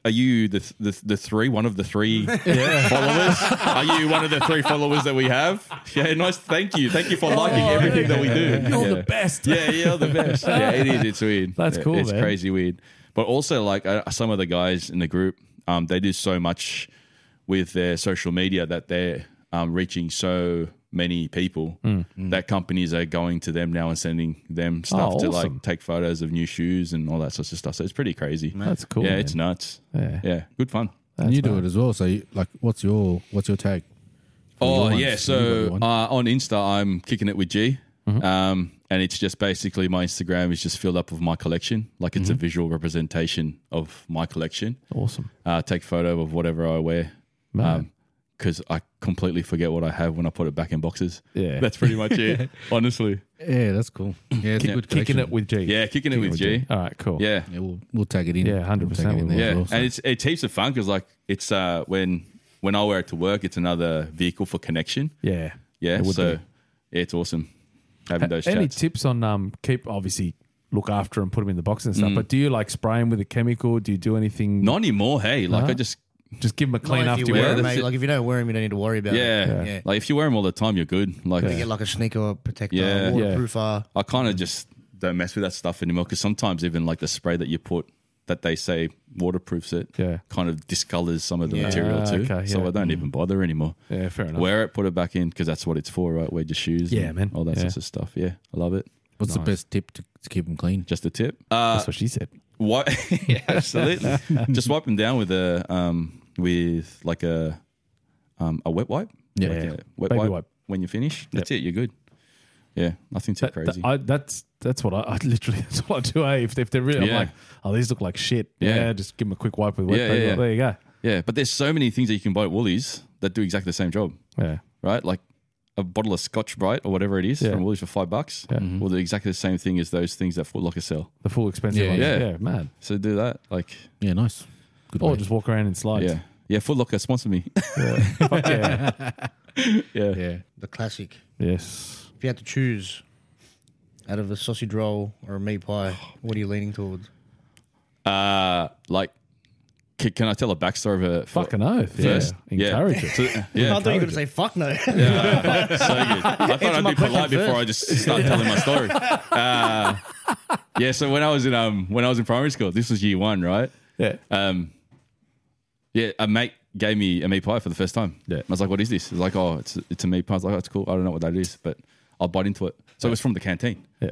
[SPEAKER 4] are you the, the the three, one of the three followers? Are you one of the three followers that we have? Yeah, nice. Thank you. Thank you for liking everything that we do.
[SPEAKER 3] You're
[SPEAKER 4] Yeah.
[SPEAKER 3] the best.
[SPEAKER 4] Yeah, yeah, the best. Yeah, it is. It's weird.
[SPEAKER 3] That's
[SPEAKER 4] Yeah,
[SPEAKER 3] cool,
[SPEAKER 4] It's
[SPEAKER 3] man.
[SPEAKER 4] crazy weird. But also, like uh, some of the guys in the group, um, they do so much with their social media that they're um, reaching so many people that companies are going to them now and sending them stuff
[SPEAKER 3] Hmm. Oh,
[SPEAKER 4] to like
[SPEAKER 3] awesome.
[SPEAKER 4] take photos of new shoes and all that sorts of stuff. So it's pretty crazy.
[SPEAKER 3] That's cool.
[SPEAKER 4] yeah,
[SPEAKER 3] man.
[SPEAKER 4] it's nuts.
[SPEAKER 3] Yeah.
[SPEAKER 4] yeah, good fun.
[SPEAKER 1] and you do it as well. So, you, like, what's your what's your tag?
[SPEAKER 4] Oh
[SPEAKER 1] your ones.
[SPEAKER 4] yeah,
[SPEAKER 1] You
[SPEAKER 4] so
[SPEAKER 1] got your one.
[SPEAKER 4] uh, on Insta, I'm kicking it with G, um, and it's just basically my Instagram is just filled up with my collection. Like it's a visual representation of my collection.
[SPEAKER 3] awesome.
[SPEAKER 4] Uh, take photo of whatever I wear,
[SPEAKER 3] Man.
[SPEAKER 4] because I completely forget what I have when I put it back in boxes.
[SPEAKER 3] Yeah.
[SPEAKER 4] that's pretty much it. Honestly,
[SPEAKER 1] Yeah, that's cool. Yeah, it's a good
[SPEAKER 3] Kicking
[SPEAKER 1] collection.
[SPEAKER 3] it with G.
[SPEAKER 4] yeah, kicking it with G.
[SPEAKER 3] All right, cool.
[SPEAKER 4] Yeah,
[SPEAKER 1] Yeah, we'll, we'll tag it in.
[SPEAKER 3] Yeah,
[SPEAKER 1] We'll tag
[SPEAKER 3] 100%
[SPEAKER 1] it in
[SPEAKER 3] we
[SPEAKER 1] there
[SPEAKER 4] yeah,
[SPEAKER 1] as well, so.
[SPEAKER 4] and it's it's heaps of fun because like it's uh, when when I wear it to work, it's another vehicle for connection.
[SPEAKER 3] Yeah.
[SPEAKER 4] Yeah,
[SPEAKER 3] It would
[SPEAKER 4] so
[SPEAKER 3] be.
[SPEAKER 4] yeah, it's awesome having those
[SPEAKER 3] Any
[SPEAKER 4] chats.
[SPEAKER 3] tips on um keep obviously look after and put them in the box and stuff. But do you like spray them with a chemical? Do you do anything?
[SPEAKER 4] Mm. Not anymore, hey. Like I
[SPEAKER 3] No.
[SPEAKER 4] just
[SPEAKER 3] just give them a clean
[SPEAKER 2] Not
[SPEAKER 3] after
[SPEAKER 2] if
[SPEAKER 3] you
[SPEAKER 2] wear
[SPEAKER 4] wear
[SPEAKER 2] them,
[SPEAKER 4] it.
[SPEAKER 2] mate.
[SPEAKER 4] That's it.
[SPEAKER 2] Like if you don't wear them, you don't need to worry about it.
[SPEAKER 4] yeah.
[SPEAKER 2] Yeah.
[SPEAKER 4] Like if you wear them all the time, you're good. Like
[SPEAKER 2] You get like a sneaker protector,
[SPEAKER 4] Yeah.
[SPEAKER 2] waterproofer.
[SPEAKER 4] I kind of just don't mess with that stuff anymore because sometimes even like the spray that you put that they say waterproofs it,
[SPEAKER 3] Yeah.
[SPEAKER 4] kind of discolors some of the
[SPEAKER 2] Yeah.
[SPEAKER 4] material
[SPEAKER 3] Ah,
[SPEAKER 4] too.
[SPEAKER 3] okay,
[SPEAKER 4] So
[SPEAKER 3] yeah.
[SPEAKER 4] I don't even bother anymore.
[SPEAKER 3] Yeah, fair enough.
[SPEAKER 4] Wear it, put it back in because that's what it's for, right? Wear your shoes,
[SPEAKER 3] Yeah,
[SPEAKER 4] and
[SPEAKER 3] man.
[SPEAKER 4] all that
[SPEAKER 3] Yeah.
[SPEAKER 4] sorts of stuff. Yeah, I love it.
[SPEAKER 1] What's the best tip to, to keep them clean?
[SPEAKER 4] Just a tip. Uh,
[SPEAKER 3] That's what she said.
[SPEAKER 4] What? yeah, absolutely. Just wipe them down with a um with like a um a wet wipe.
[SPEAKER 1] Yeah.
[SPEAKER 4] Like
[SPEAKER 3] Yeah.
[SPEAKER 4] a wet
[SPEAKER 3] Baby
[SPEAKER 4] wipe.
[SPEAKER 3] wipe.
[SPEAKER 4] When you finish, that's it. You're good. Yeah, nothing too
[SPEAKER 3] That- that-
[SPEAKER 4] crazy.
[SPEAKER 3] I, that's that's what I, I literally that's what I do. eh? if if they're really, I'm
[SPEAKER 4] Yeah.
[SPEAKER 3] like, oh, these look like shit.
[SPEAKER 4] Yeah.
[SPEAKER 3] Yeah, just give them a quick wipe with wet
[SPEAKER 4] Yeah,
[SPEAKER 3] paper.
[SPEAKER 4] yeah, yeah.
[SPEAKER 3] There you go.
[SPEAKER 4] yeah, but there's so many things that you can buy at Woolies that do exactly the same job,
[SPEAKER 3] Yeah,
[SPEAKER 4] right? Like a bottle of Scotch Brite or whatever it is
[SPEAKER 3] Yeah.
[SPEAKER 4] from Woolies for five bucks
[SPEAKER 3] Yeah.
[SPEAKER 4] will do exactly the same thing as those things that Foot Locker sell.
[SPEAKER 3] the full expensive
[SPEAKER 1] Yeah,
[SPEAKER 3] one.
[SPEAKER 4] yeah.
[SPEAKER 3] Yeah, man.
[SPEAKER 4] So do that, like
[SPEAKER 1] Yeah, nice. Good
[SPEAKER 3] Or
[SPEAKER 1] way.
[SPEAKER 3] just walk around in slides.
[SPEAKER 4] yeah, yeah. Foot Locker sponsor me.
[SPEAKER 3] Fuck yeah.
[SPEAKER 4] yeah.
[SPEAKER 1] yeah.
[SPEAKER 2] The classic.
[SPEAKER 3] yes.
[SPEAKER 2] If you had to choose out of a sausage roll or a meat pie, what are you leaning towards?
[SPEAKER 4] Uh, like, c- can I tell a backstory of a
[SPEAKER 3] Fucking oath.
[SPEAKER 4] First,
[SPEAKER 3] yeah. Encourage it.
[SPEAKER 4] So- yeah.
[SPEAKER 2] I thought you were going to say fuck no.
[SPEAKER 4] so good. I thought I'd
[SPEAKER 2] my
[SPEAKER 4] be
[SPEAKER 2] question
[SPEAKER 4] polite before
[SPEAKER 2] first.
[SPEAKER 4] I just start telling my story. Uh, yeah, so when I was in um when I was in primary school, this was year one, right?
[SPEAKER 3] Yeah.
[SPEAKER 4] Um, yeah, a mate gave me a meat pie for the first time.
[SPEAKER 3] Yeah.
[SPEAKER 4] I was like, "What is this?" It's like, "Oh, it's it's a meat pie." I was like, oh, "That's cool. I don't know what that is, but I'll bite into it." So it was from the canteen.
[SPEAKER 3] Yeah.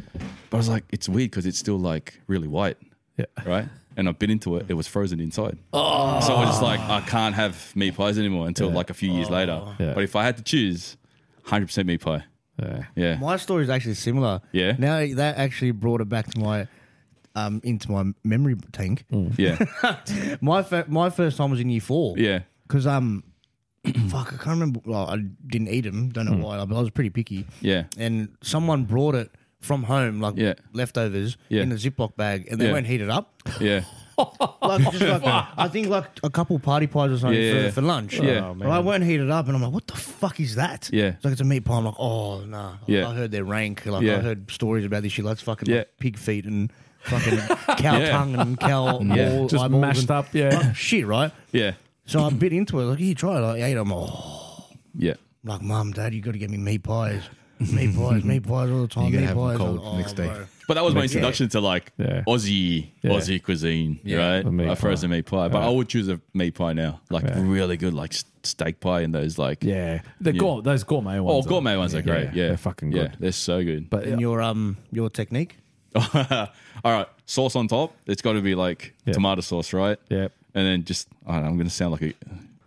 [SPEAKER 4] But I was like, "It's weird because it's still like really white."
[SPEAKER 3] Yeah. Oh.
[SPEAKER 4] right? And I bit into it. It was frozen inside. So I was just like, I can't have meat pies anymore until like a few years later.
[SPEAKER 3] Yeah.
[SPEAKER 4] But if I had to choose, 100% meat pie.
[SPEAKER 3] Yeah.
[SPEAKER 4] Yeah.
[SPEAKER 2] my story is actually similar.
[SPEAKER 4] Yeah.
[SPEAKER 2] Now that actually brought it back to my um, into my memory tank.
[SPEAKER 1] Mm.
[SPEAKER 4] Yeah.
[SPEAKER 2] My fir- my first time was in year four.
[SPEAKER 4] Yeah.
[SPEAKER 2] Because um, fuck, I can't remember. Well, I didn't eat them. Don't know
[SPEAKER 1] Mm.
[SPEAKER 2] why. But I was pretty picky.
[SPEAKER 4] Yeah.
[SPEAKER 2] And someone brought it from home, like
[SPEAKER 4] Yeah.
[SPEAKER 2] leftovers,
[SPEAKER 4] Yeah.
[SPEAKER 2] in a Ziploc bag, and they
[SPEAKER 4] Yeah.
[SPEAKER 2] won't heat it up.
[SPEAKER 4] Yeah.
[SPEAKER 2] Like, just like a, I think like a couple party pies or something
[SPEAKER 4] Yeah.
[SPEAKER 2] for, for lunch.
[SPEAKER 4] Yeah. Oh,
[SPEAKER 2] But I won't heat it up, and I'm like, what the fuck is that?
[SPEAKER 4] Yeah.
[SPEAKER 2] It's like it's a meat pie. I'm like, oh nah.
[SPEAKER 4] Yeah.
[SPEAKER 2] I heard their rank. Like I
[SPEAKER 4] Yeah.
[SPEAKER 2] heard stories about this shit. Like it's fucking
[SPEAKER 4] Yeah.
[SPEAKER 2] like, pig feet and fucking cow
[SPEAKER 4] Yeah.
[SPEAKER 2] tongue and cow all
[SPEAKER 3] Just
[SPEAKER 2] eyeballs
[SPEAKER 3] mashed
[SPEAKER 2] and-
[SPEAKER 3] up, yeah.
[SPEAKER 2] like, shit, right?
[SPEAKER 4] Yeah.
[SPEAKER 2] So I bit into it. Like, you try it. Like, I ate them. Oh,
[SPEAKER 4] Yeah.
[SPEAKER 2] I'm like, mum, dad, you got to get me meat pies. Meat pies, meat pies all the time.
[SPEAKER 1] You gotta
[SPEAKER 2] meat
[SPEAKER 1] have 'em
[SPEAKER 2] pies.
[SPEAKER 1] cold
[SPEAKER 2] I'm like, oh,
[SPEAKER 1] next day.
[SPEAKER 2] bro.
[SPEAKER 4] But that was my introduction to like
[SPEAKER 3] Yeah.
[SPEAKER 4] Aussie Aussie cuisine, right?
[SPEAKER 3] The meat
[SPEAKER 4] I frozen meat pie, but I would choose a meat pie now, like
[SPEAKER 3] Yeah.
[SPEAKER 4] really good, like s- steak pie and those like
[SPEAKER 3] Yeah, the gour- those gourmet
[SPEAKER 4] Oh,
[SPEAKER 3] ones.
[SPEAKER 4] gourmet ones are great. Yeah,
[SPEAKER 3] they're fucking
[SPEAKER 4] Yeah,
[SPEAKER 3] good.
[SPEAKER 4] they're so good.
[SPEAKER 3] But
[SPEAKER 2] And your um your technique.
[SPEAKER 4] all right, sauce on top. It's got to be like
[SPEAKER 3] Yeah.
[SPEAKER 4] tomato sauce, right?
[SPEAKER 3] Yep.
[SPEAKER 4] And then just I don't know, I'm going to sound like a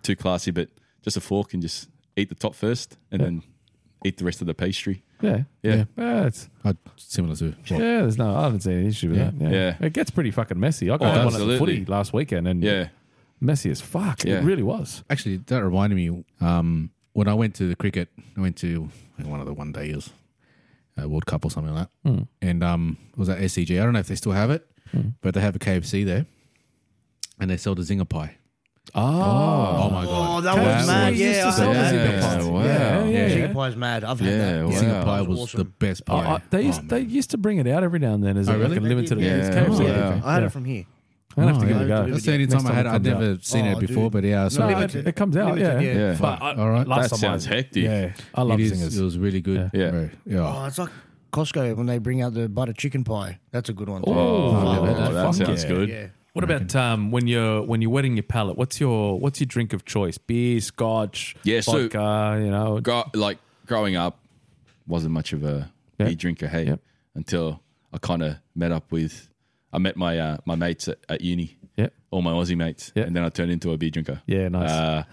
[SPEAKER 4] too classy, but just a fork and just eat the top first, and then eat the rest of the pastry.
[SPEAKER 3] yeah,
[SPEAKER 4] Yeah.
[SPEAKER 1] Yeah.
[SPEAKER 3] yeah, it's
[SPEAKER 1] Uh, similar to what?
[SPEAKER 3] yeah. There's no, I haven't seen an issue with
[SPEAKER 1] Yeah.
[SPEAKER 3] that. Yeah.
[SPEAKER 4] Yeah.
[SPEAKER 3] it gets pretty fucking messy. I got one at the
[SPEAKER 4] absolutely.
[SPEAKER 3] footy last weekend, and
[SPEAKER 4] Yeah.
[SPEAKER 3] messy as fuck.
[SPEAKER 4] Yeah.
[SPEAKER 3] It really was.
[SPEAKER 1] Actually, that reminded me. Um, when I went to the cricket, I went to one of the one days, uh, World Cup or something like that,
[SPEAKER 3] Hmm.
[SPEAKER 1] and um, it was at SCG. I don't know if they still have it, but they have a KFC there, and they sell the zinger pie.
[SPEAKER 3] Oh,
[SPEAKER 1] Oh, my god,
[SPEAKER 2] that
[SPEAKER 1] That
[SPEAKER 2] was mad.
[SPEAKER 1] was
[SPEAKER 2] Yeah, I
[SPEAKER 1] just
[SPEAKER 2] had
[SPEAKER 1] a
[SPEAKER 2] that.
[SPEAKER 1] zinger
[SPEAKER 4] Yeah,
[SPEAKER 1] pie.
[SPEAKER 4] wow.
[SPEAKER 3] Yeah, Oh, yeah.
[SPEAKER 2] Zinger pie's mad. I've had
[SPEAKER 4] Yeah,
[SPEAKER 2] that.
[SPEAKER 4] wow.
[SPEAKER 1] zinger pie was
[SPEAKER 2] Awesome.
[SPEAKER 1] the best
[SPEAKER 3] I-
[SPEAKER 1] pie.
[SPEAKER 3] I- they used
[SPEAKER 1] Oh,
[SPEAKER 3] they
[SPEAKER 1] man.
[SPEAKER 3] used to bring it out every now and then as
[SPEAKER 1] Oh,
[SPEAKER 3] a, like
[SPEAKER 1] really?
[SPEAKER 3] a limited
[SPEAKER 2] Yeah.
[SPEAKER 3] it's
[SPEAKER 4] Yeah.
[SPEAKER 3] KFC.
[SPEAKER 1] Oh,
[SPEAKER 4] yeah.
[SPEAKER 2] I had
[SPEAKER 3] Yeah.
[SPEAKER 2] it from here.
[SPEAKER 3] I'm gonna have to
[SPEAKER 1] Oh,
[SPEAKER 3] give
[SPEAKER 1] yeah.
[SPEAKER 3] it a go.
[SPEAKER 1] That's the only
[SPEAKER 3] Next
[SPEAKER 1] time I
[SPEAKER 3] time
[SPEAKER 1] had
[SPEAKER 3] it
[SPEAKER 1] it. I'd
[SPEAKER 3] comes
[SPEAKER 1] never seen
[SPEAKER 2] Oh,
[SPEAKER 1] it before,
[SPEAKER 2] dude.
[SPEAKER 1] but yeah, I saw
[SPEAKER 3] No,
[SPEAKER 1] it.
[SPEAKER 3] it, it comes out.
[SPEAKER 2] Limited,
[SPEAKER 3] yeah,
[SPEAKER 2] yeah.
[SPEAKER 3] But I,
[SPEAKER 1] All right.
[SPEAKER 3] last
[SPEAKER 4] that
[SPEAKER 3] time I-
[SPEAKER 4] sounds hectic.
[SPEAKER 3] Yeah, I love
[SPEAKER 1] It is-
[SPEAKER 3] zingers.
[SPEAKER 1] It was really good.
[SPEAKER 4] Yeah.
[SPEAKER 1] bro.
[SPEAKER 2] Oh,
[SPEAKER 1] yeah.
[SPEAKER 2] it's like Costco when they bring out the butter chicken pie. That's a good one. too.
[SPEAKER 4] Oh,
[SPEAKER 3] Oh,
[SPEAKER 4] that,
[SPEAKER 3] fuck
[SPEAKER 4] sounds
[SPEAKER 3] yeah.
[SPEAKER 4] good.
[SPEAKER 2] Yeah.
[SPEAKER 3] What about um, when you're when you're wetting your palate? What's your what's your drink of choice? Beer, scotch,
[SPEAKER 4] Yeah, so-
[SPEAKER 3] vodka. you know,
[SPEAKER 4] Grow, like growing up, wasn't much of a
[SPEAKER 3] Yeah.
[SPEAKER 4] beer drinker. Hey,
[SPEAKER 3] Yep.
[SPEAKER 4] until I kind of met up with, I met my uh, my mates at, at uni.
[SPEAKER 3] Yep.
[SPEAKER 4] all my Aussie mates,
[SPEAKER 3] Yep.
[SPEAKER 4] and then I turned into a beer drinker.
[SPEAKER 3] Yeah, nice.
[SPEAKER 4] Uh,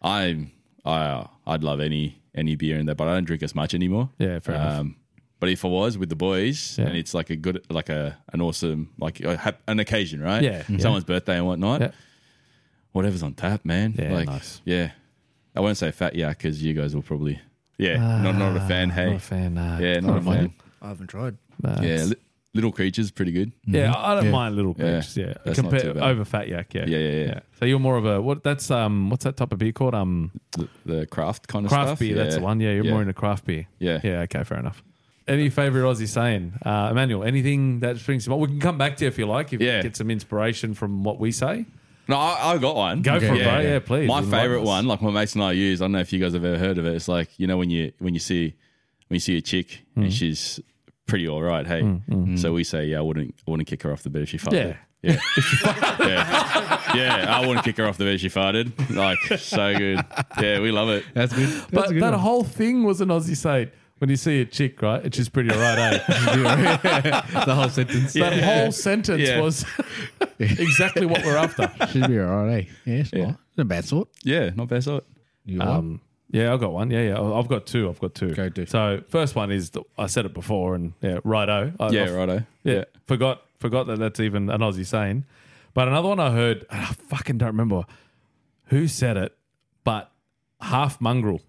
[SPEAKER 4] I'm I uh, I'd love any any beer in there, but I don't drink as much anymore.
[SPEAKER 3] Yeah, fair enough.
[SPEAKER 4] Um, But if I was with the boys, and it's like a good, like a an awesome, like a hap- an occasion, right? Mm-hmm.
[SPEAKER 3] Yeah. Mm.
[SPEAKER 4] someone's birthday and whatnot.
[SPEAKER 3] Yeah.
[SPEAKER 4] Whatever's on tap, man.
[SPEAKER 3] Yeah,
[SPEAKER 4] like,
[SPEAKER 3] nice.
[SPEAKER 4] Yeah, I won't say fat yeah because you guys will probably yeah not not a fan. Hey,
[SPEAKER 3] Ah, not a fan. Nah.
[SPEAKER 4] yeah, not a
[SPEAKER 1] mind
[SPEAKER 4] fan.
[SPEAKER 2] I haven't tried.
[SPEAKER 3] Nah,
[SPEAKER 4] Yeah,
[SPEAKER 3] it's-
[SPEAKER 4] li- little creatures pretty good.
[SPEAKER 3] yeah. I don't
[SPEAKER 1] Yeah.
[SPEAKER 3] mind little
[SPEAKER 4] Yeah.
[SPEAKER 3] peaks. Yeah,
[SPEAKER 4] That's not
[SPEAKER 3] Compare,
[SPEAKER 4] too bad.
[SPEAKER 3] over fat yak. Yeah.
[SPEAKER 4] Yeah, yeah, yeah.
[SPEAKER 3] So you're more of a what? That's um, what's that type of beer called? Um,
[SPEAKER 4] The, the craft kind of
[SPEAKER 3] craft
[SPEAKER 4] stuff.
[SPEAKER 3] beer. That's the one. Yeah, you're more into craft beer.
[SPEAKER 4] Yeah.
[SPEAKER 3] yeah. Okay, fair enough. Any favorite Aussie saying, uh, Emmanuel? Anything that springs to mind? We can come back to you if you like. If
[SPEAKER 4] Yeah.
[SPEAKER 3] you get some inspiration from what we say,
[SPEAKER 4] No, I, I got one.
[SPEAKER 3] go for it,
[SPEAKER 4] Yeah,
[SPEAKER 3] bro.
[SPEAKER 4] yeah.
[SPEAKER 3] Yeah, please.
[SPEAKER 4] My
[SPEAKER 3] Enlighten
[SPEAKER 4] favorite
[SPEAKER 3] us.
[SPEAKER 4] one, like my mates and I use. I don't know if you guys have ever heard of it. It's like you know when you when you see when you see a chick
[SPEAKER 3] Hmm.
[SPEAKER 4] and she's pretty all right. Hey, so we say, yeah, I wouldn't I wouldn't kick her off the bed if she
[SPEAKER 3] Yeah.
[SPEAKER 4] farted. Yeah. yeah, yeah, I wouldn't kick her off the bed if she farted. Like so good. Yeah, we love it.
[SPEAKER 1] That's good.
[SPEAKER 3] But that whole thing was an Aussie saying. When you see a chick, right? It's just pretty alright, eh?
[SPEAKER 1] the whole sentence.
[SPEAKER 3] That whole sentence
[SPEAKER 4] Yeah.
[SPEAKER 3] was exactly what we're after.
[SPEAKER 1] Should be all right, eh? Yeah, it's not. It's a bad sort.
[SPEAKER 4] Yeah, not bad sort.
[SPEAKER 1] You
[SPEAKER 3] Um, yeah, I've got one. Yeah, yeah. I've got two. I've got two.
[SPEAKER 1] Go do.
[SPEAKER 3] So first one is the, I said it before, and yeah, righto. I,
[SPEAKER 4] Yeah,
[SPEAKER 3] I've-
[SPEAKER 4] righto.
[SPEAKER 3] Yeah, forgot forgot that that's even an Aussie saying. But another one I heard, and I fucking don't remember who said it, but half mongrel.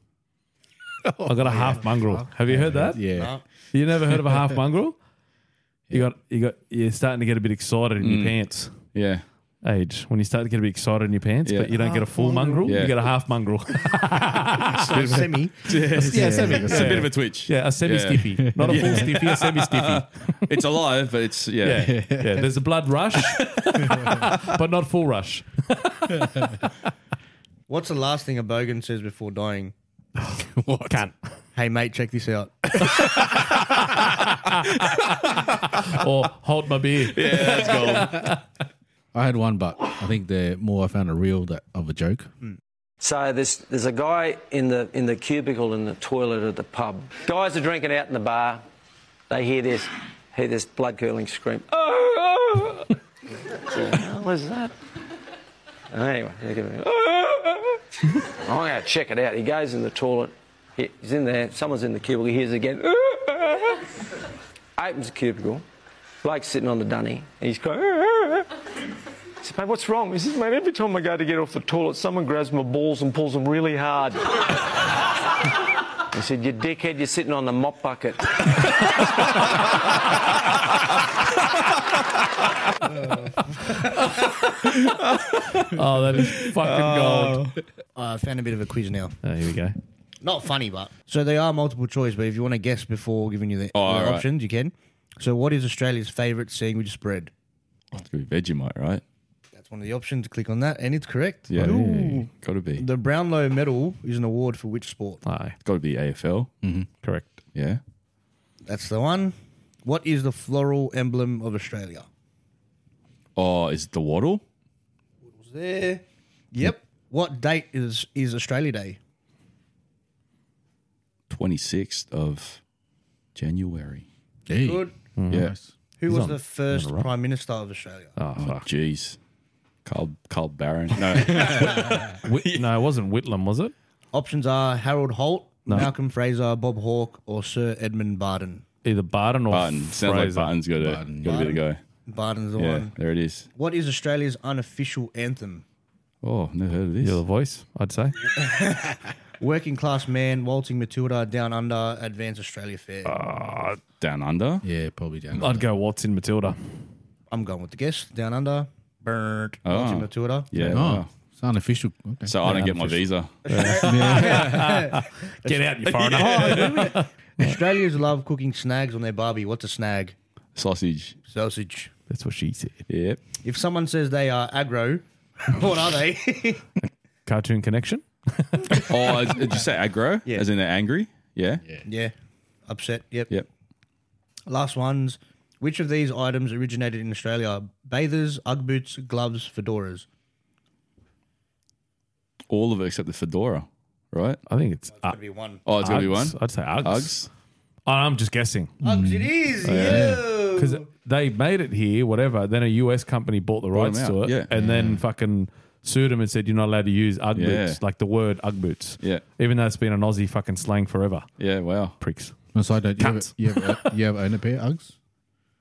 [SPEAKER 3] I got a half mongrel. Have you heard that?
[SPEAKER 1] Oh, yeah.
[SPEAKER 3] You never heard of a half mongrel? You got you got you're starting to get a bit excited in your
[SPEAKER 4] Mm.
[SPEAKER 3] pants.
[SPEAKER 4] Yeah,
[SPEAKER 3] Age when you start to get a bit excited in your pants,
[SPEAKER 4] Yeah.
[SPEAKER 3] but you don't get a full mongrel,
[SPEAKER 4] Yeah.
[SPEAKER 3] you get a half mongrel.
[SPEAKER 2] So semi.
[SPEAKER 3] yeah, semi.
[SPEAKER 4] it's a bit of a twitch.
[SPEAKER 3] Ah, Yeah, a semi stiffy. Not a full stiffy, a semi stiffy.
[SPEAKER 4] it's alive, but it's
[SPEAKER 3] Yeah.
[SPEAKER 4] yeah.
[SPEAKER 3] yeah. There's a blood rush, but not full rush.
[SPEAKER 2] What's the last thing a bogan says before dying?
[SPEAKER 3] What? Can't.
[SPEAKER 2] Hey mate, check this out.
[SPEAKER 3] Or hold my beer. Yeah.
[SPEAKER 1] I had one, but I think the more I found a real that, of a joke.
[SPEAKER 6] So there's, there's a guy in the, in the cubicle in the toilet at the pub. Guys are drinking out in the bar. They hear this, hear this blood curdling scream. Oh, oh. what is that? Anyway, they give it- "Oh, oh, oh." I'm going to check it out. He goes in the toilet. He- He's in there. Someone's in the cubicle. He hears it again. "Oh, oh, oh." Opens the cubicle. Bloke's sitting on the dunny. And he's going, "Ah, ah, ah." I said, mate, what's wrong? He says, mate, every time I go to get off the toilet, someone grabs my balls and pulls them really hard. I said, you dickhead, you're sitting on the mop bucket.
[SPEAKER 3] Oh, that is fucking gold.
[SPEAKER 2] I Uh, found a bit of a quiz now.
[SPEAKER 3] Oh, here we go.
[SPEAKER 2] Not funny, but so they are multiple choice. But if you want to guess before giving you the, the
[SPEAKER 4] Oh, all right.
[SPEAKER 2] options, you can. So, what is Australia's favourite sandwich spread?
[SPEAKER 4] It's gotta be Vegemite, right?
[SPEAKER 2] That's one of the options. Click on that, and it's correct.
[SPEAKER 4] Yeah,
[SPEAKER 2] Ooh.
[SPEAKER 4] gotta be.
[SPEAKER 2] The Brownlow Medal is an award for which sport?
[SPEAKER 3] Aye,
[SPEAKER 4] It's gotta be AFL.
[SPEAKER 3] Mm. correct.
[SPEAKER 4] Yeah.
[SPEAKER 2] That's the one. What is the floral emblem of Australia?
[SPEAKER 4] Oh, is it the waddle?
[SPEAKER 2] There. Yep. What date is is Australia Day?
[SPEAKER 4] Twenty sixth of January.
[SPEAKER 1] Hey.
[SPEAKER 2] Good.
[SPEAKER 4] Yes.
[SPEAKER 2] Who was the first prime minister of Australia?
[SPEAKER 3] Oh,
[SPEAKER 4] Oh,
[SPEAKER 3] fuck.
[SPEAKER 4] jeez. Carl Carl Barron. No.
[SPEAKER 3] Whit- no, it wasn't Whitlam, was it?
[SPEAKER 2] Options are Harold Holt, Malcolm Fraser, Bob Hawke, or Sir Edmund Barton.
[SPEAKER 3] Either Barton or
[SPEAKER 4] Barton. Sounds like
[SPEAKER 3] Fraser.
[SPEAKER 4] Barton's got a got a bit of go.
[SPEAKER 2] Barton's the
[SPEAKER 4] Yeah,
[SPEAKER 2] one.
[SPEAKER 4] there it is.
[SPEAKER 2] What is Australia's unofficial anthem?
[SPEAKER 4] Oh, never heard of this.
[SPEAKER 3] You're the voice, I'd say.
[SPEAKER 2] Working class man, waltzing Matilda, down under, advance Australia fair.
[SPEAKER 4] Down under.
[SPEAKER 1] Yeah, probably down.
[SPEAKER 3] I'd go Watts in Matilda.
[SPEAKER 2] I'm going with the guess. Down under, burnt, waltzing
[SPEAKER 4] Oh.
[SPEAKER 2] Matilda.
[SPEAKER 4] Yeah.
[SPEAKER 1] Oh,
[SPEAKER 4] wow.
[SPEAKER 1] it's unofficial. Okay.
[SPEAKER 4] So I don't get my visa.
[SPEAKER 3] Get out, you foreigner.
[SPEAKER 2] Australians love cooking snags on their barbie. What's a snag?
[SPEAKER 4] Sausage.
[SPEAKER 2] Sausage.
[SPEAKER 3] That's what she said.
[SPEAKER 4] Yep.
[SPEAKER 2] If someone says they are aggro, what are they?
[SPEAKER 3] Cartoon Connection?
[SPEAKER 4] Oh, is- did you say aggro?
[SPEAKER 2] Yeah.
[SPEAKER 4] As in they're angry? Yeah.
[SPEAKER 2] yeah, upset. Yep.
[SPEAKER 4] Yep.
[SPEAKER 2] Last ones. Which of these items originated in Australia? Bathers, UGG boots, gloves, fedoras.
[SPEAKER 4] All of it except the fedora, right?
[SPEAKER 3] I think it's uh,
[SPEAKER 2] Gotta be one.
[SPEAKER 4] Oh, it's gonna be one.
[SPEAKER 3] Uggs. I'd say Uggs.
[SPEAKER 4] Uggs.
[SPEAKER 3] Oh, I'm just guessing.
[SPEAKER 2] Uggs, it is. Yeah.
[SPEAKER 3] Because they made it here, whatever. Then a US company bought the rights
[SPEAKER 4] them
[SPEAKER 3] to
[SPEAKER 4] out,
[SPEAKER 3] it
[SPEAKER 4] yeah.
[SPEAKER 3] and then fucking sued them and said, you're not allowed to use Ugg
[SPEAKER 4] Yeah.
[SPEAKER 3] boots, like the word Ugg boots.
[SPEAKER 4] Yeah.
[SPEAKER 3] Even though it's been an Aussie fucking slang forever.
[SPEAKER 4] Yeah. Wow.
[SPEAKER 3] Pricks.
[SPEAKER 1] On a side note, you ever,
[SPEAKER 3] Cunts.
[SPEAKER 1] you, ever, you ever own a pair of Uggs?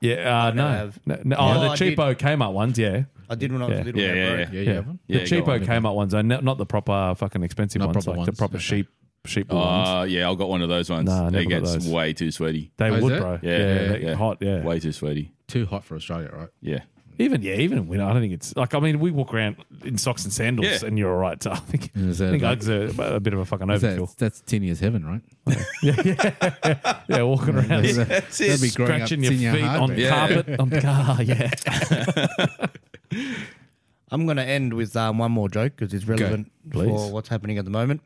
[SPEAKER 3] Yeah, uh,
[SPEAKER 2] never
[SPEAKER 3] no.
[SPEAKER 2] have.
[SPEAKER 3] no, no. Oh,
[SPEAKER 2] Yeah.
[SPEAKER 3] the
[SPEAKER 2] Oh, I did.
[SPEAKER 3] cheapo Kmart ones, yeah.
[SPEAKER 2] I did when I was
[SPEAKER 3] Yeah.
[SPEAKER 2] little.
[SPEAKER 4] Yeah,
[SPEAKER 2] man,
[SPEAKER 4] yeah,
[SPEAKER 2] bro.
[SPEAKER 4] yeah.
[SPEAKER 1] Yeah, you
[SPEAKER 3] Yeah.
[SPEAKER 1] have one.
[SPEAKER 4] Yeah,
[SPEAKER 3] the
[SPEAKER 4] go
[SPEAKER 3] cheapo
[SPEAKER 4] on.
[SPEAKER 3] Kmart ones, are no- not the proper fucking expensive
[SPEAKER 1] Not
[SPEAKER 3] ones,
[SPEAKER 1] proper
[SPEAKER 3] like the
[SPEAKER 1] ones,
[SPEAKER 3] proper
[SPEAKER 1] okay.
[SPEAKER 3] sheep sheep wool ones.
[SPEAKER 4] Uh, yeah, I got one of those ones.
[SPEAKER 3] Nah, I
[SPEAKER 4] it
[SPEAKER 3] never got
[SPEAKER 4] gets
[SPEAKER 3] those.
[SPEAKER 4] way too sweaty.
[SPEAKER 3] They
[SPEAKER 1] Oh, is
[SPEAKER 3] would,
[SPEAKER 1] it?
[SPEAKER 3] bro.
[SPEAKER 4] Yeah,
[SPEAKER 3] Yeah,
[SPEAKER 4] yeah,
[SPEAKER 3] they-
[SPEAKER 4] yeah.
[SPEAKER 3] hot. Yeah,
[SPEAKER 4] Way too sweaty.
[SPEAKER 1] Too hot for Australia, right?
[SPEAKER 4] Yeah.
[SPEAKER 3] even yeah, even in winter. I don't think it's like I mean we walk around in socks and sandals,
[SPEAKER 4] Yeah.
[SPEAKER 3] and you're all right. So I think
[SPEAKER 1] Is that
[SPEAKER 3] I think
[SPEAKER 1] like-
[SPEAKER 3] Uggs are a bit of a fucking overkill.
[SPEAKER 1] That's, that's tinny as heaven, right?
[SPEAKER 3] Yeah, walking around
[SPEAKER 1] That's it. That'd be growing up
[SPEAKER 3] scratching your
[SPEAKER 1] tin
[SPEAKER 3] feet on
[SPEAKER 1] hardware.
[SPEAKER 4] Yeah.
[SPEAKER 3] carpet on car. Yeah,
[SPEAKER 2] I'm going to end with um, one more joke because it's relevant for
[SPEAKER 3] please.
[SPEAKER 2] what's happening at the moment.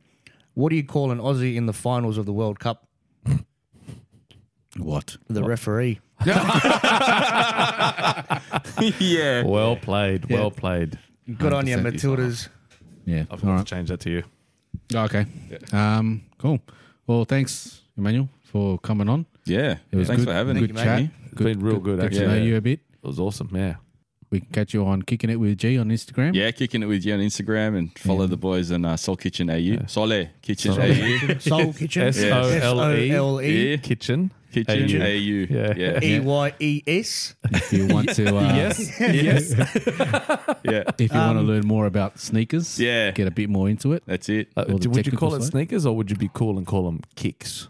[SPEAKER 2] What do you call an Aussie in the finals of the World Cup?
[SPEAKER 1] What?
[SPEAKER 2] The referee.
[SPEAKER 4] yeah.
[SPEAKER 3] well played, well played.
[SPEAKER 2] Good on you,
[SPEAKER 1] 100% he's not.
[SPEAKER 2] Matildas.
[SPEAKER 1] Yeah.
[SPEAKER 3] I've
[SPEAKER 1] All
[SPEAKER 3] got to
[SPEAKER 1] right. Oh,
[SPEAKER 3] change that to you.
[SPEAKER 1] Okay. Um. Cool. Well, thanks, Emmanuel, for coming on.
[SPEAKER 4] Yeah.
[SPEAKER 1] It was
[SPEAKER 4] Thanks
[SPEAKER 1] good,
[SPEAKER 4] for having
[SPEAKER 1] good
[SPEAKER 4] me.
[SPEAKER 1] chat.
[SPEAKER 3] It's been real good,
[SPEAKER 1] Get
[SPEAKER 3] actually.
[SPEAKER 1] to know
[SPEAKER 4] Yeah.
[SPEAKER 1] you a bit.
[SPEAKER 3] It was awesome. Yeah,
[SPEAKER 1] We can catch you on kicking it with G on Instagram.
[SPEAKER 4] Yeah, kicking it with you on Instagram and follow the boys on uh, Soul Kitchen AU. Sole Kitchen AU.
[SPEAKER 2] Soul Kitchen.
[SPEAKER 3] S O L E
[SPEAKER 2] S-O-L-E.
[SPEAKER 4] Yeah.
[SPEAKER 3] kitchen
[SPEAKER 4] Kitchen AU.
[SPEAKER 3] AU.
[SPEAKER 4] Yeah.
[SPEAKER 3] Yeah.
[SPEAKER 4] Yeah.
[SPEAKER 2] E Y E S.
[SPEAKER 1] If you want to, uh,
[SPEAKER 3] Yes, Um, yes.
[SPEAKER 4] yeah.
[SPEAKER 1] If you want to learn more about sneakers,
[SPEAKER 4] Yeah.
[SPEAKER 1] get a bit more into it.
[SPEAKER 4] That's it.
[SPEAKER 3] Uh,
[SPEAKER 1] Or the
[SPEAKER 3] would you
[SPEAKER 1] technical
[SPEAKER 3] call it
[SPEAKER 1] side?
[SPEAKER 3] sneakers or would you be cool and call them kicks?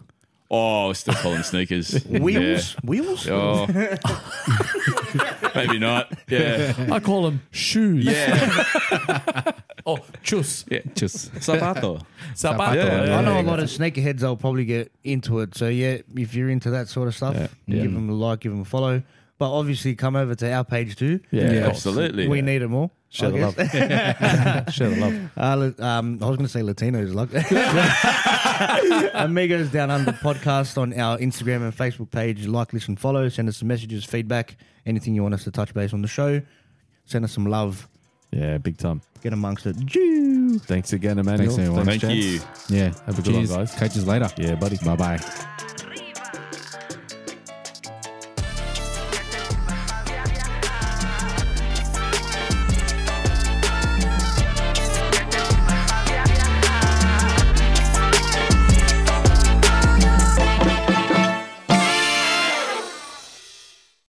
[SPEAKER 4] Oh, I still call them sneakers.
[SPEAKER 2] Wheels? Wheels?
[SPEAKER 4] Yeah. Oh. Maybe not. Yeah.
[SPEAKER 3] I call them shoes.
[SPEAKER 4] Yeah.
[SPEAKER 3] Oh, chus.
[SPEAKER 4] yeah.
[SPEAKER 1] Just
[SPEAKER 4] Sabato.
[SPEAKER 3] Zapato.
[SPEAKER 4] Yeah.
[SPEAKER 2] I know a lot of sneakerheads. I'll probably get into it. So yeah, if you're into that sort of stuff, give them a like, give them a follow. But obviously, come over to our page too.
[SPEAKER 3] Yeah,
[SPEAKER 4] Yeah,
[SPEAKER 3] of course.
[SPEAKER 4] absolutely.
[SPEAKER 2] We need them all.
[SPEAKER 3] Share
[SPEAKER 2] I
[SPEAKER 3] the
[SPEAKER 2] guess.
[SPEAKER 3] love. Share the love.
[SPEAKER 2] Uh, li- um, I was going to say Latinos. Like Amigos Down Under podcast on our Instagram and Facebook page. Like, listen, follow. Send us some messages, feedback, anything you want us to touch base on the show. Send us some love.
[SPEAKER 3] Yeah, big time.
[SPEAKER 2] Get amongst it. Jew.
[SPEAKER 3] Thanks again, Emmanuel.
[SPEAKER 1] Thanks, everyone.
[SPEAKER 4] Thank
[SPEAKER 3] gents.
[SPEAKER 4] you.
[SPEAKER 1] yeah.
[SPEAKER 3] Have a good one,
[SPEAKER 1] Cheers.
[SPEAKER 3] guys.
[SPEAKER 1] Catch us later.
[SPEAKER 3] Yeah, buddy.
[SPEAKER 1] Bye bye.